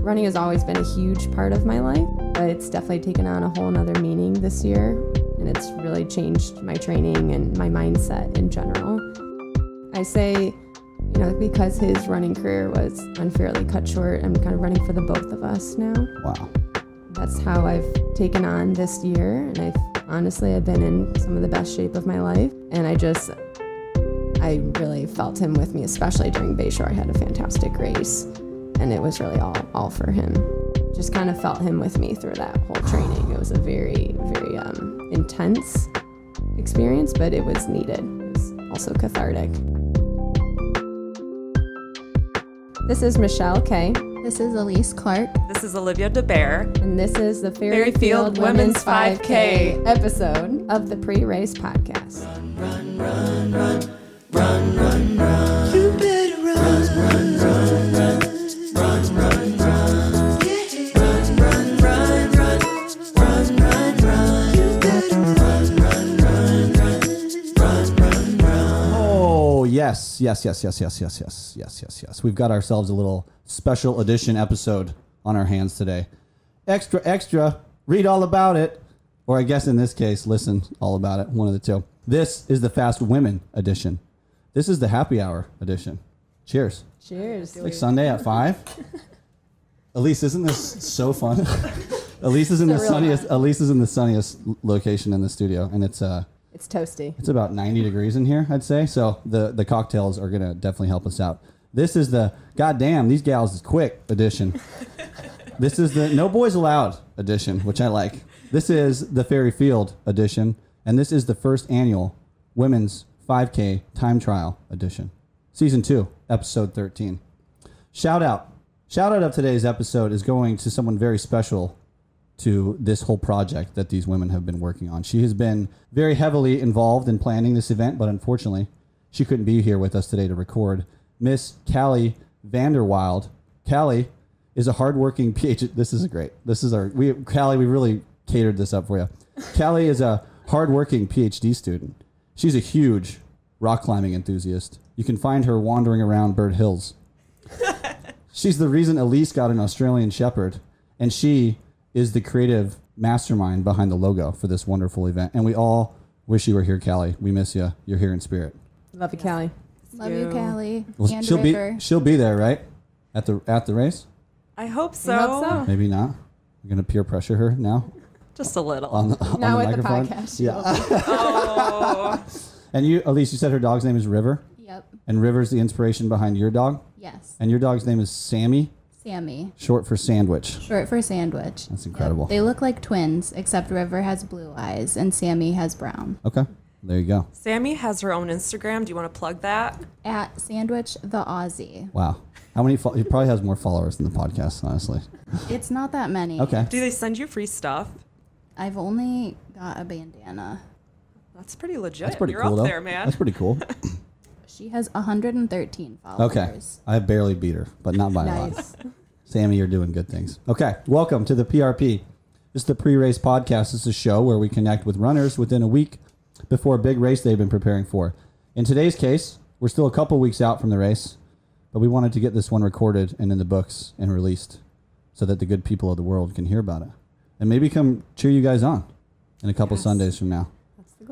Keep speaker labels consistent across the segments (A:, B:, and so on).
A: Running has always been a huge part of my life, but it's definitely taken on a whole nother meaning this year. And it's really changed my training and my mindset in general. I say, you know, because his running career was unfairly cut short, I'm kind of running for the both of us now.
B: Wow.
A: That's how I've taken on this year. And I've honestly, I've been in some of the best shape of my life. And I just, I really felt him with me, especially during Bayshore. I had a fantastic race, and it was really all all for him. Just kind of felt him with me through that whole training. It was a very very um, intense experience, but it was needed. It was also cathartic. This is Michelle Kay,
C: This is Elise Clark.
D: This is Olivia DeBear.
A: and this is the Fairyfield
D: Field
A: Women's
D: Women's
A: 5K episode of the Pre-Race Podcast.
B: Oh, yes, yes, yes, yes, yes, yes, yes, yes, yes, yes. We've got ourselves a little special edition episode on our hands today. Extra, extra, read all about it. Or I guess in this case, listen all about it, one of the two. This is the Fast Women edition. This is the happy hour edition. Cheers.
A: Cheers.
B: Like Sunday at five. Elise, isn't this so fun? Elise is in the
A: It's a real
B: sunniest. Elise is in the sunniest l- location in the studio, and it's uh,
A: It's toasty.
B: it's about 90 degrees in here, I'd say. So the, the cocktails are gonna definitely help us out. This is the goddamn these gals is quick edition. this is the no boys allowed edition, which I like. This is the Fairy Field edition, and this is the first annual women's 5K time trial edition, season two, episode 13. Shout out, shout out of today's episode is going to someone very special to this whole project that these women have been working on. She has been very heavily involved in planning this event, but unfortunately, she couldn't be here with us today to record. Miss Callie Vanderwild. Callie is a hardworking PhD. This is great. This is our we Callie. We really catered this up for you. Callie is a hardworking PhD student. She's a huge rock climbing enthusiast. You can find her wandering around Bird Hills She's the reason Elise got an Australian Shepherd, and she is the creative mastermind behind the logo for this wonderful event. And we all wish you were here, Callie. We miss you. You're here in spirit.
A: Love you, Callie.
C: Love you,
D: you.
C: Callie.
B: Well,
C: and
B: she'll
C: River.
B: be she'll be there, right? At the at the race?
D: I hope so.
A: I hope so.
B: Maybe not. We're gonna peer pressure her now
D: Just a little.
B: on the, on
A: Now
B: the
A: at the
B: microphone.
A: podcast.
B: Yeah.
D: oh,
B: and you, Elise, you said her dog's name is River,
C: Yep.
B: and River's the inspiration behind your dog,
C: Yes.
B: and your dog's name is Sammy,
C: Sammy.
B: short for sandwich.
C: Short for sandwich.
B: That's incredible.
C: They look like twins, except River has blue eyes and Sammy has brown.
B: Okay, there you go.
D: Sammy has her own Instagram. Do you want to plug that?
C: At Sandwich the Aussie.
B: Wow. How many? Fo- he probably has more followers than the podcast, honestly.
C: It's not that many.
B: Okay.
D: Do they send you free stuff?
C: I've only got a bandana.
D: That's pretty legit.
B: That's pretty
D: You're
B: cool,
D: up
B: though.
D: there, man.
B: That's pretty cool.
C: She has 113 followers.
B: Okay. I barely beat her, but not by a lot.
C: Nice.
B: Sammy, you're doing good things. Okay. Welcome to the PRP. This is the pre race podcast. It's a show where we connect with runners within a week before a big race they've been preparing for. In today's case, we're still a couple weeks out from the race, but we wanted to get this one recorded and in the books and released so that the good people of the world can hear about it and maybe come cheer you guys on in a couple Sundays from now.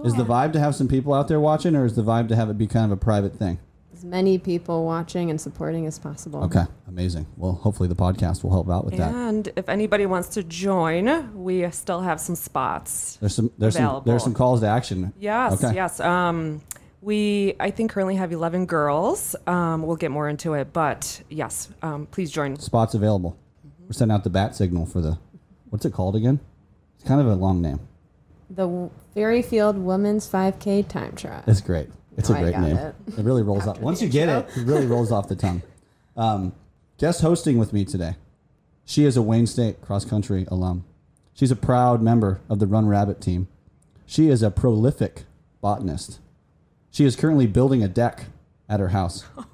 B: Is the vibe to have some people out there watching, or is the vibe to have it be kind of a private thing?
A: As many people watching and supporting as possible.
B: Okay, amazing. Well, hopefully the podcast will help out with that.
D: And if anybody wants to join, we still have some spots.
B: There's some there's some
D: Available.
B: there's some calls to action.
D: Yes,
B: Okay.
D: yes. Um, we, I think, currently have 11 girls. Um, we'll get more into it, but yes, um, please join.
B: Spots available.
D: Mm-hmm.
B: We're sending out the bat signal for the what's it called again? It's kind of a long name.
A: The Fairyfield Women's 5K Time Trial.
B: It's great. It's a
A: I
B: great
A: got
B: name.
A: it.
B: It really rolls off. Once you get it, it really rolls off the tongue. Um, guest hosting with me today. She is a Wayne State cross country alum. She's a proud member of the Run Rabbit team. She is a prolific botanist. She is currently building a deck at her house.
A: Oh,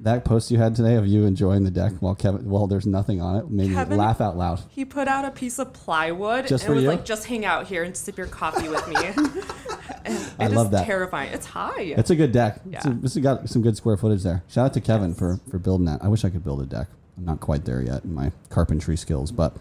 B: That post you had today of you enjoying the deck while Kevin, while there's nothing on it, made me
D: Kevin-
B: laugh out loud.
D: He put out a piece of plywood
B: Just
D: and
B: for
D: was
B: you?
D: like, just hang out here and sip your coffee with me.
B: I
D: It is
B: love that.
D: terrifying. It's high.
B: It's a good deck. It's a-
D: Yeah.
B: this has got some good square footage there. Shout out to Kevin for for building that. I wish I could build a deck. I'm not quite there yet in my carpentry skills, but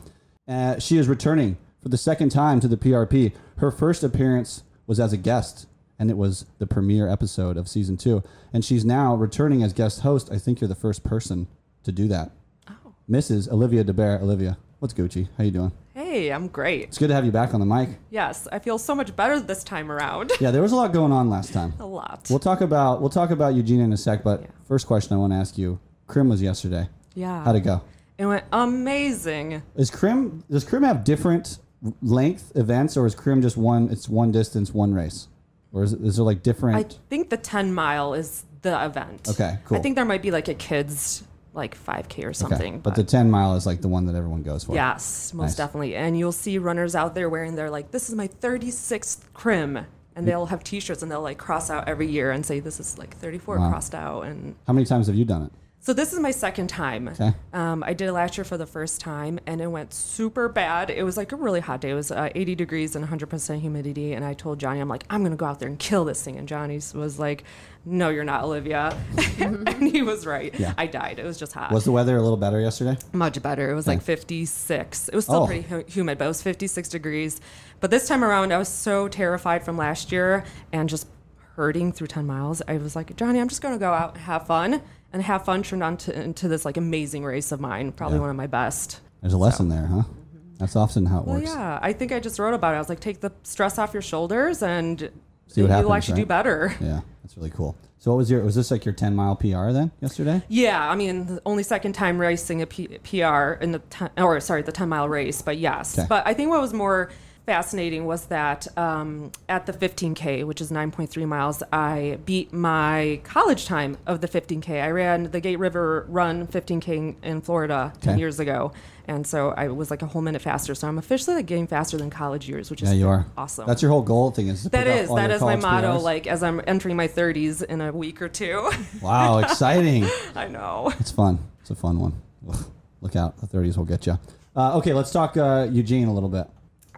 B: uh, she is returning for the second time to the PRP. Her first appearance was as a guest, and it was the premiere episode of season two. And she's now returning as guest host. I think you're the first person to do that. Oh. Mrs. Olivia DeBear. Olivia, what's Gucci? How you doing?
D: Hey, I'm great.
B: It's good to have you back on the mic.
D: Yes, I feel so much better this time around.
B: Yeah, there was a lot going on last time.
D: a lot.
B: We'll talk about we'll talk about Eugenia in a sec, but first question I want to ask you: Krim was yesterday.
D: Yeah.
B: How'd it go?
D: It went amazing.
B: Is Krim does Krim have different length events, or is Krim just one? It's one distance, one race, or is, it, is there like different?
D: I think the 10 mile is the event.
B: Okay, cool.
D: I think there might be like a kids like 5K or
B: Okay,
D: something.
B: but the ten mile is like the one that everyone goes for.
D: yes, most
B: Nice.
D: definitely. And you'll see runners out there wearing their like this is my 36th crim
B: Mm.
D: and they'll have t-shirts and they'll like cross out every year and say this is like 34
B: Wow.
D: crossed out and
B: How many times have you done it?
D: so this is my second time.
B: Okay.
D: Um, I did it last year for the first time, and it went super bad. It was like a really hot day. It was uh, 80 degrees and 100% humidity. And I told Johnny, I'm like, I'm gonna go out there and kill this thing. And Johnny was like, No, you're not, Olivia. and he was right.
B: Yeah.
D: I died. It was just hot.
B: Was the weather a little better yesterday?
D: Much better. It was like 56. It was still
B: Oh.
D: pretty hu- humid, but it was 56 degrees. But this time around, I was so terrified from last year and just hurting through 10 miles. I was like, Johnny, I'm just going to go out and have fun. And have fun turned on to, into this like amazing race of mine, probably
B: Yeah.
D: one of my best.
B: There's a lesson there, huh? That's often how it
D: Mm-hmm. Well,
B: works.
D: yeah, I think I just wrote about it. I was like, take the stress off your shoulders and
B: See what
D: you'll
B: happens,
D: actually do
B: right?
D: better.
B: Yeah, that's really cool. So what was your? Was this like your ten mile PR then yesterday?
D: Yeah, I mean, the only second time racing a P- PR in the ten, or sorry, the ten mile race, but yes.
B: Okay.
D: But I think what was more fascinating was that um, at the 15k, which is 9.3 miles, I beat my college time of the 15k. I ran the Gate River Run 15k in Florida 10
B: Okay.
D: years ago, and so I was like a whole minute faster. So I'm officially like getting faster than college years, which
B: Yeah,
D: is
B: you are.
D: awesome.
B: That's your whole goal thing is. To
D: that
B: pick up
D: is
B: all
D: that
B: your
D: is my
B: college
D: motto.
B: PRs?
D: Like as I'm entering my 30s in a week or two,
B: Wow, exciting.
D: I know.
B: It's fun. It's a fun one. Ugh, Look out, the 30s will get you. Uh, okay, let's talk uh, Eugene a little bit.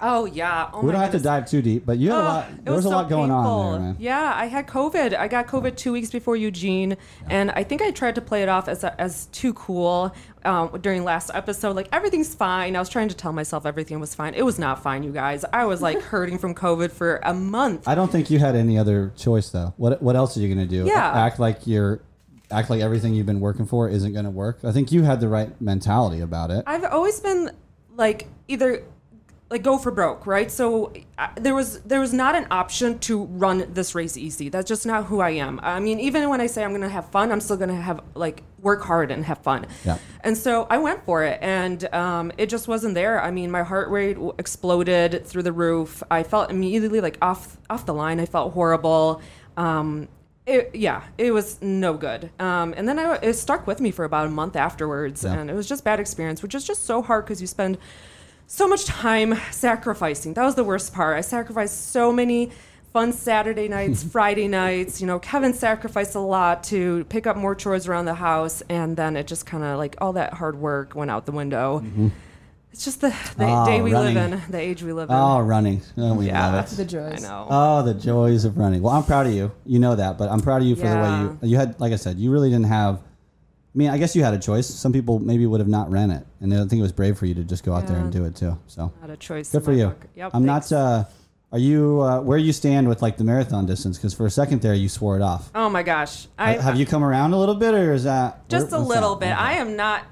D: Oh yeah. Oh
B: we
D: my
B: don't have to
D: goodness.
B: dive too deep, but you had a
D: Ugh,
B: lot.
D: it
B: There was,
D: so
B: a lot going on there,
D: painful.
B: man.
D: Yeah, I had COVID. I got COVID two weeks before Eugene, and I think I tried to play it off as as too cool um, during last episode. Like everything's fine. I was trying to tell myself everything was fine. It was not fine, you guys. I was like hurting from COVID for a month.
B: I don't think you had any other choice though. What What else are you gonna do?
D: Yeah.
B: Act like you're, act like everything you've been working for isn't gonna work. I think you had the right mentality about it.
D: I've always been like either like go for broke, right? So I there was there was not an option to run this race easy. That's just not who I am. I mean, even when I say I'm going to have fun, I'm still going to have like work hard and have fun.
B: Yeah.
D: And so I went for it, and um, it just wasn't there. I mean, my heart rate w- exploded through the roof. I felt immediately like off off the line. I felt horrible. Um, it, yeah, it was no good. Um, and then I, it stuck with me for about a month afterwards,
B: Yeah.
D: and it was just bad experience, which is just so hard because you spend so much time sacrificing. That was the worst part. I sacrificed so many fun Saturday nights, Friday nights. You know, Kevin sacrificed a lot to pick up more chores around the house, and then it just kind of like all that hard work went out the window. It's just the, the
B: Oh,
D: day we live
B: Mm-hmm. running.
D: in, the age we live in.
B: Oh, running. Oh, we
D: yeah,
B: love it.
A: The joys.
D: I know.
B: Oh, the joys of running. Well, I'm proud of you. You know that, but I'm proud of you for the way you you had. Like I said, you really didn't have. I mean, I guess you had a choice. Some people maybe would have not ran it, and I think it was brave for you to just go out there
D: Yeah.
B: and do it too. So
D: Not a choice.
B: good
D: in
B: for
D: my
B: you.
D: book. Yep,
B: I'm
D: thanks.
B: not. Uh, are you uh, where you stand with like the marathon distance? Because for a second there, you swore it off.
D: Oh my gosh. I,
B: have you come around a little bit, or is that
D: just
B: where-
D: a
B: what's
D: little
B: that?
D: bit. I am not.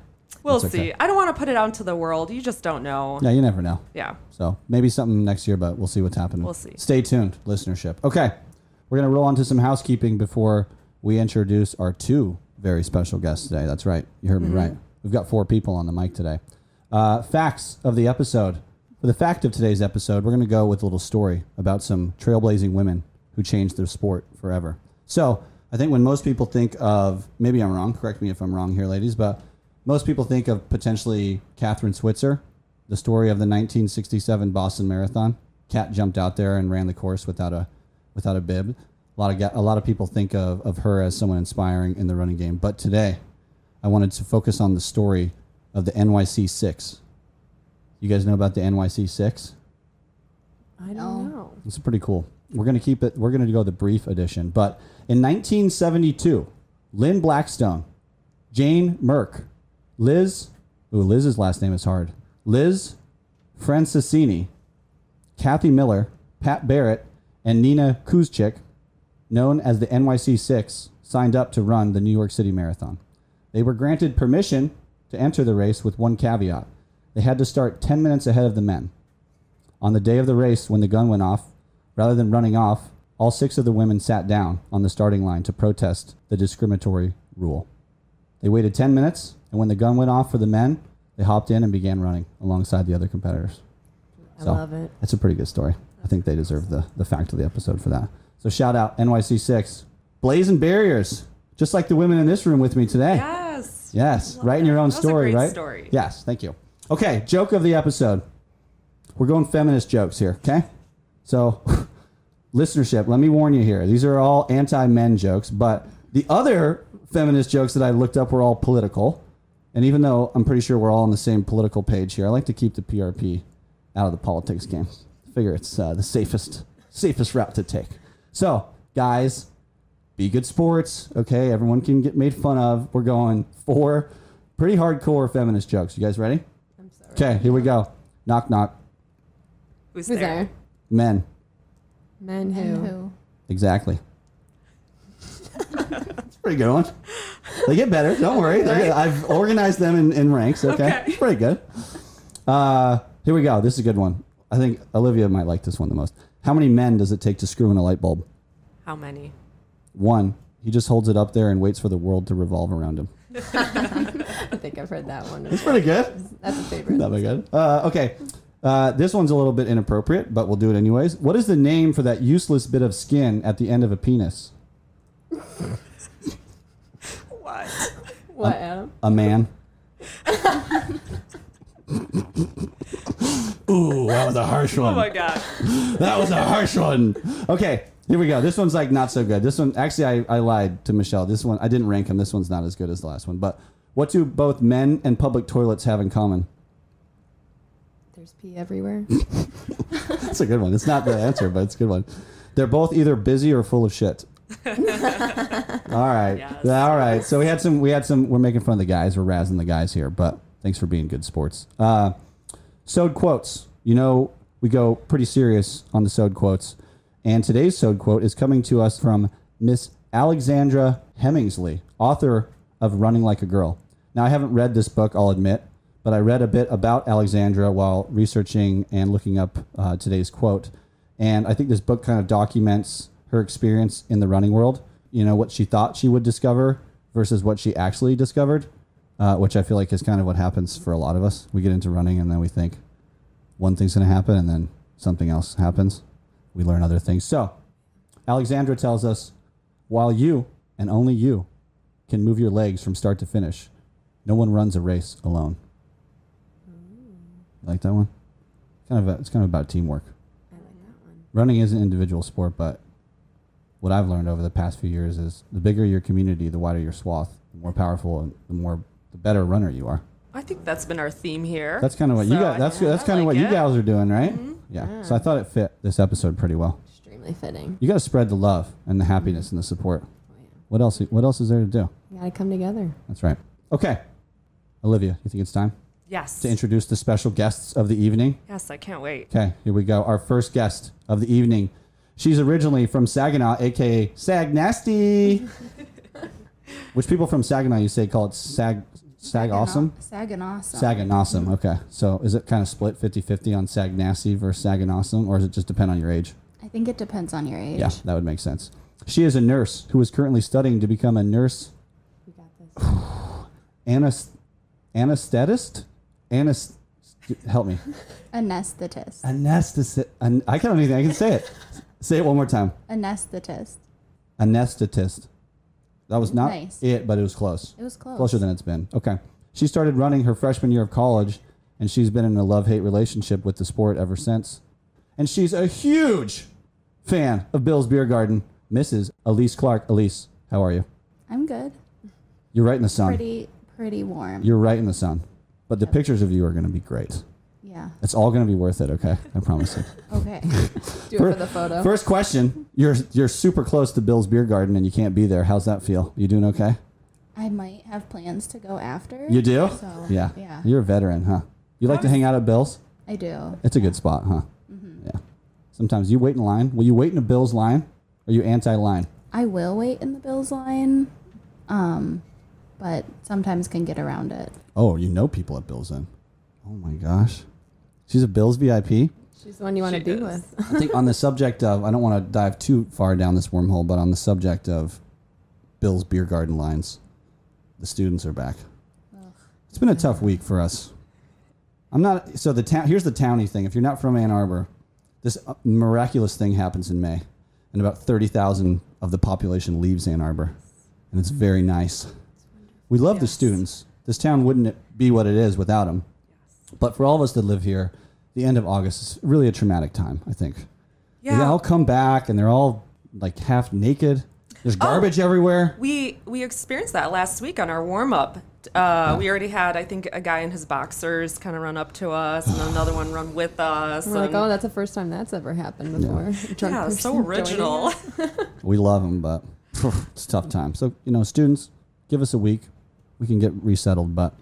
D: We'll
B: That's okay.
D: see. I don't want to put it out into the world. You just don't know.
B: Yeah, you never know.
D: Yeah.
B: So maybe something next year, but we'll see what's happening.
D: We'll see.
B: Stay tuned, listenership. Okay. We're going to roll on to some housekeeping before we introduce our two very special guests today. That's right. You heard
D: Mm-hmm.
B: me right. We've got four people on the mic today. Uh, facts of the episode. For the fact of today's episode, we're going to go with a little story about some trailblazing women who changed their sport forever. So I think when most people think of, maybe I'm wrong, correct me if I'm wrong here, ladies, but most people think of potentially Catherine Switzer, the story of the 1967 Boston Marathon. Cat jumped out there and ran the course without a without a bib. A lot of ga- a lot of people think of, of her as someone inspiring in the running game, but today I wanted to focus on the story of the NYC Six. You guys know about the NYC Six?
A: I don't
C: No.
A: know.
B: It's pretty cool. We're gonna keep it. We're gonna go the brief edition. But in 1972, Lynn Blackstone, Jane Merck, Liz, ooh, Liz's last name is hard. Liz Francisini, Kathy Miller, Pat Barrett, and Nina Kuzchik, known as the NYC Six, signed up to run the New York City Marathon. They were granted permission to enter the race with one caveat they had to start 10 minutes ahead of the men. On the day of the race, when the gun went off, rather than running off, all six of the women sat down on the starting line to protest the discriminatory rule. They waited 10 minutes, and when the gun went off for the men, they hopped in and began running alongside the other competitors.
A: I love it.
B: That's a pretty good story. I think they deserve the, the fact of the episode for that. So shout out NYC6. Blazing barriers, just like the women in this room with me today.
D: Yes.
B: Yes, right in your own
D: That was a
B: story,
D: great
B: right?
D: story.
B: Yes, thank you. Okay, joke of the episode. We're going feminist jokes here, okay? So, listenership, let me warn you here. These are all anti men jokes, but the other feminist jokes that I looked up were all political. And even though I'm pretty sure we're all on the same political page here, I like to keep the PRP out of the politics game. Figure it's uh, the safest safest route to take. So, guys, be good sports. Okay, everyone can get made fun of. We're going for pretty hardcore feminist jokes. You guys ready?
A: I'm sorry.
B: Okay, here we go. Knock knock.
D: Who's
A: Who's there?
D: there?
B: Men.
A: Men who?
C: And who?
B: Exactly. That's a pretty good one. They get better. Don't worry. They're good. I've organized them in, in ranks. Okay.
D: Okay.
B: It's pretty good. Uh, here we go. This is a good one. I think Olivia might like this one the most. How many men does it take to screw in a light bulb?
D: How many?
B: One. He just holds it up there and waits for the world to revolve around him.
A: I think I've heard that one.
B: It's pretty good.
A: That's a favorite.
B: That'd be good. Uh, okay. Uh, this one's a little bit inappropriate, but we'll do it anyways. What is the name for that useless bit of skin at the end of a penis?
D: What?
A: What, Adam?
B: A man. Ooh, that was a harsh
D: Oh
B: one.
D: my god.
B: that was a harsh one. Okay, here we go. This one's like not so good. This one, actually, I, I lied to Michelle. This one, I didn't rank him. This one's not as good as the last one. But what do both men and public toilets have in common?
A: There's pee everywhere.
B: That's a good one. It's not the answer, but it's a good one. They're both either busy or full of shit. All right.
D: Yes.
B: All right. So we had some we had some we're making fun of the guys, we're razzing the guys here, but thanks for being good sports. Uh sewed quotes. You know, we go pretty serious on the sewed quotes. And today's sewed quote is coming to us from Miss Alexandra Hemmingsley, author of Running Like a Girl. Now I haven't read this book, I'll admit, but I read a bit about Alexandra while researching and looking up uh, today's quote. And I think this book kind of documents her experience in the running world. You know, what she thought she would discover versus what she actually discovered, uh, which I feel like is kind of what happens for a lot of us. We get into running and then we think one thing's going to happen and then something else happens. We learn other things. So, Alexandra tells us while you and only you can move your legs from start to finish, no one runs a race alone. Like that one? Kind of a, it's kind of about teamwork
A: I like that one.
B: running is an individual sport, but what I've learned over the past few years is the bigger your community, the wider your swath, the more powerful and the more the better runner you are.
D: I think that's been our theme here.
B: That's kind of what you
D: So
B: got.
D: I
B: That's
D: think-
B: that's
D: I
B: kind of what
D: like
B: you
D: it. Mm-hmm.
B: guys are doing, right? Yeah. So I thought it fit this episode pretty well.
A: Extremely fitting.
B: You got to spread the love and the happiness and the support.
A: Oh, yeah.
B: What else? What else is there to do?
A: We gotta come together.
B: That's right. Okay, Olivia, you think it's time
D: Yes.
B: to introduce the special guests of the evening?
D: Yes, I can't wait.
B: Okay, here we go. Our first guest of the evening. She's originally from Saginaw, aka Sag Nasty. Which people from Saginaw you say call it Sag Sag Awesome?
C: Sagan awesome.
B: Sagan Awesome. Okay. So is it kind of split 50-50 on Sag Nasty versus Sagan Awesome, or does it just depend on your age?
C: I think it depends on your age.
B: Yeah, that would make sense. She is a nurse who is currently studying to become a nurse
A: We got this.
B: anas- anesthetist? Anest- help me.
C: Anesthetist.
B: Anesthetist. An- I can't do anything. I can say it. Say it one more time.
C: Anesthetist.
B: anesthetist. That was not
C: Nice.
B: it, but it was close.
C: It was close.
B: Closer than it's been. Okay. She started running her freshman year of college, and she's been in a love hate relationship with the sport ever since. And she's a huge fan of Bill's Beer Garden, Mrs. Elise Clark. Elise, how are you?
C: I'm good.
B: You're right in the sun.
C: Pretty, pretty warm.
B: You're right in the sun. But the pictures of you are going to be great.
C: Yeah.
B: It's all going to be worth it, okay? I promise you.
C: Okay.
A: Do it for the photo.
B: First question: You're you're super close to Bill's Beer Garden, and you can't be there. How's that feel? You doing okay?
C: I might have plans to go after.
B: You do?
C: So,
B: yeah.
C: yeah.
B: You're a veteran, huh? You like to hang out at Bill's?
C: I do.
B: It's a good spot, huh? Yeah. Sometimes you wait in line. Will you wait in a Bill's line? Are you anti-line?
C: I will wait in the Bills line, um, but sometimes can get around it.
B: Oh, you know people at Bill's then. Oh my gosh. She's a Bill's VIP.
A: She's the one you want to
D: She
A: be
D: is.
A: with.
B: I think on the subject of, I don't want to dive too far down this wormhole, but on the subject of Bill's beer garden lines, the students are back. It's been a tough week for us. I'm not, so the town, here's the towny thing. If you're not from Ann Arbor, this uh, miraculous thing happens in May, and about 30,000 of the population leaves Ann Arbor, and it's very nice. We love the
D: Yes.
B: students. This town wouldn't be what it is without them. But for all of us that live here, the end of August is really a traumatic time, I think.
D: Yeah.
B: They all come back and they're all like half naked.
D: Oh.
B: There's garbage everywhere.
D: We we experienced that last week on our warm up. Uh, We already had, I think, a guy in his boxers kind of run up to us, and another one run with us.
A: We're like,
D: and-
A: oh, that's the first time that's ever happened before. Drunk
D: yeah, so
A: person joining
D: original.
A: us.
B: We love them, but it's a tough time. So, you know, students, give us a week. We can get resettled, but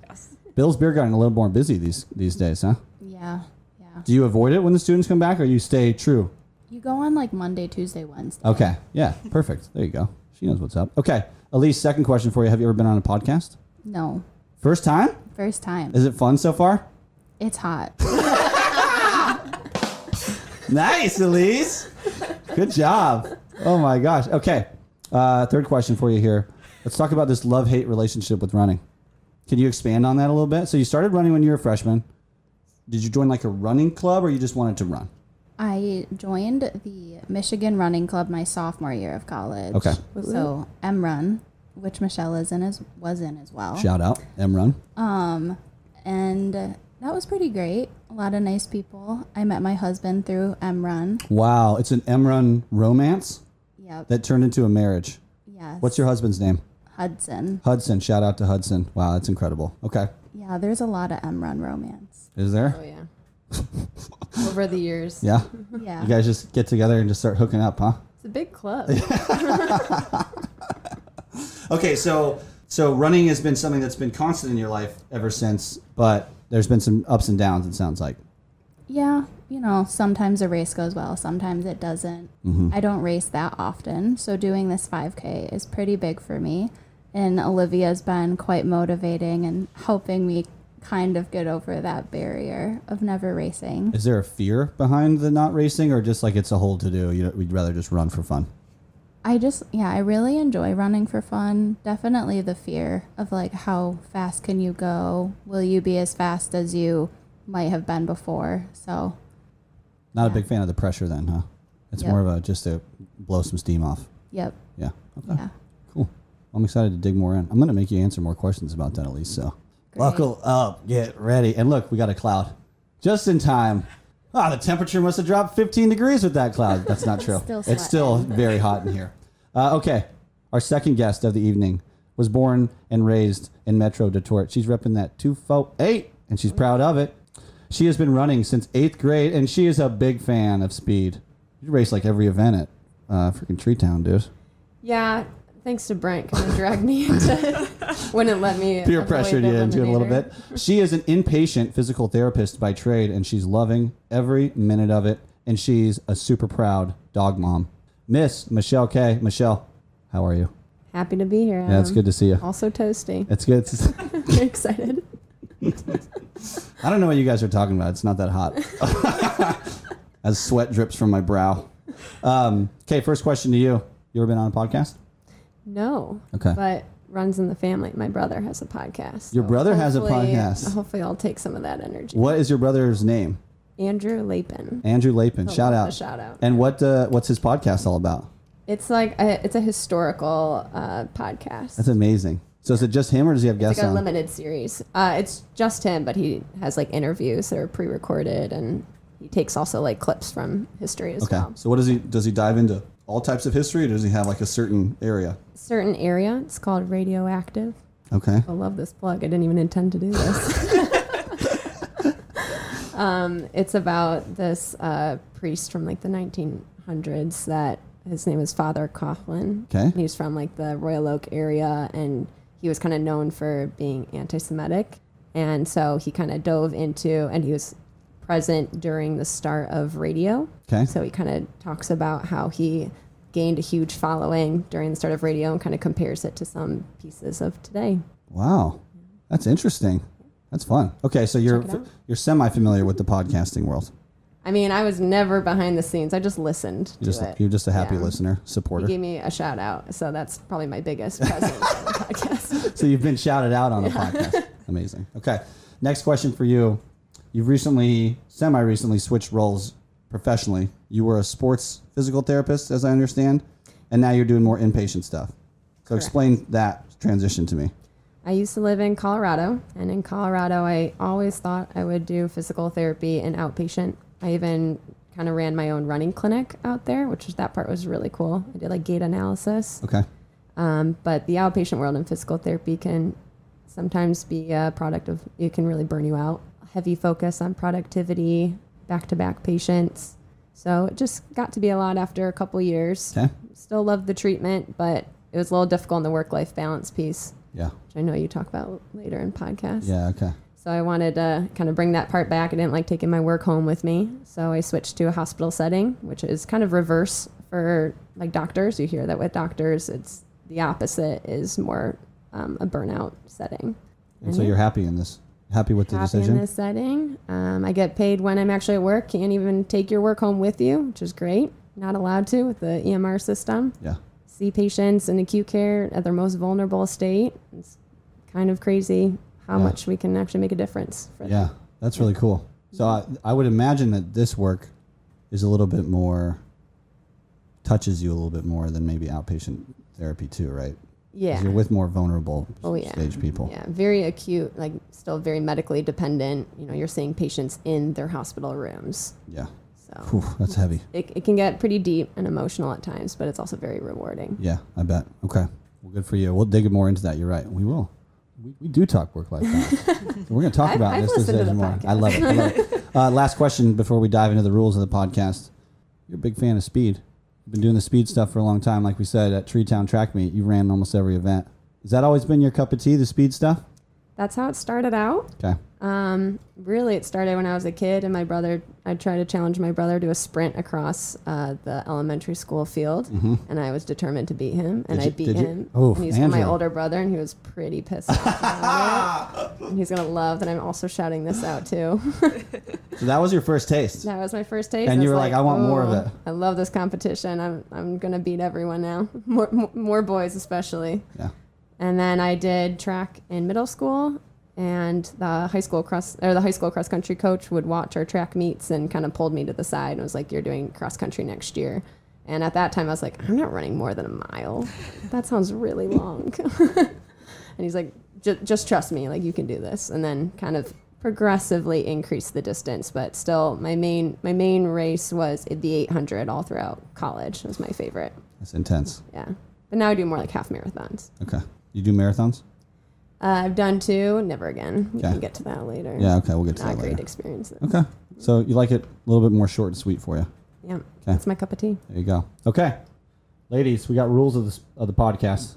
B: Bill's Beer Garden a little more busy these these days, huh?
C: Yeah, yeah.
B: Do you avoid it when the students come back or you stay true?
C: You go on like Monday, Tuesday, Wednesday.
B: Okay. Yeah, perfect. There you go. She knows what's up. Okay. Elise, second question for you. Have you ever been on a podcast?
C: No,
B: First time?
C: first time.
B: Is it fun so far?
C: It's hot.
B: Nice, Elise. Good job. Oh my gosh. Okay. Uh, third question for you here. Let's talk about this love hate relationship with running. Can you expand on that a little bit? So you started running when you were a freshman. Did you join like a running club or you just wanted to run?
C: I joined the Michigan Running Club my sophomore year of college.
B: Okay.
C: So M Run, which Michelle is in as was in as well. Um,
B: Shout out, M Run.
C: and that was pretty great. A lot of nice people. I met my husband through M Run.
B: Wow, it's an M Run romance
C: Yep.
B: that turned into a marriage.
C: yes.
B: What's your husband's name?
C: Hudson?
B: Hudson. Shout out to Hudson. Wow, that's incredible. Okay.
C: Yeah, there's a lot of M Run romance.
B: Is there?
A: Oh, yeah. Over the years.
B: Yeah.
C: Yeah.
B: You guys just get together and just start hooking up, huh?
A: It's a big club.
B: Okay, so so running has been something that's been constant in your life ever since, but there's been some ups and downs. It sounds like.
C: Yeah, you know, sometimes a race goes well, sometimes it doesn't.
B: Mm-hmm.
C: I don't race that often, so doing this 5K is pretty big for me. And Olivia's been quite motivating and helping me kind of get over that barrier of never racing.
B: Is there a fear behind the not racing, or just like it's a whole to do? You know, we'd rather just run for fun.
C: I just, yeah, I really enjoy running for fun. Definitely the fear of like, how fast can you go? Will you be as fast as you might have been before? So,
B: Not a big fan of the pressure, then, huh? It's
C: Yep.
B: more of a just to blow some steam off.
C: yep.
B: Yeah. Okay.
C: Yeah.
B: Cool. I'm excited to dig more in. I'm going to make you answer more questions about that, Elise. So buckle up, get ready. And look, we got a cloud just in time. Ah, the temperature must have dropped 15 degrees with that cloud. That's not true.
C: Still
B: it's still very hot in here. Uh, okay. Our second guest of the evening was born and raised in Metro Detroit. She's repping that 248, and she's proud of it. She has been running since eighth grade, and she is a big fan of speed. You race like every event at uh, freaking Tree Town, dude.
A: Yeah, thanks to Brent, kind of dragged me into. wouldn't let me
B: peer
A: avoid
B: pressured
A: the
B: you into it a little
A: eliminator.
B: bit. She is an inpatient physical therapist by trade, and she's loving every minute of it. And she's a super proud dog mom. Miss Michelle K. Michelle, how are you?
A: Happy to be here.
B: Yeah, it's
A: Adam.
B: good to see you.
A: Also toasty.
B: It's good. It's-
A: excited.
B: I don't know what you guys are talking about. It's not that hot. As sweat drips from my brow. Um, okay, first question to you. You ever been on a podcast?
A: No.
B: Okay.
A: But runs in the family. My brother has a podcast.
B: Your
A: so
B: brother has a
A: hopefully-
B: podcast.
A: Hopefully, I'll take some of that energy.
B: What is your brother's name?
A: Andrew Lapin.
B: Andrew Lapin.
A: Oh,
B: shout
A: a
B: out.
A: shout out.
B: And what uh, what's his podcast all about?
A: It's like a, it's a historical uh, podcast.
B: That's amazing. So is it just him, or does he have
A: it's
B: guests
A: like a
B: on?
A: limited series. Uh, it's just him, but he has like interviews that are pre-recorded, and he takes also like clips from history as
B: Okay.
A: well.
B: So what does he does he dive into all types of history or does he have like a certain area?
A: Certain area. It's called radioactive.
B: Okay.
A: I love this plug. I didn't even intend to do this. um, it's about this uh, priest from like the 1900s that his name is Father Coughlin.
B: Okay.
A: He's from like the Royal Oak area and he was kind of known for being anti-Semitic, and so he kind of dove into and he was present during the start of radio.
B: Okay.
A: So he kind of talks about how he gained a huge following during the start of radio and kind of compares it to some pieces of today.
B: Wow, that's interesting. That's fun. Okay, so you're
A: Check it out.
B: you're semi familiar with the podcasting world.
A: I mean, I was never behind the scenes. I just listened
B: You're just
A: to it.
B: you're just a happy
A: Yeah.
B: listener
A: He
B: supporter.
A: gave me a shout out, so that's probably my biggest present on the podcast.
B: so you've been shouted out on a podcast. Amazing. Okay. Next question for you. You've recently, semi recently, switched roles professionally. You were a sports physical therapist, as I understand, and now you're doing more inpatient stuff. So explain that transition to me.
A: I used to live in Colorado, and in Colorado, I always thought I would do physical therapy and outpatient. I even kind of ran my own running clinic out there, which is, that part was really cool. I did like gait analysis,
B: Okay.
A: um, but the outpatient world in physical therapy can sometimes be a product of it can really burn you out. Heavy focus on productivity, back-to-back patients. So it just got to be a lot after a couple years.
B: Okay.
A: Still love the treatment, but it was a little difficult in the work-life balance piece
B: Yeah.
A: which I know you talk about later in podcasts.
B: Yeah. Okay.
A: So I wanted to kind of bring that part back. I didn't like taking my work home with me, so I switched to a hospital setting, which is kind of reverse for like doctors. You hear that with doctors, it's the opposite is more um, a burnout setting.
B: And so you're happy in this, happy with the
A: Happy
B: decision?
A: in this setting. Um, I get paid when I'm actually at work. Can't even take your work home with you, which is great. Not allowed to with the EMR system
B: Yeah.
A: see patients in acute care at their most vulnerable state. It's kind of crazy how
B: Yeah.
A: much we can actually make a difference for them.
B: Yeah. That's really cool. So I, I would imagine that this work is a little bit more, touches you a little bit more than maybe outpatient therapy, too, right? 'Cause
A: Yeah.
B: You're with more vulnerable
A: Oh, yeah.
B: stage people.
A: Yeah, very acute, like still very medically dependent. You know, you're seeing patients in their hospital rooms.
B: Yeah.
A: So
B: Whew, that's heavy.
A: it, it can get pretty deep and emotional at times, but it's also very rewarding.
B: Yeah, I bet. Okay. Well, good for you. We'll dig more into that. You're right. We will. We, we do talk work life balance. We're going to talk
A: I've-
B: about
A: I've
B: this
A: listened to
B: this
A: the
B: morning. I love it. I love it. Uh, last question before we dive into the rules of the podcast. You're a big fan of speed. You've been doing the speed stuff for a long time. Like we said at Tree Town Track Meet, you ran almost every event. Has that always been your cup of tea, the speed stuff?
A: That's how it started out.
B: Okay.
A: Um, really, it started when I was a kid, and my brother. I tried to challenge my brother to a sprint across uh, the elementary school field, and I was determined to beat him, and
B: Mm-hmm. Did
A: I
B: you-
A: beat
B: did you?
A: him.
B: Oof,
A: and he's my
B: Andrew.
A: older brother, and he was pretty pissed off. about it. And he's gonna love that I'm also shouting this out too.
B: So that was your first taste.
A: that was my first taste,
B: And
A: I
B: you
A: was
B: were like, "I want more of
A: "Oh,
B: it."
A: I love this competition. I'm I'm gonna beat everyone now. More more, more boys especially.
B: Yeah.
A: And then I did track in middle school, and the high school cross or the high school cross country coach would watch our track meets and kind of pulled me to the side and was like, "You're doing cross country next year." And at that time, I was like, "I'm not running more than a mile. That sounds really long." and he's like, "Ju- "Just trust me. Like you can do this." And then kind of progressively increased the distance, but still, my main my main race was the 800 all throughout college. It was my favorite.
B: That's intense.
A: Yeah. But now I do more like half marathons.
B: Okay. You do marathons?
A: Uh, I've done two. Never again. We
B: Okay.
A: can get to that later.
B: Yeah. Okay. We'll get to
A: Not
B: that
A: great
B: later.
A: experiences.
B: Okay. So you like it a little bit more short and sweet for you.
A: Yeah. That's my cup of tea.
B: There you go. Okay, ladies, we got rules of the of the podcast.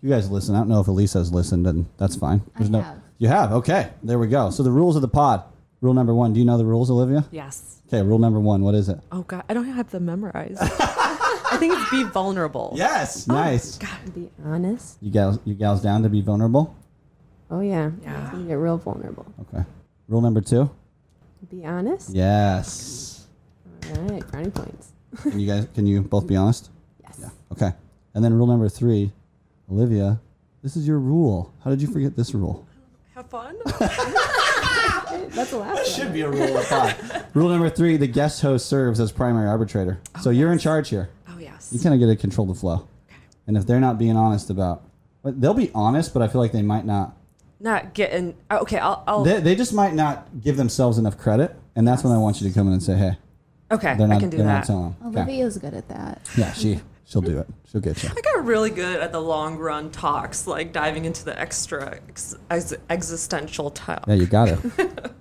B: You guys listen. I don't know if Elisa's listened, and that's fine.
C: I
B: no.
C: have.
B: You have. Okay. There we go. So the rules of the pod. Rule number one. Do you know the rules, Olivia?
D: Yes.
B: Okay. Rule number one. What is it?
D: Oh God, I don't have them memorized. I think it's be vulnerable.
C: Oh
B: Yes. Nice.
A: Be honest.
B: You gals, you gals down to be vulnerable.
A: Oh yeah.
D: Yeah.
A: You get real vulnerable.
B: Okay. Rule number two.
A: Be honest.
B: Yes.
A: All right. Brownie points.
B: Can you guys? Can you both be honest?
A: Yes.
B: Okay. And then rule number three, Olivia, this is your rule. How did you forget this rule?
D: Have fun.
A: That's the last one.
B: Should be a rule of five. rule number three: the guest host serves as primary arbitrator. so you're in charge here.
D: Oh
B: You
D: yes.
B: kind of get to control the flow. And if they're not being honest about, but they'll be honest, but I feel like they might not.
D: Not getting. oh, Okay, I'll. I'll
B: They, they just might not give themselves enough credit, and that's when I want you to come in and say, "Hey,
D: okay,
B: they're not.
D: I can do
B: they're not
D: that.
B: telling." Okay.
C: Olivia's good at that.
B: Yeah, she she'll do it. She'll get you.
D: I got really good at the long run talks, like diving into the extra ex- ex- existential talk.
B: Yeah, you got it.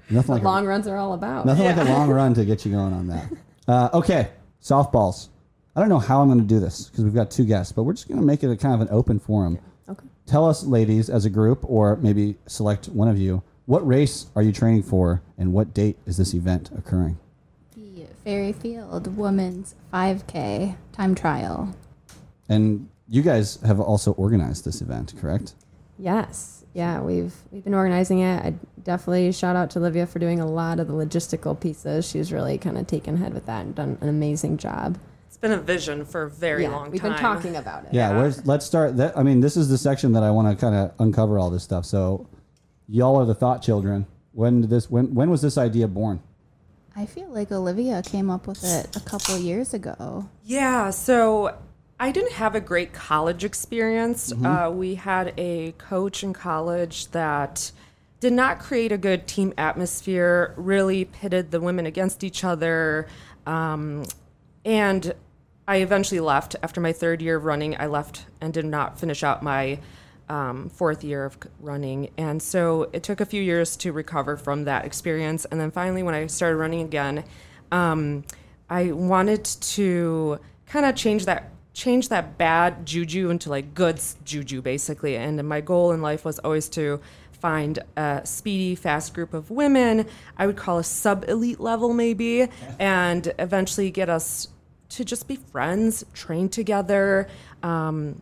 B: Nothing like a-
A: Long runs are all about.
B: Nothing like a long run to get you going on that. Uh, okay, softballs. I don't know how I'm going to do this because we've got two guests, but we're just going to make it a kind of an open forum.
A: Okay.
B: T- tell us, ladies, as a group, or maybe select one of you, what race are you training for, and what date is this event occurring?
C: The Fairy Field Women's 5K time trial.
B: And you guys have also organized this event, correct?
A: Yes. Yeah, we've we've been organizing it. I definitely shout out to Olivia for doing a lot of the logistical pieces. She's really kind of taken head with that and done an amazing job.
D: It's been a vision for a very long
A: we've
D: time.
A: been talking about it.
B: Yeah, where's- let's start. That, I mean, this is the section that I want to kind of uncover all this stuff. So, y'all are the thought children. When did this? When when was this idea born?
C: I feel like Olivia came up with it a couple years ago.
D: Yeah, so I didn't have a great college experience. Uh, we had a coach in college that did not create a good team atmosphere, really pitted the women against each other. Um, and I eventually left after my third year of running. I left and did not finish out my um, fourth year of c- running. And so it took a few years to recover from that experience. And then finally, when I started running again, um, I wanted to kind of change that change that bad juju into like good s- juju basically and my goal in life was always to find a speedy fast group of women i would call a sub elite level maybe and eventually get us to just be friends train together um,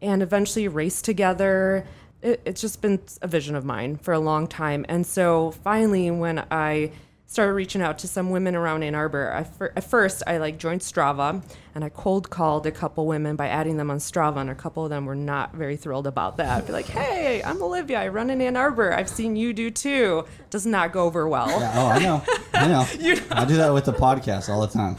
D: and eventually race together. It, it's just been a vision of mine for a long time. And so finally, when I started reaching out to some women around Ann Arbor, I fir- at first I like joined Strava and I cold called a couple women by adding them on Strava, and a couple of them were not very thrilled about that. I'd be like, "Hey, I'm Olivia. I run in Ann Arbor. I've seen you do too." Does not go over well.
B: Oh, I know, I know. I do that with the podcast all the time.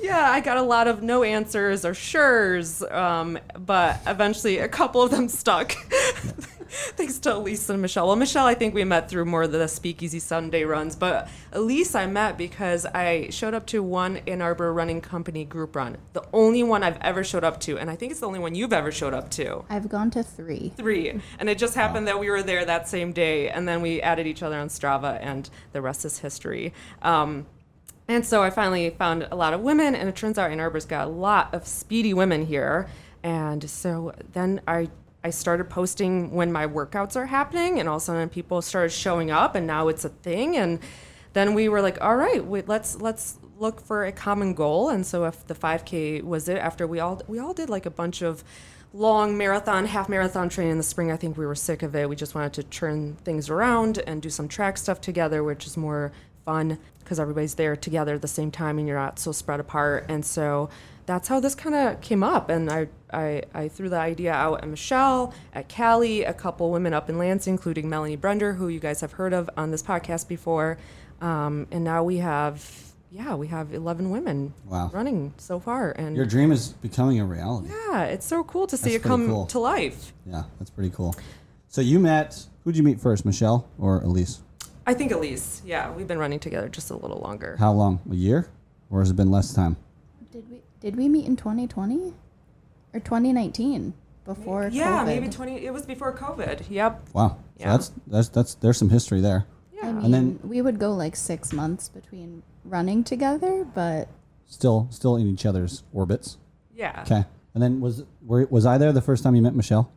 D: yeah, I got a lot of no answers or sure's, um, but eventually a couple of them stuck. Thanks to Elise and Michelle. Well, Michelle, I think we met through more of the Speakeasy Sunday runs, but Elise I met because I showed up to one Ann Arbor Running Company group run, the only one I've ever showed up to, and I think it's the only one you've ever showed up to
C: I've gone to three.
D: three. And it just happened that we were there that same day, and then we added each other on Strava, and the rest is history. Um, and so I finally found a lot of women, and it turns out Ann Arbor's got a lot of speedy women here. And so then I I started posting when my workouts are happening, and all of a sudden people started showing up, and now it's a thing. And then we were like, all right, wait, let's let's look for a common goal. And so if the 5K was it, after we all we all did like a bunch of long marathon, half marathon training in the spring. I think we were sick of it. We just wanted to turn things around and do some track stuff together, which is more fun because everybody's there together at the same time and you're not so spread apart. And so that's how this kind of came up. And I, I, I threw the idea out at Michelle, at Callie, a couple women up in Lansing, including Melanie Brender, who you guys have heard of on this podcast before. Um, and now we have, yeah, we have 11 women
B: Wow.
D: running so far. And
B: Your dream is becoming a reality.
D: yeah, it's so cool to see
B: That's
D: it
B: pretty
D: come
B: cool.
D: to life.
B: Yeah, that's pretty cool. So you met. Who'd you meet first, Michelle or Elise?
D: I think Elise. Yeah, we've been running together just a little longer.
B: How long? A year, or has it been less time?
C: Did we did we meet in 2020 or 2019 before
D: yeah,
C: COVID?
D: maybe 20. It was before COVID. Yep.
B: Wow.
D: Yeah.
B: So that's that's that's there's some history there.
D: Yeah.
C: I mean,
B: And then-
C: we would go like six months between running together, but
B: Still still in each other's orbits.
D: yeah.
B: Okay. And then was were, was I there the first time you met Michelle?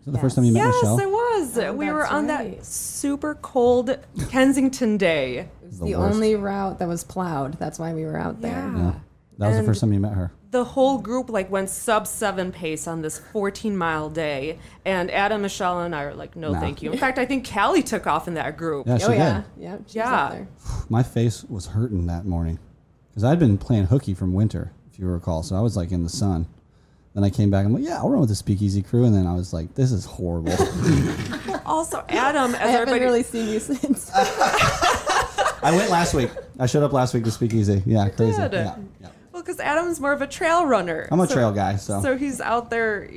B: Is that the first time you met
D: Yes,
B: Michelle?
D: it was.
A: Oh,
D: we were
A: that's
D: on that
A: right.
D: super cold Kensington day.
A: It was
B: The
A: the,
B: worst.
A: only route that was plowed. That's why we were out there.
D: Yeah.
B: that was the
D: and-
B: first time you met her.
D: The whole group like went sub seven pace on this 14 mile day, and Adam, Michelle, and I were like, no,
B: Nah.
D: thank you. In fact, I think Callie took off in that group.
B: Yeah, she
A: Oh yeah.
B: did.
A: Yeah. She was
D: Yeah.
A: up there.
B: My face was hurting that morning because I'd been playing hooky from winter, if you recall. So I was like in the sun. Then I came back. I'm like, yeah, I'll run with the Speakeasy crew. And then I was like, this is horrible.
D: Also, Adam,
A: I
D: as
A: haven't
D: everybody,
A: really seen you since.
B: I went last week. I showed up last week to Speakeasy. Yeah, crazy.
D: did.
B: Yeah, yeah.
D: well, because Adam's more of a trail runner.
B: I'm a
D: So-
B: trail guy, so,
D: So he's out there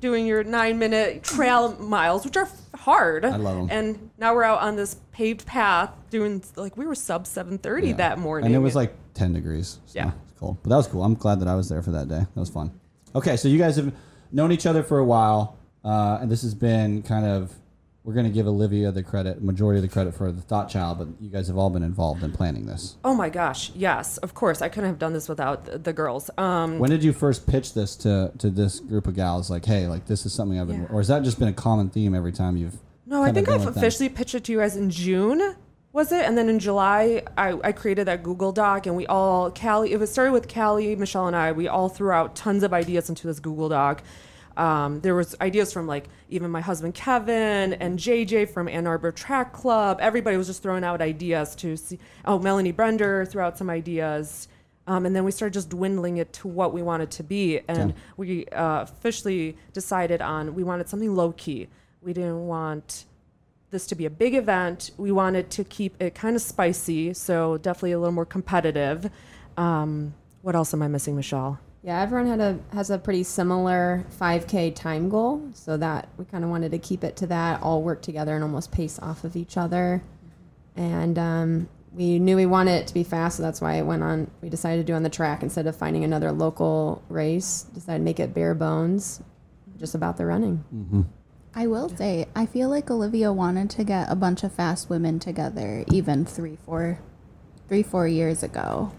D: doing your nine minute trail miles, which are hard. I
B: love 'em.
D: And now we're out on this paved path doing like we were sub seven thirty
B: yeah.
D: that morning.
B: and it was like 10 degrees. So
D: Yeah.
B: it's cold. But that was cool. I'm glad that I was there for that day. That was fun. Okay, so you guys have known each other for a while, uh, and this has been kind of we're going to give Olivia the credit, majority of the credit for the thought child, but you guys have all been involved in planning this.
D: Oh my gosh, yes, of course. I couldn't have done this without the, the girls. Um,
B: When did you first pitch this to, to this group of gals? Like, hey, like this is something I've been,
D: Yeah.
B: or has that just been a common theme every time you've?
D: no, I
B: kinda
D: think
B: been
D: I've
B: with them?
D: officially pitched it to you guys in June, was it? And then in July, I, I created that Google Doc, and we all Callie. It was started with Callie, Michelle, and I. We all threw out tons of ideas into this Google Doc. Um, there was ideas from like even my husband Kevin and JJ from Ann Arbor Track Club. Everybody was just throwing out ideas to see. Oh, Melanie Brender threw out some ideas. Um, and then we started just dwindling it to what we wanted to be. And
B: Okay.
D: we uh, officially decided on we wanted something low key. We didn't want this to be a big event. We wanted to keep it kind of spicy, so definitely a little more competitive. Um, what else am I missing, Michelle?
A: Yeah, everyone had a has a pretty similar 5K time goal, so that we kind of wanted to keep it to that, all work together and almost pace off of each other. And um, we knew we wanted it to be fast, so that's why it went on. We decided to do on the track instead of finding another local race. Decided to make it bare bones, just about the running.
C: I will say, I feel like Olivia wanted to get a bunch of fast women together, even three, four, three, four years ago,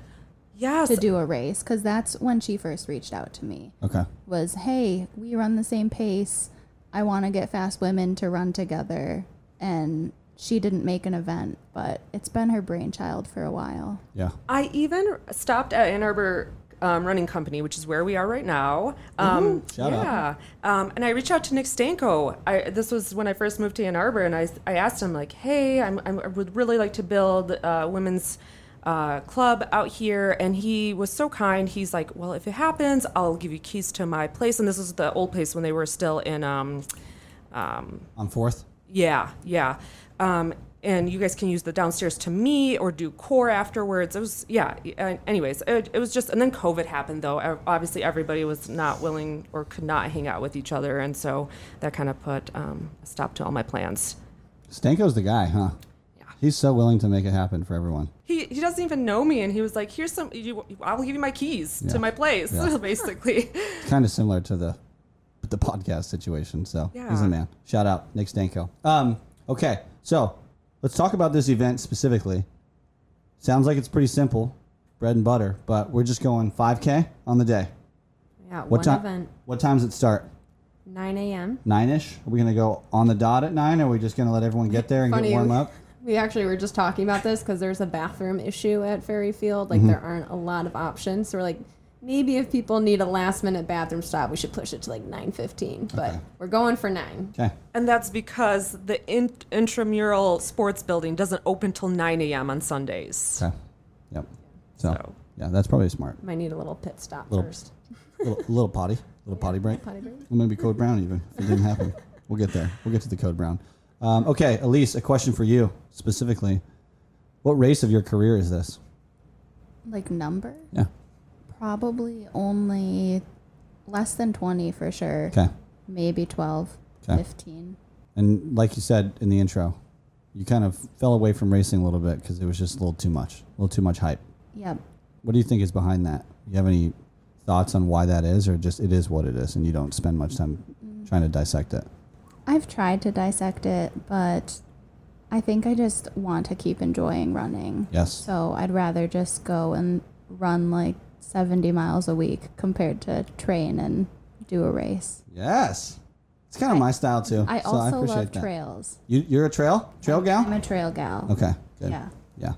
D: Yes,
C: to do a race, because that's when she first reached out to me.
B: Okay.
C: Was hey, we run the same pace. I want to get fast women to run together, and she didn't make an event, but it's been her brainchild for a while.
B: Yeah.
D: I even stopped at Ann Arbor um, Running Company, which is where we are right now. Um,
B: Mm-hmm. Shout out.
D: yeah. Um, and I reached out to Nick Stanko. I, this was when I first moved to Ann Arbor, and I, I asked him, like, hey, I'm, I'm, I would really like to build a women's uh, club out here. And he was so kind. He's like, well, if it happens, I'll give you keys to my place. And this is the old place when they were still in. Um, um,
B: On fourth.
D: yeah, yeah. Um, and you guys can use the downstairs to me or do core afterwards. It was, yeah. uh, Anyways, it, it was just, and then COVID happened though. Ev- Obviously, everybody was not willing or could not hang out with each other. And so that kind of put um, a stop to all my plans.
B: Stanko's the guy, huh?
D: Yeah.
B: He's so willing to make it happen for everyone.
D: He, he doesn't even know me. And he was like, here's some, you, I will give you my keys
B: Yeah.
D: to my place,
B: Yeah.
D: basically.
B: kind of similar to the the podcast situation. So he's
D: Yeah.
B: a man. Shout out Nick Stanko. Um, okay, so let's talk about this event specifically. Sounds like it's pretty simple, bread and butter, but we're just going 5K on the day.
A: Yeah,
B: What
A: one
B: time?
A: event,
B: What times it start?
A: 9 a.m.
B: Nine ish. Are we gonna go on the dot at nine? Or are we just gonna let everyone get there and
A: Funny.
B: get warm up?
A: We actually were just talking about this because there's a bathroom issue at Ferry Field.
B: Mm-hmm.
A: Like there aren't a lot of options. So we're like, maybe if people need a last minute bathroom stop, we should push it to like nine fifteen. But
B: Okay.
A: we're going for nine.
B: Okay.
D: and that's because the in, intramural sports building doesn't open till 9 a.m. on Sundays.
B: Okay. Yep. So,
D: So.
B: yeah, that's probably smart.
A: Might need a little pit stop
B: Little-
A: first.
B: Little, little potty, little potty break.
A: Potty break.
B: I'm gonna be code brown even if it didn't happen. We'll get there. We'll get to the code brown. Um, okay, Elise, a question for you specifically. What race of your career is this?
C: Like number,
B: Yeah.
C: probably only less than 20 for sure.
B: Okay.
C: Maybe 12,
B: Okay.
C: 15.
B: And like you said in the intro, you kind of fell away from racing a little bit because it was just a little too much, a little too much hype.
C: Yep.
B: What do you think is behind that? You have any thoughts on why that is, or just it is what it is, and you don't spend much time trying to dissect it?
C: I've tried to dissect it, but I think I just want to keep enjoying running.
B: Yes.
C: So I'd rather just go and run like 70 miles a week compared to train and do a race.
B: Yes. It's kind of my style too.
C: I
B: so
C: also
B: appreciate
C: love
B: that.
C: trails.
B: You, you're a trail trail gal.
C: I'm a trail gal.
B: Okay. Good.
C: Yeah.
B: Yeah.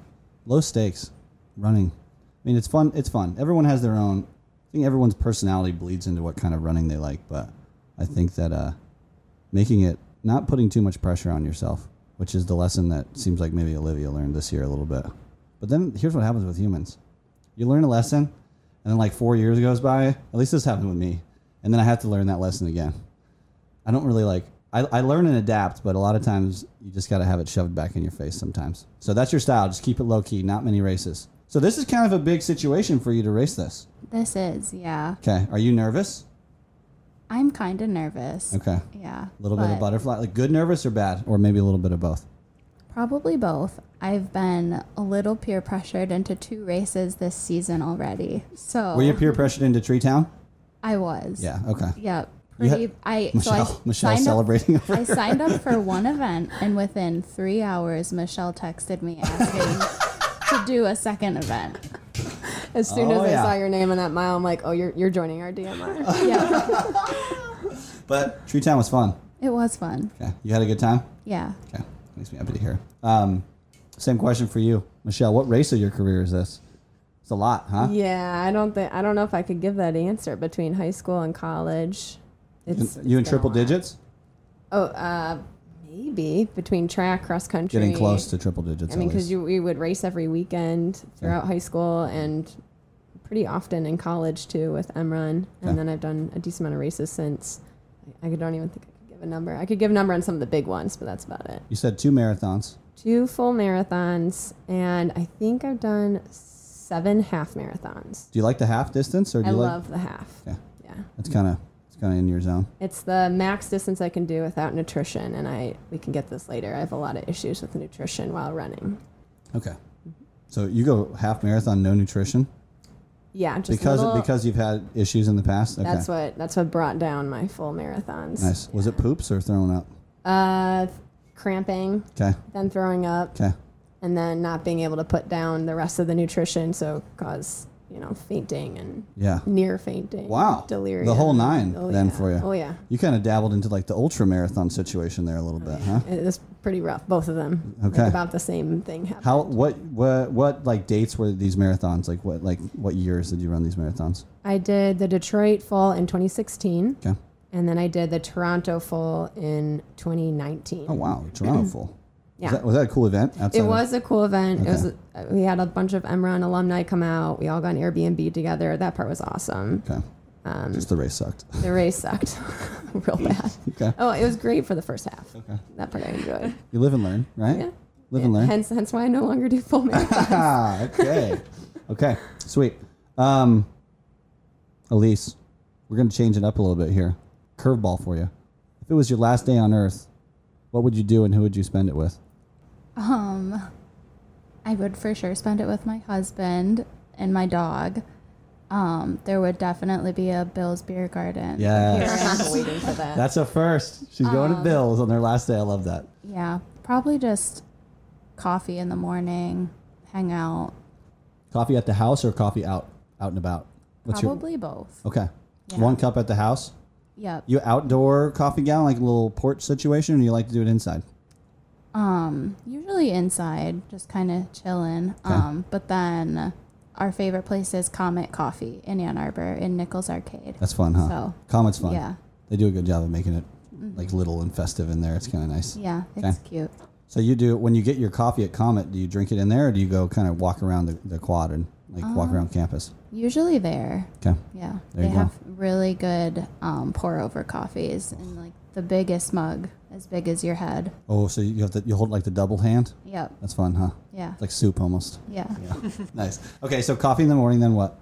B: Low stakes. Running. I mean, it's fun. It's fun. Everyone has their own. I think everyone's personality bleeds into what kind of running they like, but I think that uh, making it not putting too much pressure on yourself, which is the lesson that seems like maybe Olivia learned this year a little bit. But then here's what happens with humans: you learn a lesson, and then like four years goes by. At least this happened with me, and then I have to learn that lesson again. I don't really like. I, I learn and adapt, but a lot of times you just got to have it shoved back in your face sometimes. So that's your style. Just keep it low key. Not many races. So this is kind of a big situation for you to race this.
C: This is, yeah.
B: Okay. Are you nervous?
C: I'm kind of nervous.
B: Okay.
C: Yeah.
B: A little bit of
C: but-
B: butterfly. Like good nervous or bad, or maybe a little bit of both.
C: Probably both. I've been a little peer pressured into two races this season already. So
A: Oh.
B: Were you peer pressured into Tree Town?
C: I was.
B: Yeah. Okay.
C: Yep. pretty.
B: Yeah.
C: I
B: Michelle,
C: so I
B: Michelle
C: signed
B: celebrating
C: Up,
B: over
C: I signed up for one event, and within three hours, Michelle texted me asking to do a second event.
A: As soon
B: Oh,
A: as
B: yeah.
A: I saw your name in that mile, I'm like, oh, you're, you're joining our DMR.
C: Yeah,
B: But Tree Town was fun.
C: it was fun.
B: Okay. You had a good time?
C: Yeah,
B: Okay. Makes me happy to hear. Um, same question for you, Michelle. What race of your career is this? It's a lot, huh?
A: yeah, I don't think I don't know if I could give that answer between high school and college. It's
B: And you in
A: it's been a
B: triple
A: lot.
B: digits?
A: Oh, uh, maybe between track, cross country.
B: Getting close to triple digits.
A: I mean,
B: at least.
A: because you we would race every weekend throughout high school and pretty often in college too with Emron,
B: Okay.
A: and then I've done a decent amount of races since. I, I don't even think I could give a number. I could give a number on some of the big ones, but that's about it.
B: You said two marathons.
A: Two full marathons, and I think I've done seven half marathons.
B: Do you like the half distance or do
A: I
B: you like?
A: love the half.
B: Okay.
A: Yeah,
B: That's kind of it's kind of in your zone.
A: it's the max distance I can do without nutrition, and I we can get this later. I have a lot of issues with nutrition while running.
B: Okay.
A: Mm-hmm.
B: So you go half marathon, no nutrition
A: Yeah, just
B: because
A: little,
B: because you've had issues in the past. Okay.
A: That's what that's what brought down my full marathons.
B: nice. Was it poops or throwing up?
A: Uh, cramping,
B: Okay.
A: then throwing up,
B: Okay.
A: and then not being able to put down the rest of the nutrition, so cause you know fainting and
B: Yeah.
A: near fainting.
B: Wow.
A: delirium.
B: The whole nine
A: Oh,
B: then
A: yeah.
B: for you.
A: Oh yeah,
B: You kind of dabbled into like the ultra marathon situation there a little
A: Oh,
B: bit, huh?
A: it was pretty rough. Both of them. Like,
B: Okay.
A: about the same thing happened.
B: How what what what like dates were these marathons? Like what like what years did you run these marathons?
A: I did the Detroit Fall in 2016,
B: Okay.
A: and then I did the Toronto Fall in 2019.
B: Oh wow, Toronto full.
A: Yeah.
B: Was that, was that a cool event? outside
A: It
B: of-
A: was a cool event. It was
B: Okay.
A: we had a bunch of Emron alumni come out. We all got an Airbnb together. That part was awesome. Um,
B: okay. Just the race sucked.
A: The race sucked real bad.
B: Okay.
A: Oh, it was great for the first half. That part I enjoyed.
B: You live and learn, right?
A: Yeah.
B: Live and learn.
A: Hence, hence why I no longer do full marathon.
B: Ah, okay. okay. Sweet. Um, Elise, we're going to change it up a little bit here. Curveball for you. If it was your last day on Earth, what would you do and who would you spend it with?
C: um, I would for sure spend it with my husband and my dog. Um, there would definitely be a Bill's Beer Garden.
B: Yes.
A: waiting for that.
B: That's a first. She's going to Bill's on their last day. I love that.
C: Yeah, probably just coffee in the morning, hang out.
B: Coffee at the house or coffee out, out and about?
C: probably both.
B: Your, okay.
C: Yeah.
B: One cup at the house.
C: Yep.
B: You outdoor coffee gallon, like a little porch situation, or you like to do it inside?
C: Um, usually inside, just kind of chilling. Um, but then our favorite place is Comet Coffee in Ann Arbor in Nichols Arcade.
B: That's fun, huh?
C: So,
B: Comet's fun.
C: yeah. Mm-hmm.
B: They do a good job of making it like little and festive in there. It's kind of nice.
C: Yeah, it's cute.
B: So you do when you get your coffee at Comet, do you drink it in there or do you go kind of walk around the, the quad and like
C: Um,
B: walk around campus?
C: Usually there.
B: Okay.
C: Yeah,
B: There
C: they
B: you go.
C: have really good um, pour over coffees and like the biggest mug, as big as your head.
B: Oh, so you have to you hold like the double hand?
C: Yep.
B: That's fun, huh?
C: Yeah.
B: It's like soup almost.
C: Yeah.
B: nice. Okay, so coffee in the morning then what?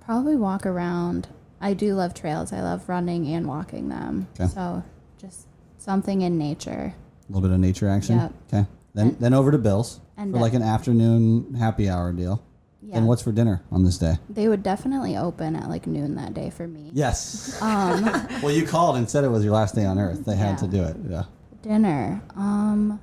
C: Probably walk around. I do love trails. I love running and walking them.
B: Okay.
C: So just something in nature.
B: A little bit of nature action.
C: Yep.
B: Okay. Then then over to Bill's
C: and
B: for like an
C: then-
B: afternoon happy hour deal.
C: Yeah.
B: And what's for dinner on this day?
C: They would definitely open at like noon that day for me.
B: Yes.
C: Um,
B: well, you called and said it was your last day on earth. They had
C: Yeah.
B: to do it. Yeah.
C: dinner. Um,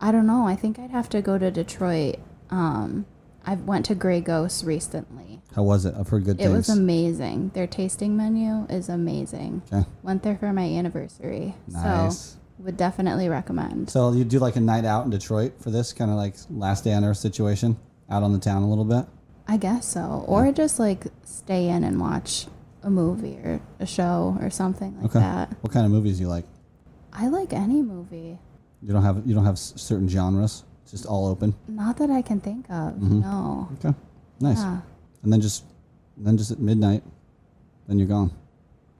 C: I don't know. I think I'd have to go to Detroit. Um, I went to Grey Ghost recently.
B: How was it? I've heard good
C: It
B: things.
C: was amazing. Their tasting menu is amazing.
B: Okay.
C: Went there for my anniversary.
B: Nice.
C: So would definitely recommend.
B: So you do like a night out in Detroit for this kind of like last day on earth situation, out on the town a little bit.
C: I guess so. Or just like stay in and watch a movie or a show or something like
B: Okay.
C: that.
B: What kind of movies do you like?
C: I like any movie.
B: You don't have you don't have s- certain genres. It's just all open.
C: Not that I can think of. No.
B: Okay, Mm-hmm. nice.
C: Yeah.
B: And then just then just at midnight, then you're gone.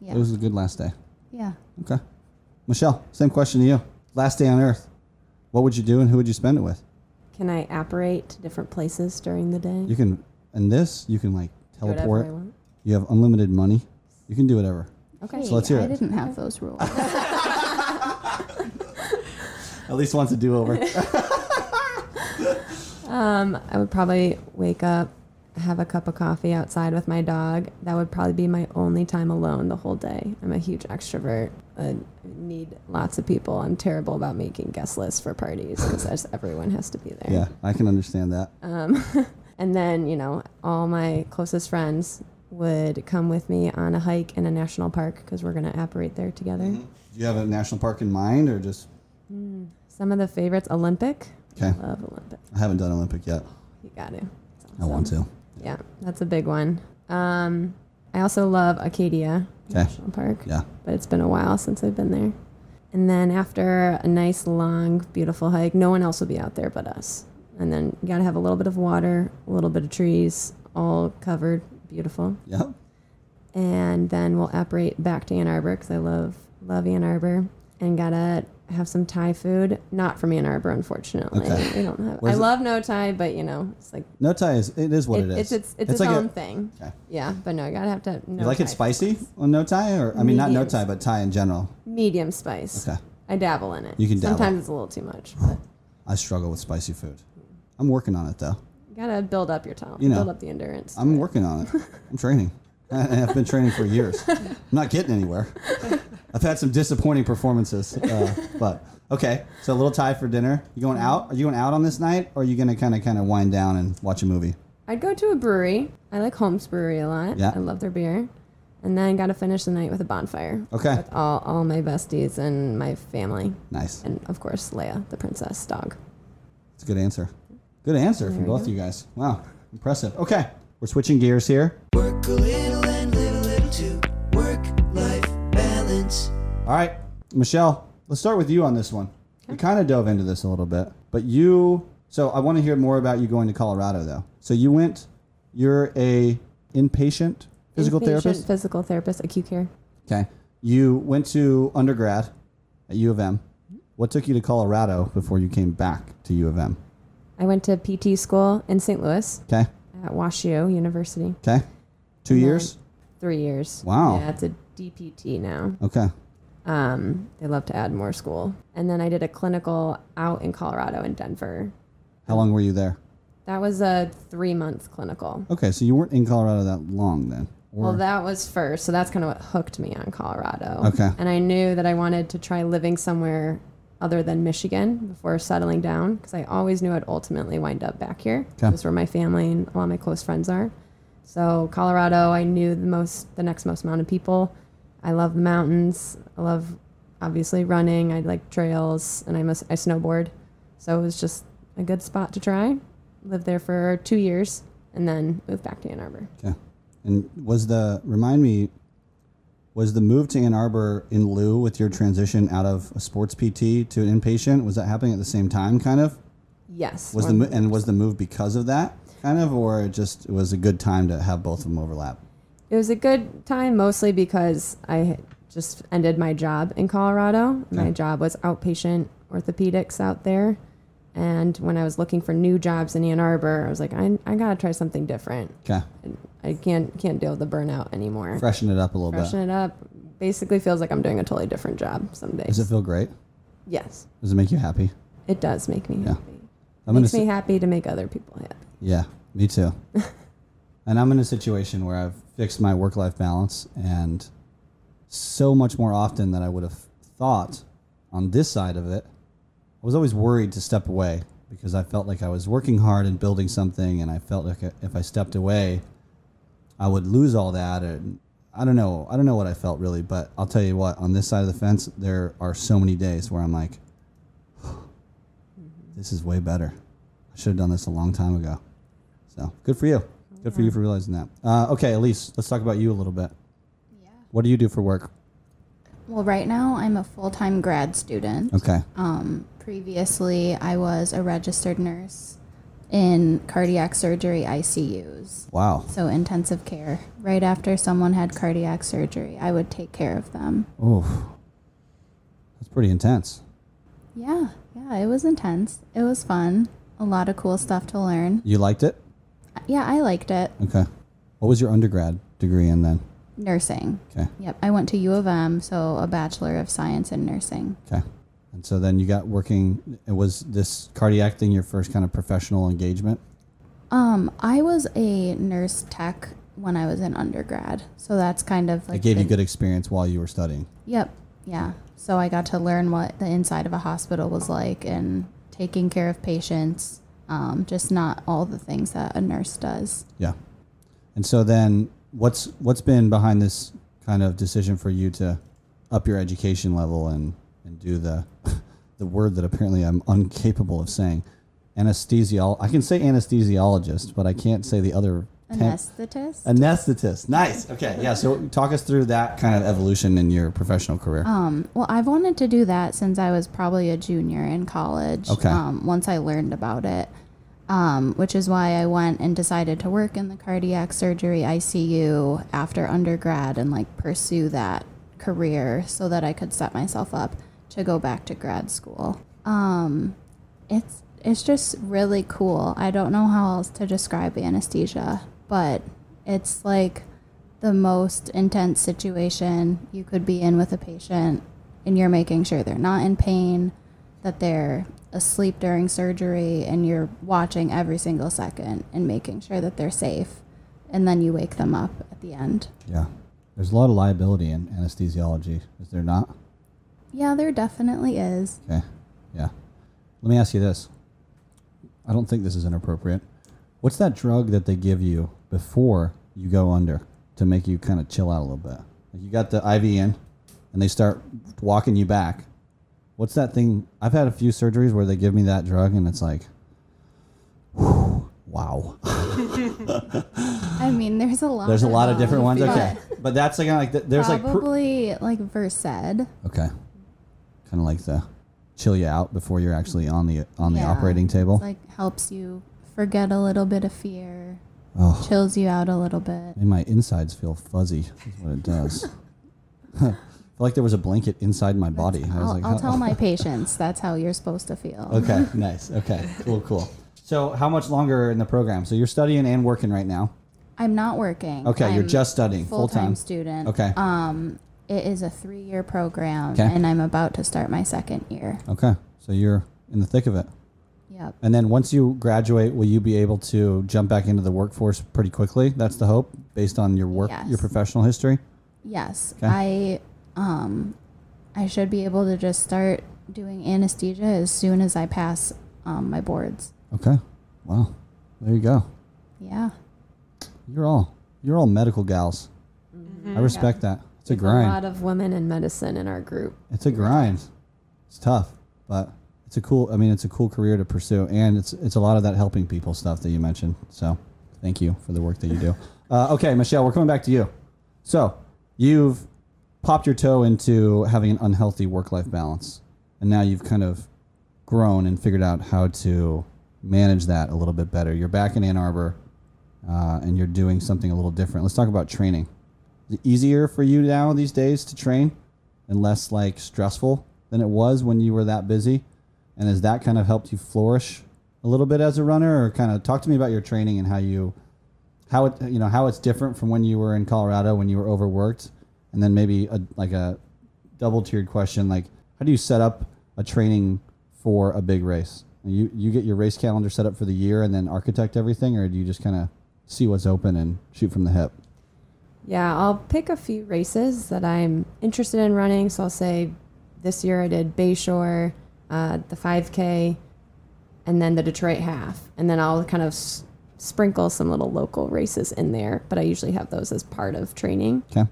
C: Yeah.
B: It was a good last day.
C: yeah.
B: Okay, Michelle, same question to you. Last day on earth, what would you do and who would you spend it with?
A: Can I apparate to different places during the day?
B: You can and this you can like
A: whatever I
B: teleport.
A: want.
B: You have unlimited money. You can do whatever.
A: Okay.
C: Hey,
B: So let's hear
C: I
B: it.
C: didn't have those rules.
B: At least once a do over.
A: Um, I would probably wake up have a cup of coffee outside with my dog. That would probably be my only time alone the whole day. I'm a huge extrovert. I need lots of people. I'm terrible about making guest lists for parties because everyone has to be there.
B: Yeah, I can understand that.
A: And then, you know, all my closest friends would come with me on a hike in a national park because we're going to apparate there together.
B: Do you have a national park in mind, or just
A: Some of the favorites Olympic.
B: okay?
A: Love Olympic.
B: I haven't done Olympic yet.
A: You got to. It's
B: I want to.
A: Yeah, that's a big one. Um, I also love Acadia
B: Okay.
A: National Park,
B: Yeah,
A: but it's been a while since I've been there. And then after a nice, long, beautiful hike, no one else will be out there but us. And then you got to have a little bit of water, a little bit of trees, all covered, beautiful.
B: yeah.
A: and then we'll apparate back to Ann Arbor because I love love Ann Arbor and gotta have some Thai food. Not from Ann Arbor, unfortunately.
B: Okay.
A: We don't have.
B: Where's
A: I
B: it-
A: love no Thai, but you know, it's like
B: No Thai is it is what
A: it-
B: it is.
A: it's it's, it's, its
B: like
A: own
B: a,
A: thing.
B: Okay.
A: Yeah, but no, I gotta have to. Have no
B: you like it
A: Thai.
B: spicy on no Thai, or I mean not no
A: Medium.
B: Thai, but Thai in general.
A: Medium spice.
B: Okay.
A: I dabble in it.
B: You can dabble.
A: Sometimes it's a little too much, but
B: I struggle with spicy food. I'm working on it though.
A: you gotta build up your tolerance.
B: You know,
A: build up the endurance.
B: I'm working on it. I'm training. I- I've been training for years. I'm not getting anywhere. I've had some disappointing performances, uh, but okay. So a little Thai for dinner. You going out? Are you going out on this night, or are you gonna kind of kind of wind down and watch a movie?
A: I'd go to a brewery. I like Holmes Brewery a lot.
B: Yeah.
A: I love their beer. And then gotta finish the night with a bonfire.
B: Okay.
A: With all, all my besties and my family.
B: Nice.
A: and of course Leia, the princess dog.
B: It's a good answer. Good answer from both of you guys. Wow, impressive. Okay, we're switching gears here.
E: Work a little and live a little too. Work life balance.
B: All right, Michelle, let's start with you on this one. We kind of dove into this a little bit, but you. So I want to hear more about you going to Colorado, though. So you went. You're a inpatient physical
A: Inpatient
B: therapist.
A: physical therapist, acute care.
B: okay. You went to undergrad at U of M. What took you to Colorado before you came back to U of M?
A: I went to PT school in St. Louis
B: Okay.
A: at WashU University.
B: Okay. Two years.
A: Three years.
B: Wow.
A: Yeah, it's a DPT now.
B: Okay.
A: Um, they love to add more school. And then I did a clinical out in Colorado in Denver.
B: How long were you there?
A: That was a three month clinical.
B: Okay, so you weren't in Colorado that long then. Or-
A: Well, that was first, so that's kind of what hooked me on Colorado.
B: Okay.
A: And I knew that I wanted to try living somewhere other than Michigan before settling down because I always knew I'd ultimately wind up back here.
B: Okay.
A: This is where my family and a lot of my close friends are. So Colorado, I knew the most, the next most amount of people. I love the mountains. I love obviously running. I like trails, and I'm a, I snowboard. So it was just a good spot to try. Lived there for two years, and then moved back to Ann Arbor.
B: Okay. And was the remind me was the move to Ann Arbor in lieu with your transition out of a sports PT to an inpatient? Was that happening at the same time kind of?
A: Yes.
B: Was the mo- and was the move because of that kind of or it just it was a good time to have both of them overlap?
A: It was a good time, mostly because I had just ended my job in Colorado. My job was outpatient orthopedics out there. And when I was looking for new jobs in Ann Arbor, I was like, I, I gotta try something different.
B: Okay.
A: I can't can't deal with the burnout anymore.
B: Freshen it up a little
A: Freshen
B: bit.
A: it up. Basically, feels like I'm doing a totally different job some days.
B: Does it feel great?
A: yes,
B: Does it make you happy?
A: it does make me
B: Yeah.
A: happy.
B: I'm
A: Makes
B: say-
A: me happy to make other people happy.
B: Yeah, me too. and I'm in a situation where I've fixed my work life balance and so much more often than I would have thought on this side of it. I was always worried to step away because I felt like I was working hard and building something, and I felt like if I stepped away, I would lose all that. And I don't know. I don't know what I felt really, but I'll tell you what. On this side of the fence, there are so many days where I'm like, "This is way better. I should have done this a long time ago." So good for you. Good for you for realizing that. Uh, okay, Elise, let's talk about you a little bit.
C: Yeah.
B: What do you do for work?
C: Well, right now I'm a full time grad student.
B: Okay.
C: Um, previously, I was a registered nurse in cardiac surgery ICUs,
B: Wow.
C: so intensive care. Right after someone had cardiac surgery, I would take care of them.
B: Oh, that's pretty intense.
C: Yeah, yeah, it was intense. It was fun. A lot of cool stuff to learn.
B: You liked it?
C: Yeah, I liked it.
B: Okay. What was your undergrad degree in then?
C: Nursing.
B: Okay.
C: Yep, I went to U of M, so a Bachelor of Science in Nursing.
B: Okay. And so then you got working. It was this cardiac thing your first kind of professional engagement.
C: Um, I was a nurse tech when I was in undergrad, so that's kind of like
B: It gave you
C: the-
B: good experience while you were studying.
C: Yep. Yeah. So I got to learn what the inside of a hospital was like and taking care of patients, um, just not all the things that a nurse does.
B: Yeah. And so then what's what's been behind this kind of decision for you to up your education level and and do the the word that apparently I'm incapable of saying anesthesiol I can say anesthesiologist but I can't say the other ten-
C: Anesthetist.
B: anesthetist. Nice. Okay. Yeah, so talk us through that kind of evolution in your professional career.
C: Um, well, I've wanted to do that since I was probably a junior in college.
B: Okay.
C: Um, once I learned about it, um, which is why I went and decided to work in the cardiac surgery ICU after undergrad and like pursue that career so that I could set myself up to go back to grad school. Um, it's it's just really cool. I don't know how else to describe anesthesia, but it's like the most intense situation you could be in with a patient and you're making sure they're not in pain, that they're asleep during surgery and you're watching every single second and making sure that they're safe and then you wake them up at the end.
B: yeah. There's a lot of liability in anesthesiology, is there not?
C: Yeah, there definitely is.
B: Okay. Yeah. Let me ask you this. I don't think this is inappropriate. What's that drug that they give you before you go under to make you kind of chill out a little bit? Like you got the IV in and they start walking you back. What's that thing? I've had a few surgeries where they give me that drug and it's like, whew, wow.
C: Oh, I mean, there's a lot.
B: There's a lot of different ones.
C: them,
B: Okay. But that's like, like
C: but
B: there's like, pr-
C: Probably like Versed.
B: okay. Kind of like the chill you out before you're actually on the, on the
C: Yeah.
B: operating table.
C: It's like helps you forget a little bit of fear,
B: oh.
C: chills you out a little bit.
B: Made my insides feel fuzzy. Is what it does. I feel like there was a blanket inside my body. I was
C: I'll,
B: like,
C: I'll
B: "Huh?"
C: tell my patients that's how you're supposed to feel.
B: Okay, nice. Okay, cool, cool. So, how much longer in the program? So, you're studying and working right now.
C: I'm not working.
B: Okay, you're
C: I'm
B: just studying full
C: full-time
B: time.
C: student.
B: Okay.
C: Um, it is a three-year program,
B: Okay.
C: and I'm about to start my second year.
B: Okay, so you're in the thick of it.
C: Yep.
B: And then once you graduate, will you be able to jump back into the workforce pretty quickly? That's the hope, based on your work,
C: Yes.
B: your professional history.
C: Yes,
B: Okay.
C: I um, I should be able to just start doing anesthesia as soon as I pass um, my boards.
B: Okay. Wow. There you go.
C: Yeah.
B: You're all you're all medical gals. I respect that. It's a
A: A
B: grind.
A: lot of women in medicine in our group.
B: It's a grind. It's tough, but it's a cool. I mean, it's a cool career to pursue, and it's it's a lot of that helping people stuff that you mentioned. So, thank you for the work that you do. uh, okay, Michelle, we're coming back to you. So, you've popped your toe into having an unhealthy work life balance, and now you've kind of grown and figured out how to manage that a little bit better. You're back in Ann Arbor, uh, and you're doing something a little different. Let's talk about training. Is it easier for you now these days to train and less like stressful than it was when you were that busy? And has that kind of helped you flourish a little bit as a runner or kind of talk to me about your training and how you how it you know how it's different from when you were in Colorado when you were overworked and then maybe a, like a double tiered question like how do you set up a training for a big race? You you get your race calendar set up for the year and then architect everything or do you just kind of see what's open and shoot from the hip?
A: Yeah, I'll pick a few races that I'm interested in running. So I'll say this year I did Bayshore, uh, the 5K, and then the Detroit half. And then I'll kind of s- sprinkle some little local races in there, but I usually have those as part of training.
B: Okay?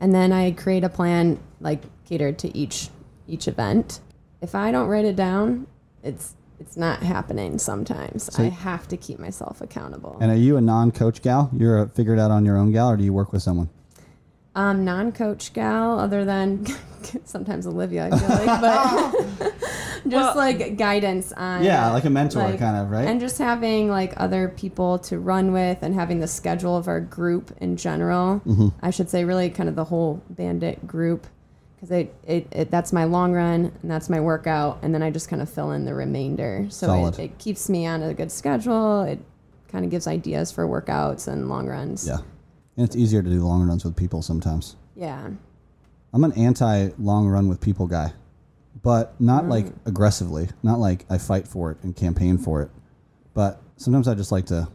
A: And then I create a plan like catered to each each event. If I don't write it down, it's it's not happening sometimes. I have to keep myself accountable.
B: And are you a non-coach gal? You're a figured out on your own gal, or do you work with someone?
A: um, non-coach gal other than sometimes Olivia, I feel like, but just
D: Well-
A: like guidance on
B: Yeah, like a mentor
A: like-
B: kind of, right?
A: and just having like other people to run with and having the schedule of our group in general.
B: Mm-hmm.
A: I should say really kind of the whole bandit group because it, it, it that's my long run and that's my workout and then I just kind of fill in the remainder. So
B: Solid.
A: it, it keeps me on a good schedule. It kind of gives ideas for workouts and long runs.
B: yeah, and it's easier to do long runs with people sometimes.
A: Yeah.
B: I'm an anti-long run with people guy,
A: Hmm.
B: but not like aggressively. Not like I fight for it and campaign for it, but sometimes I just like to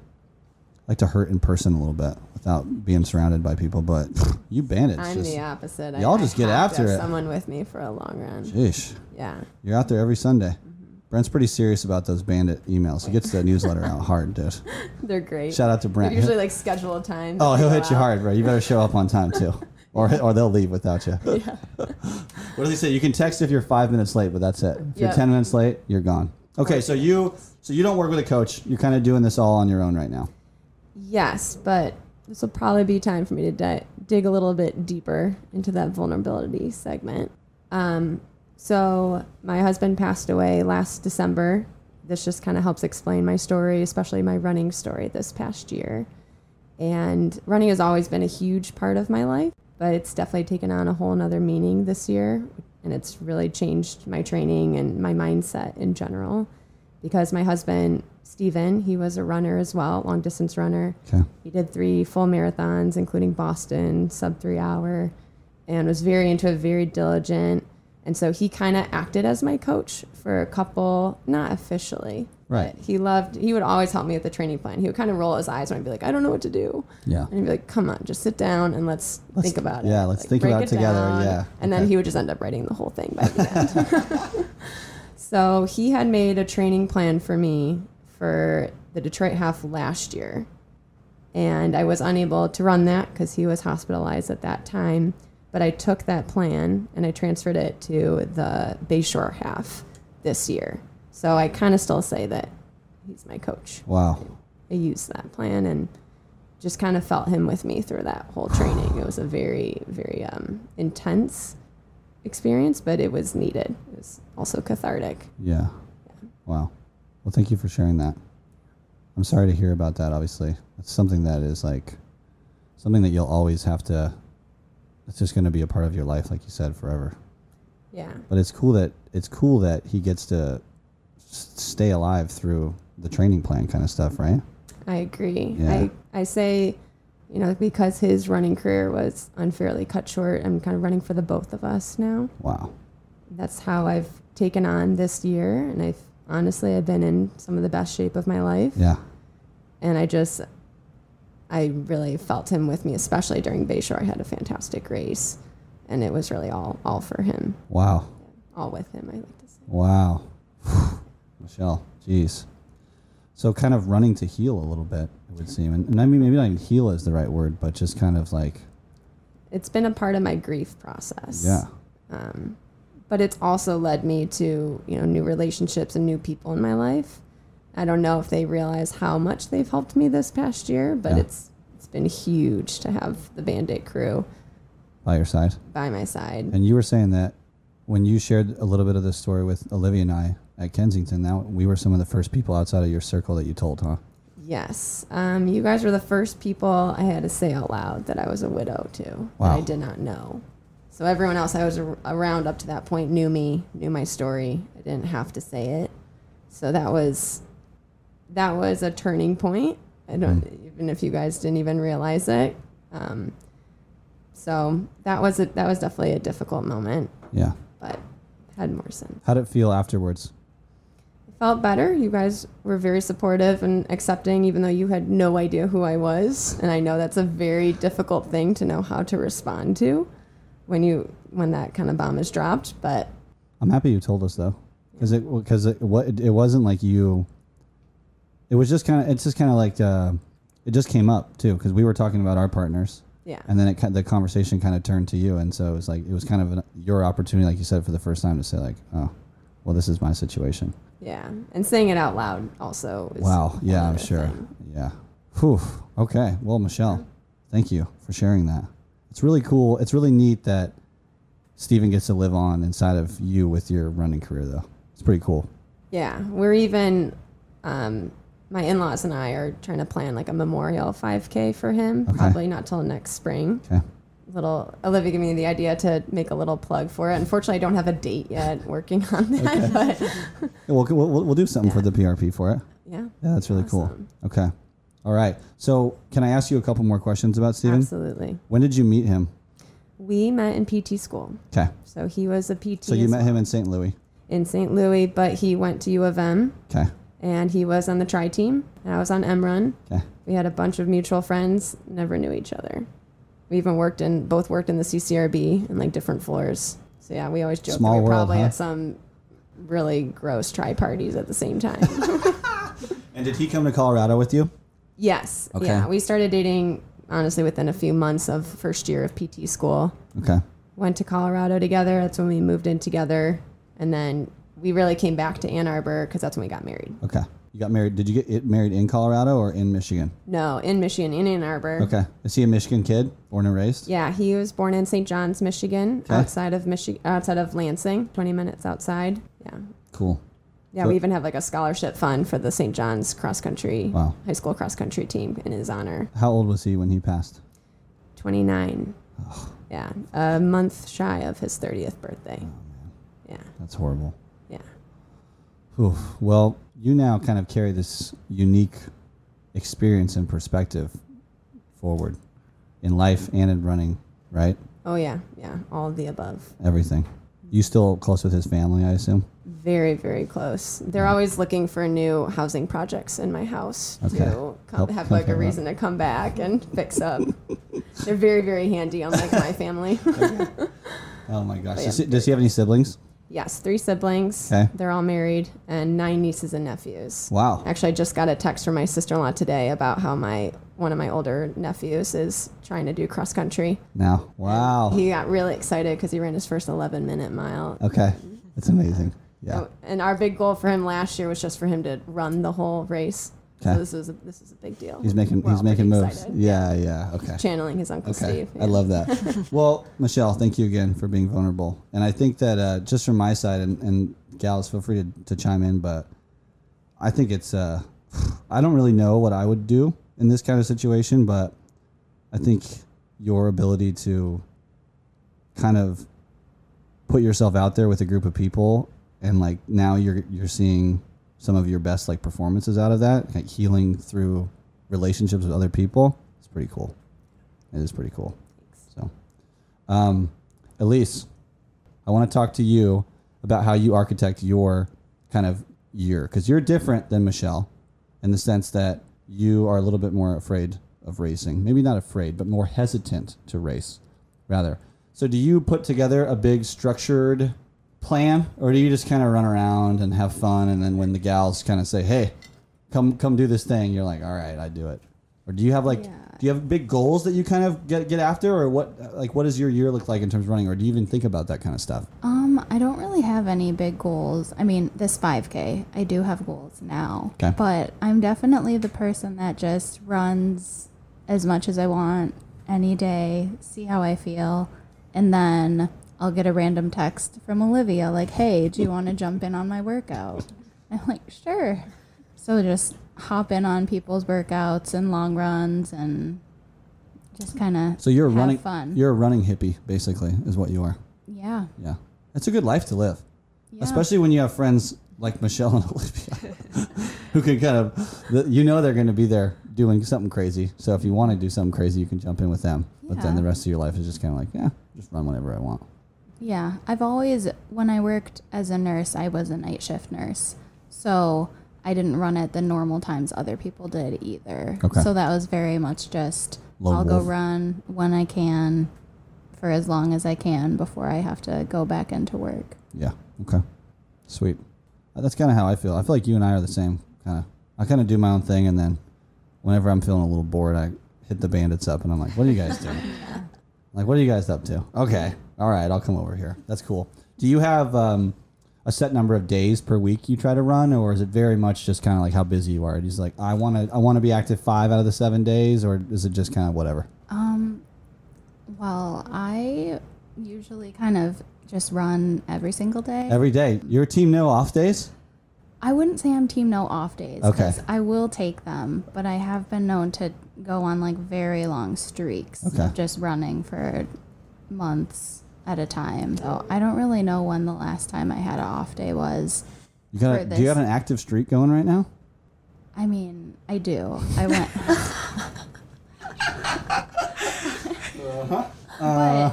B: like to hurt in person a little bit without being surrounded by people. But you bandits,
A: I'm
B: just
A: the opposite.
B: y'all just get
A: have to
B: after
A: have
B: it.
A: Someone with me for a long run.
B: ish.
A: Yeah.
B: You're out there every Sunday.
A: Mm-hmm.
B: Brent's pretty serious about those bandit emails. He gets the newsletter out hard, dude.
A: They're great.
B: Shout out to Brent.
A: They're usually like scheduled times.
B: Oh,
A: that
B: he'll
A: go
B: hit you
A: out.
B: hard, bro. You better show up on time too, or or they'll leave without you. what does he say? You can text if you're five minutes late, but that's it. If you're
A: Yeah.
B: ten minutes late, you're gone. Okay, so you so you don't work with a coach. You're kind of doing this all on your own right now.
A: Yes, but this will probably be time for me to di- dig a little bit deeper into that vulnerability segment. Um, so, my husband passed away last December. This just kind of helps explain my story, especially my running story this past year. And running has always been a huge part of my life, but it's definitely taken on a whole nother meaning this year. And it's really changed my training and my mindset in general. Because my husband, Steven, he was a runner as well, long distance runner.
B: Okay.
A: He did three full marathons, including Boston, sub three hour, and was very into it, very diligent. And so he kind of acted as my coach for a couple, not officially.
B: Right.
A: but He loved, he would always help me with the training plan. He would kind of roll his eyes when I'd be like, I don't know what to do.
B: Yeah.
A: And he'd be like, come on, just sit down and let's, think about it.
B: yeah, let's
A: Like,
B: think
A: break
B: about it together, yeah.
A: And then
B: Okay.
A: he would just end up writing the whole thing by the end. So he had made a training plan for me for the Detroit half last year. And I was unable to run that because he was hospitalized at that time. But I took that plan and I transferred it to the Bayshore half this year. So I kind of still say that he's my coach.
B: Wow.
A: I used that plan and just kind of felt him with me through that whole training. It was a very, very um, intense experience, but it was needed. It was also cathartic.
B: Yeah. Wow. Well, thank you for sharing that. I'm sorry to hear about that. Obviously, it's something that is like something that you'll always have to. It's just going to be a part of your life, like you said, forever.
A: Yeah.
B: But it's cool that it's cool that he gets to s- stay alive through the training plan kind of stuff, right?
A: I agree.
B: Yeah.
A: I, I say, you know, because his running career was unfairly cut short, I'm kind of running for the both of us now.
B: Wow.
A: That's how I've taken on this year. And I've honestly, I've been in some of the best shape of my life.
B: Yeah.
A: And I just, I really felt him with me, especially during Bayshore. I had a fantastic race. And it was really all, all for him,
B: Wow.
A: all with him, I like to say.
B: Wow. Michelle, jeez. So kind of running to heal a little bit, it would seem. And, and I mean, maybe not even heal is the right word, but just kind of like,
A: It's been a part of my grief process. Um,
B: yeah.
A: but it's also led me to you know new relationships and new people in my life i don't know if they realize how much they've helped me this past year but
B: Yeah.
A: it's it's been huge to have the bandit crew
B: By your side.
A: by my side
B: And you were saying that when you shared a little bit of this story with Olivia and I at Kensington, now we were some of the first people outside of your circle that you told, huh?
A: yes um, you guys were the first people i had to say out loud that i was a widow to that
B: Wow.
A: i did not know so everyone else i was ar- around up to that point knew me knew my story i didn't have to say it so that was that was a turning point. I don't even if you guys didn't even realize it. Um, so that was a, that was definitely a difficult moment,
B: Yeah.
A: but had more sense.
B: How'd it feel afterwards?
A: Felt better. You guys were very supportive and accepting, even though you had no idea who I was. And I know that's a very difficult thing to know how to respond to when you when that kind of bomb is dropped. But
B: I'm happy you told us though, because it because it what it wasn't like you. It was just kind of it's just kind of like uh, it just came up too because we were talking about our partners.
A: Yeah.
B: And then it kind the conversation kind of turned to you, and so it was like it was kind of an, your opportunity, like you said, for the first time to say like, oh, well, this is my situation.
A: yeah, and saying it out loud also. Is
B: Wow. Yeah, I'm
A: another
B: sure.
A: thing.
B: Yeah. Whew. Okay. Well, Michelle, thank you for sharing that. It's really cool. It's really neat that Steven gets to live on inside of you with your running career, though. It's pretty cool.
A: Yeah, we're even. Um, my in-laws and I are trying to plan like a memorial 5K for him. Probably not till next spring.
B: Okay.
A: Little Olivia gave me the idea to make a little plug for it. Unfortunately, I don't have a date yet. Working on that, but
B: Yeah, We'll, we'll, we'll- we'll do something for the PRP for it.
A: yeah,
B: Yeah, that's really
A: Awesome.
B: cool. Okay. All right. So, can I ask you a couple more questions about Steven?
A: absolutely.
B: When did you meet him?
A: We met in PT school,
B: Okay.
A: so he was a PT
B: So, you
A: as
B: met him in St. Louis.
A: in St. Louis, but he went to U of M
B: Okay.
A: and he was on the tri team, and I was on M Run.
B: Okay.
A: We had a bunch of mutual friends, never knew each other. We even worked in both worked in the CCRB and like different floors. So yeah, we always joke
B: Small
A: we were
B: world,
A: probably
B: huh?
A: at some really gross tri parties at the same time.
B: And did he come to Colorado with you?
A: yes.
B: Okay.
A: Yeah. We started dating honestly within a few months of first year of PT school.
B: Okay.
A: Went to Colorado together. That's when we moved in together. And then we really came back to Ann Arbor because that's when we got married.
B: Okay. You got married. Did you get it married in Colorado or in Michigan?
A: No, in Michigan, in Ann Arbor.
B: Okay. Is he a Michigan kid, born and raised?
A: Mm-hmm. Yeah, he was born in St. John's, Michigan,
B: Okay.
A: outside of Michi- outside of Lansing, 20 minutes outside. Yeah.
B: Cool.
A: Yeah,
B: So-
A: we even have like a scholarship fund for the St. John's cross country
B: Wow.
A: high school cross country team in his honor.
B: How old was he when he passed?
A: 29. Yeah, a month shy of his 30th birthday.
B: Oh,
A: Yeah.
B: That's horrible.
A: Yeah.
B: Whew. Well, you now kind of carry this unique experience and perspective forward in life and in running, right?
A: Oh yeah, yeah, all of the above.
B: Everything. You still close with his family, I assume?
A: Very, very close.
B: Mm.
A: They're always looking for new housing projects in my house
B: Okay.
A: to come,
B: Help-
A: have like
B: help
A: a
B: her out.
A: reason to come back and fix up. They're very, very handy, unlike my family.
B: Oh my gosh.
A: yeah,
B: Does he, does he have any siblings?
A: yes, three siblings.
B: Okay.
A: They're all married, and nine nieces and nephews.
B: Wow.
A: Actually, I just got a text from my sister-in-law today about how my one of my older nephews is trying to do cross country.
B: Now. Wow.
A: He got really excited because he ran his first 11-minute mile.
B: Okay. That's amazing. Yeah.
A: So- Oh, And our big goal for him last year was just for him to run the whole race.
B: Okay.
A: So this is a, this is a big deal.
B: He's making
A: We're
B: he's
A: all pretty
B: making moves.
A: excited.
B: Yeah, yeah. Okay.
A: Channeling his uncle
B: Okay.
A: Steve.
B: I love that. well, Michelle, thank you again for being vulnerable. And I think that uh, just from my side, and, and gals, feel free to, to chime in, but I think it's, uh, I don't really know what I would do in this kind of situation, but I think your ability to kind of put yourself out there with a group of people and like now you're you're seeing some of your best like performances out of that like healing through relationships with other people it's pretty cool it is pretty cool. So, um, Elise, I want to talk to you about how you architect your kind of year because you're different than Michelle in the sense that you are a little bit more afraid of racing. Maybe not afraid, but more hesitant to race, rather. So, do you put together a big structured plan, or do you just kind of run around and have fun, and then when the gals kind of say, "Hey, come come do this thing," you're like, "All right, I do it." Or do you have like
C: Yeah.
B: do you have big goals that you kind of get get after, or what like what does your year look like in terms of running, or do you even think about that kind of stuff?
C: Um, I don't really have any big goals. I mean, this 5K, I do have goals now.
B: 'Kay.
C: But I'm definitely the person that just runs as much as I want any day, see how I feel, and then I'll get a random text from Olivia like, "Hey, do you want to jump in on my workout?" I'm like, "Sure." So just hop in on people's workouts and long runs and just kind of
B: So you're a running
C: fun.
B: you're a running hippie basically is what you are.
C: yeah.
B: Yeah, that's a good life to live,
C: yeah.
B: especially when you have friends like Michelle and Olivia who can kind of th- you know they're going to be there doing something crazy. So if you want to do something crazy, you can jump in with them. But then
C: Yeah.
B: the rest of your life is just kind of like yeah, just run whenever I want.
C: Yeah, I've always, when I worked as a nurse, I was a night shift nurse. So I didn't run at the normal times other people did either.
B: Okay.
C: So that was very much just
B: Lone
C: I'll
B: wolf.
C: go run when I can for as long as I can before I have to go back into work.
B: Yeah. Okay. Sweet. Uh, That's kind of how I feel. I feel like you and I are the same kind of. I kind of do my own thing, and then whenever I'm feeling a little bored, I hit the bandits up, and I'm like, "What are you guys doing? Like, what are you guys up to? Okay, all right, I'll come over here. That's cool. Do you have um, a set number of days per week you try to run, or is it very much just kind of like how busy you are? Just like I want to, I want to be active five out of the seven days, or is it just kind of whatever?
C: Well, I usually kind of just run every single day.
B: Every day. Your team no off days.
C: I wouldn't say I'm team no off days.
B: Okay.
C: 'cause I will take them, but I have been known to go on like very long streaks
B: Okay.
C: of just running for months at a time. So I don't really know when the last time I had an off day was.
B: You got?
C: For
B: a- Do you
C: this-
B: have an active streak going right now?
C: I mean, I do. I went.
B: Uh-huh.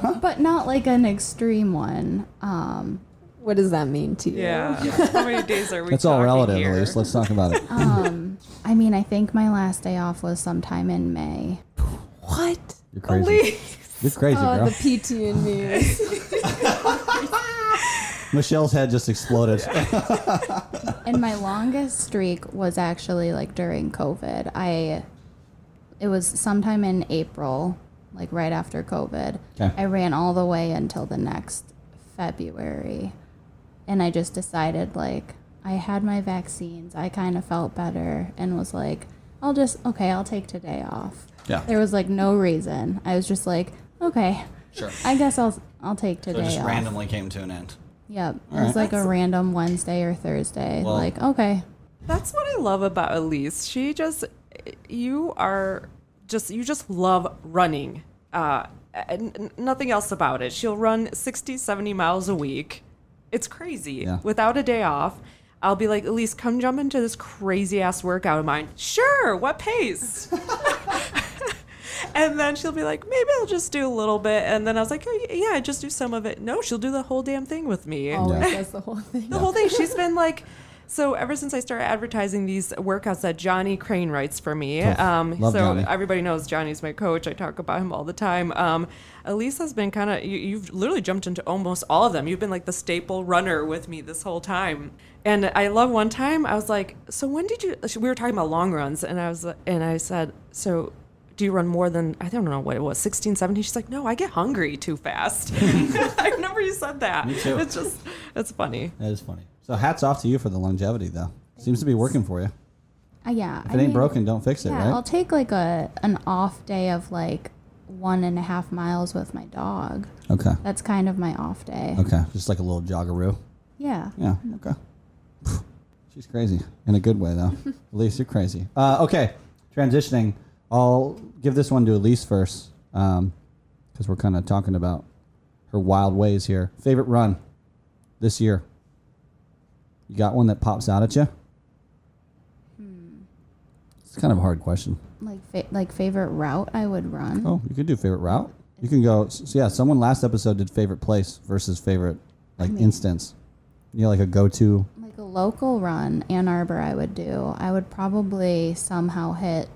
C: But, but not like an extreme one. Um,
A: What does that mean to you?
D: Yeah. How many days are we?
B: That's all
D: talking
B: relative,
D: here?
B: Elise. Let's talk about it.
A: Oh,
C: Um, I mean, I think my last day off was sometime in May.
A: What?
B: You're crazy.
D: Elise.
B: You're crazy,
A: Oh,
B: girl.
A: the PT in me.
B: Michelle's head just exploded.
C: And my longest streak was actually like during COVID. I, it was sometime in April, like right after COVID.
B: Okay.
C: I ran all the way until the next February, and I just decided like I had my vaccines. I kind of felt better and was like, I'll just okay, I'll take today off.
B: Yeah.
C: There was like no reason. I was just like, okay,
B: Sure.
C: I guess I'll I'll take
B: So it
C: today
B: just
C: off.
B: randomly came to an end.
C: Yep. It
B: Alright.
C: was like a random Wednesday or Thursday.
B: Well-
C: like, okay.
D: That's what I love about Elise. She just, you are just, you just love running. Uh, and n- nothing else about it. She'll run 60, 70 miles a week. It's crazy.
B: Yeah.
D: Without a day off, I'll be like, Elise, come jump into this crazy ass workout of mine. Sure. What pace? and then she'll be like, maybe I'll just do a little bit. And then I was like, oh, yeah, just do some of it. No, she'll do the whole damn thing with me
B: Oh,
A: Always Oh, does the whole thing.
D: the whole thing. She's been like, so ever since I started advertising these workouts that Johnny Crane writes for me,
B: Oh,
D: um,
B: love
D: so
B: Johnny.
D: everybody knows Johnny's my coach. I talk about him all the time. Um, Elise has been kind of you, you've literally jumped into almost all of them. You've been like the staple runner with me this whole time. And I love one time I was like, so when did you? We were talking about long runs, and I was and I said, so do you run more than I don't know what it was 16 17 she's like no I get hungry too fast I remember you said that
B: Me too.
D: it's just it's funny
B: That is funny. So hats off to you for the longevity, though. Seems to be working for you.
C: Uh, yeah.
B: If it ain't broken, don't fix it,
C: Yeah, I'll
B: right?
C: take like a an off day of like one and a half miles with my dog.
B: Okay.
C: That's kind of my off day.
B: Okay. Just like a little joggeroo.
C: Yeah.
B: Yeah. Okay. She's crazy in a good way, though. Elise, you're crazy. Uh, okay. Transitioning. I'll give this one to Elise first, because we're kind of talking about her wild ways here. Favorite run this year? You got one that pops out at you? Hmm. It's kind of a hard question.
C: Like fa- like favorite route I would run.
B: Oh, you could do favorite route. You can go. So yeah, someone last episode did favorite place versus favorite like instance. You know, like a go-to.
C: Like a local run, Ann Arbor I would do. I would probably somehow hit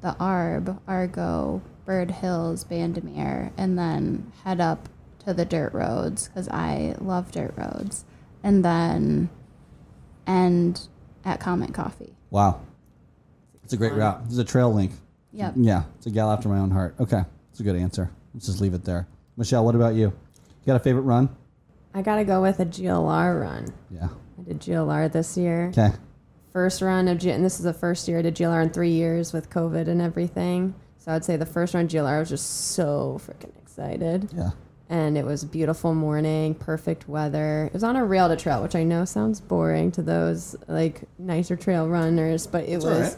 C: the Arb, Argo, Bird Hills, Bandamere, and then head up to the dirt roads because I love dirt roads. And then end at Comet Coffee.
B: Wow, it's a great route. This is a trail link.
C: Yep.
B: Yeah, it's a gal after my own heart. Okay, it's a good answer. Let's just leave it there. Michelle, what about you? You got a favorite run?
A: I gotta go with a GLR run.
B: Yeah.
A: I did GLR this year.
B: Okay.
A: First run of G, and this is the first year I did GLR in three years with COVID and everything. So I'd say the first run GLR I was just so freaking excited.
B: Yeah.
A: and it was a beautiful morning, perfect weather. It was on a rail to trail, which I know sounds boring to those like nicer trail runners, but it
B: all
A: was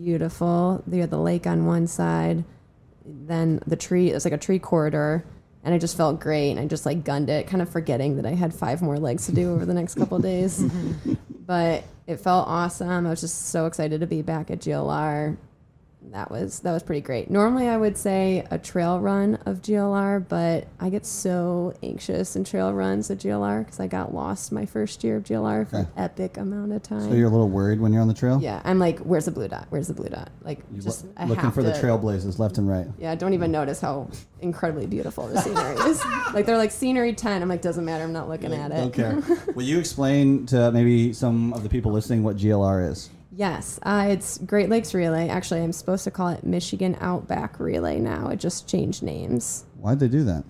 A: beautiful. You had the lake on one side, then the tree. It was like a tree corridor, and I just felt great. And I just like gunned it, kind of forgetting that I had five more legs to do over the next couple days. But it felt awesome. I was just so excited to be back at GLR that was that was pretty great. Normally, I would say a trail run of GLR, but I get so anxious in trail runs of GLR because I got lost my first year of GLR for an
B: Okay.
A: epic amount of time.
B: So you're a little worried when you're on the trail.
A: yeah, I'm like, where's the blue dot? Where's the blue dot? Like, just
B: Lo-
A: I
B: looking
A: have
B: for the
A: to-
B: trailblazers left and right.
A: Yeah, I don't even notice how incredibly beautiful the scenery is. Like they're like scenery ten. I'm like, doesn't matter. I'm not looking at it.
B: Don't care. Will you explain to maybe some of the people listening what GLR is?
A: Yes, uh, it's Great Lakes Relay. Actually, I'm supposed to call it Michigan Outback Relay now. It just changed names.
B: Why'd they do that?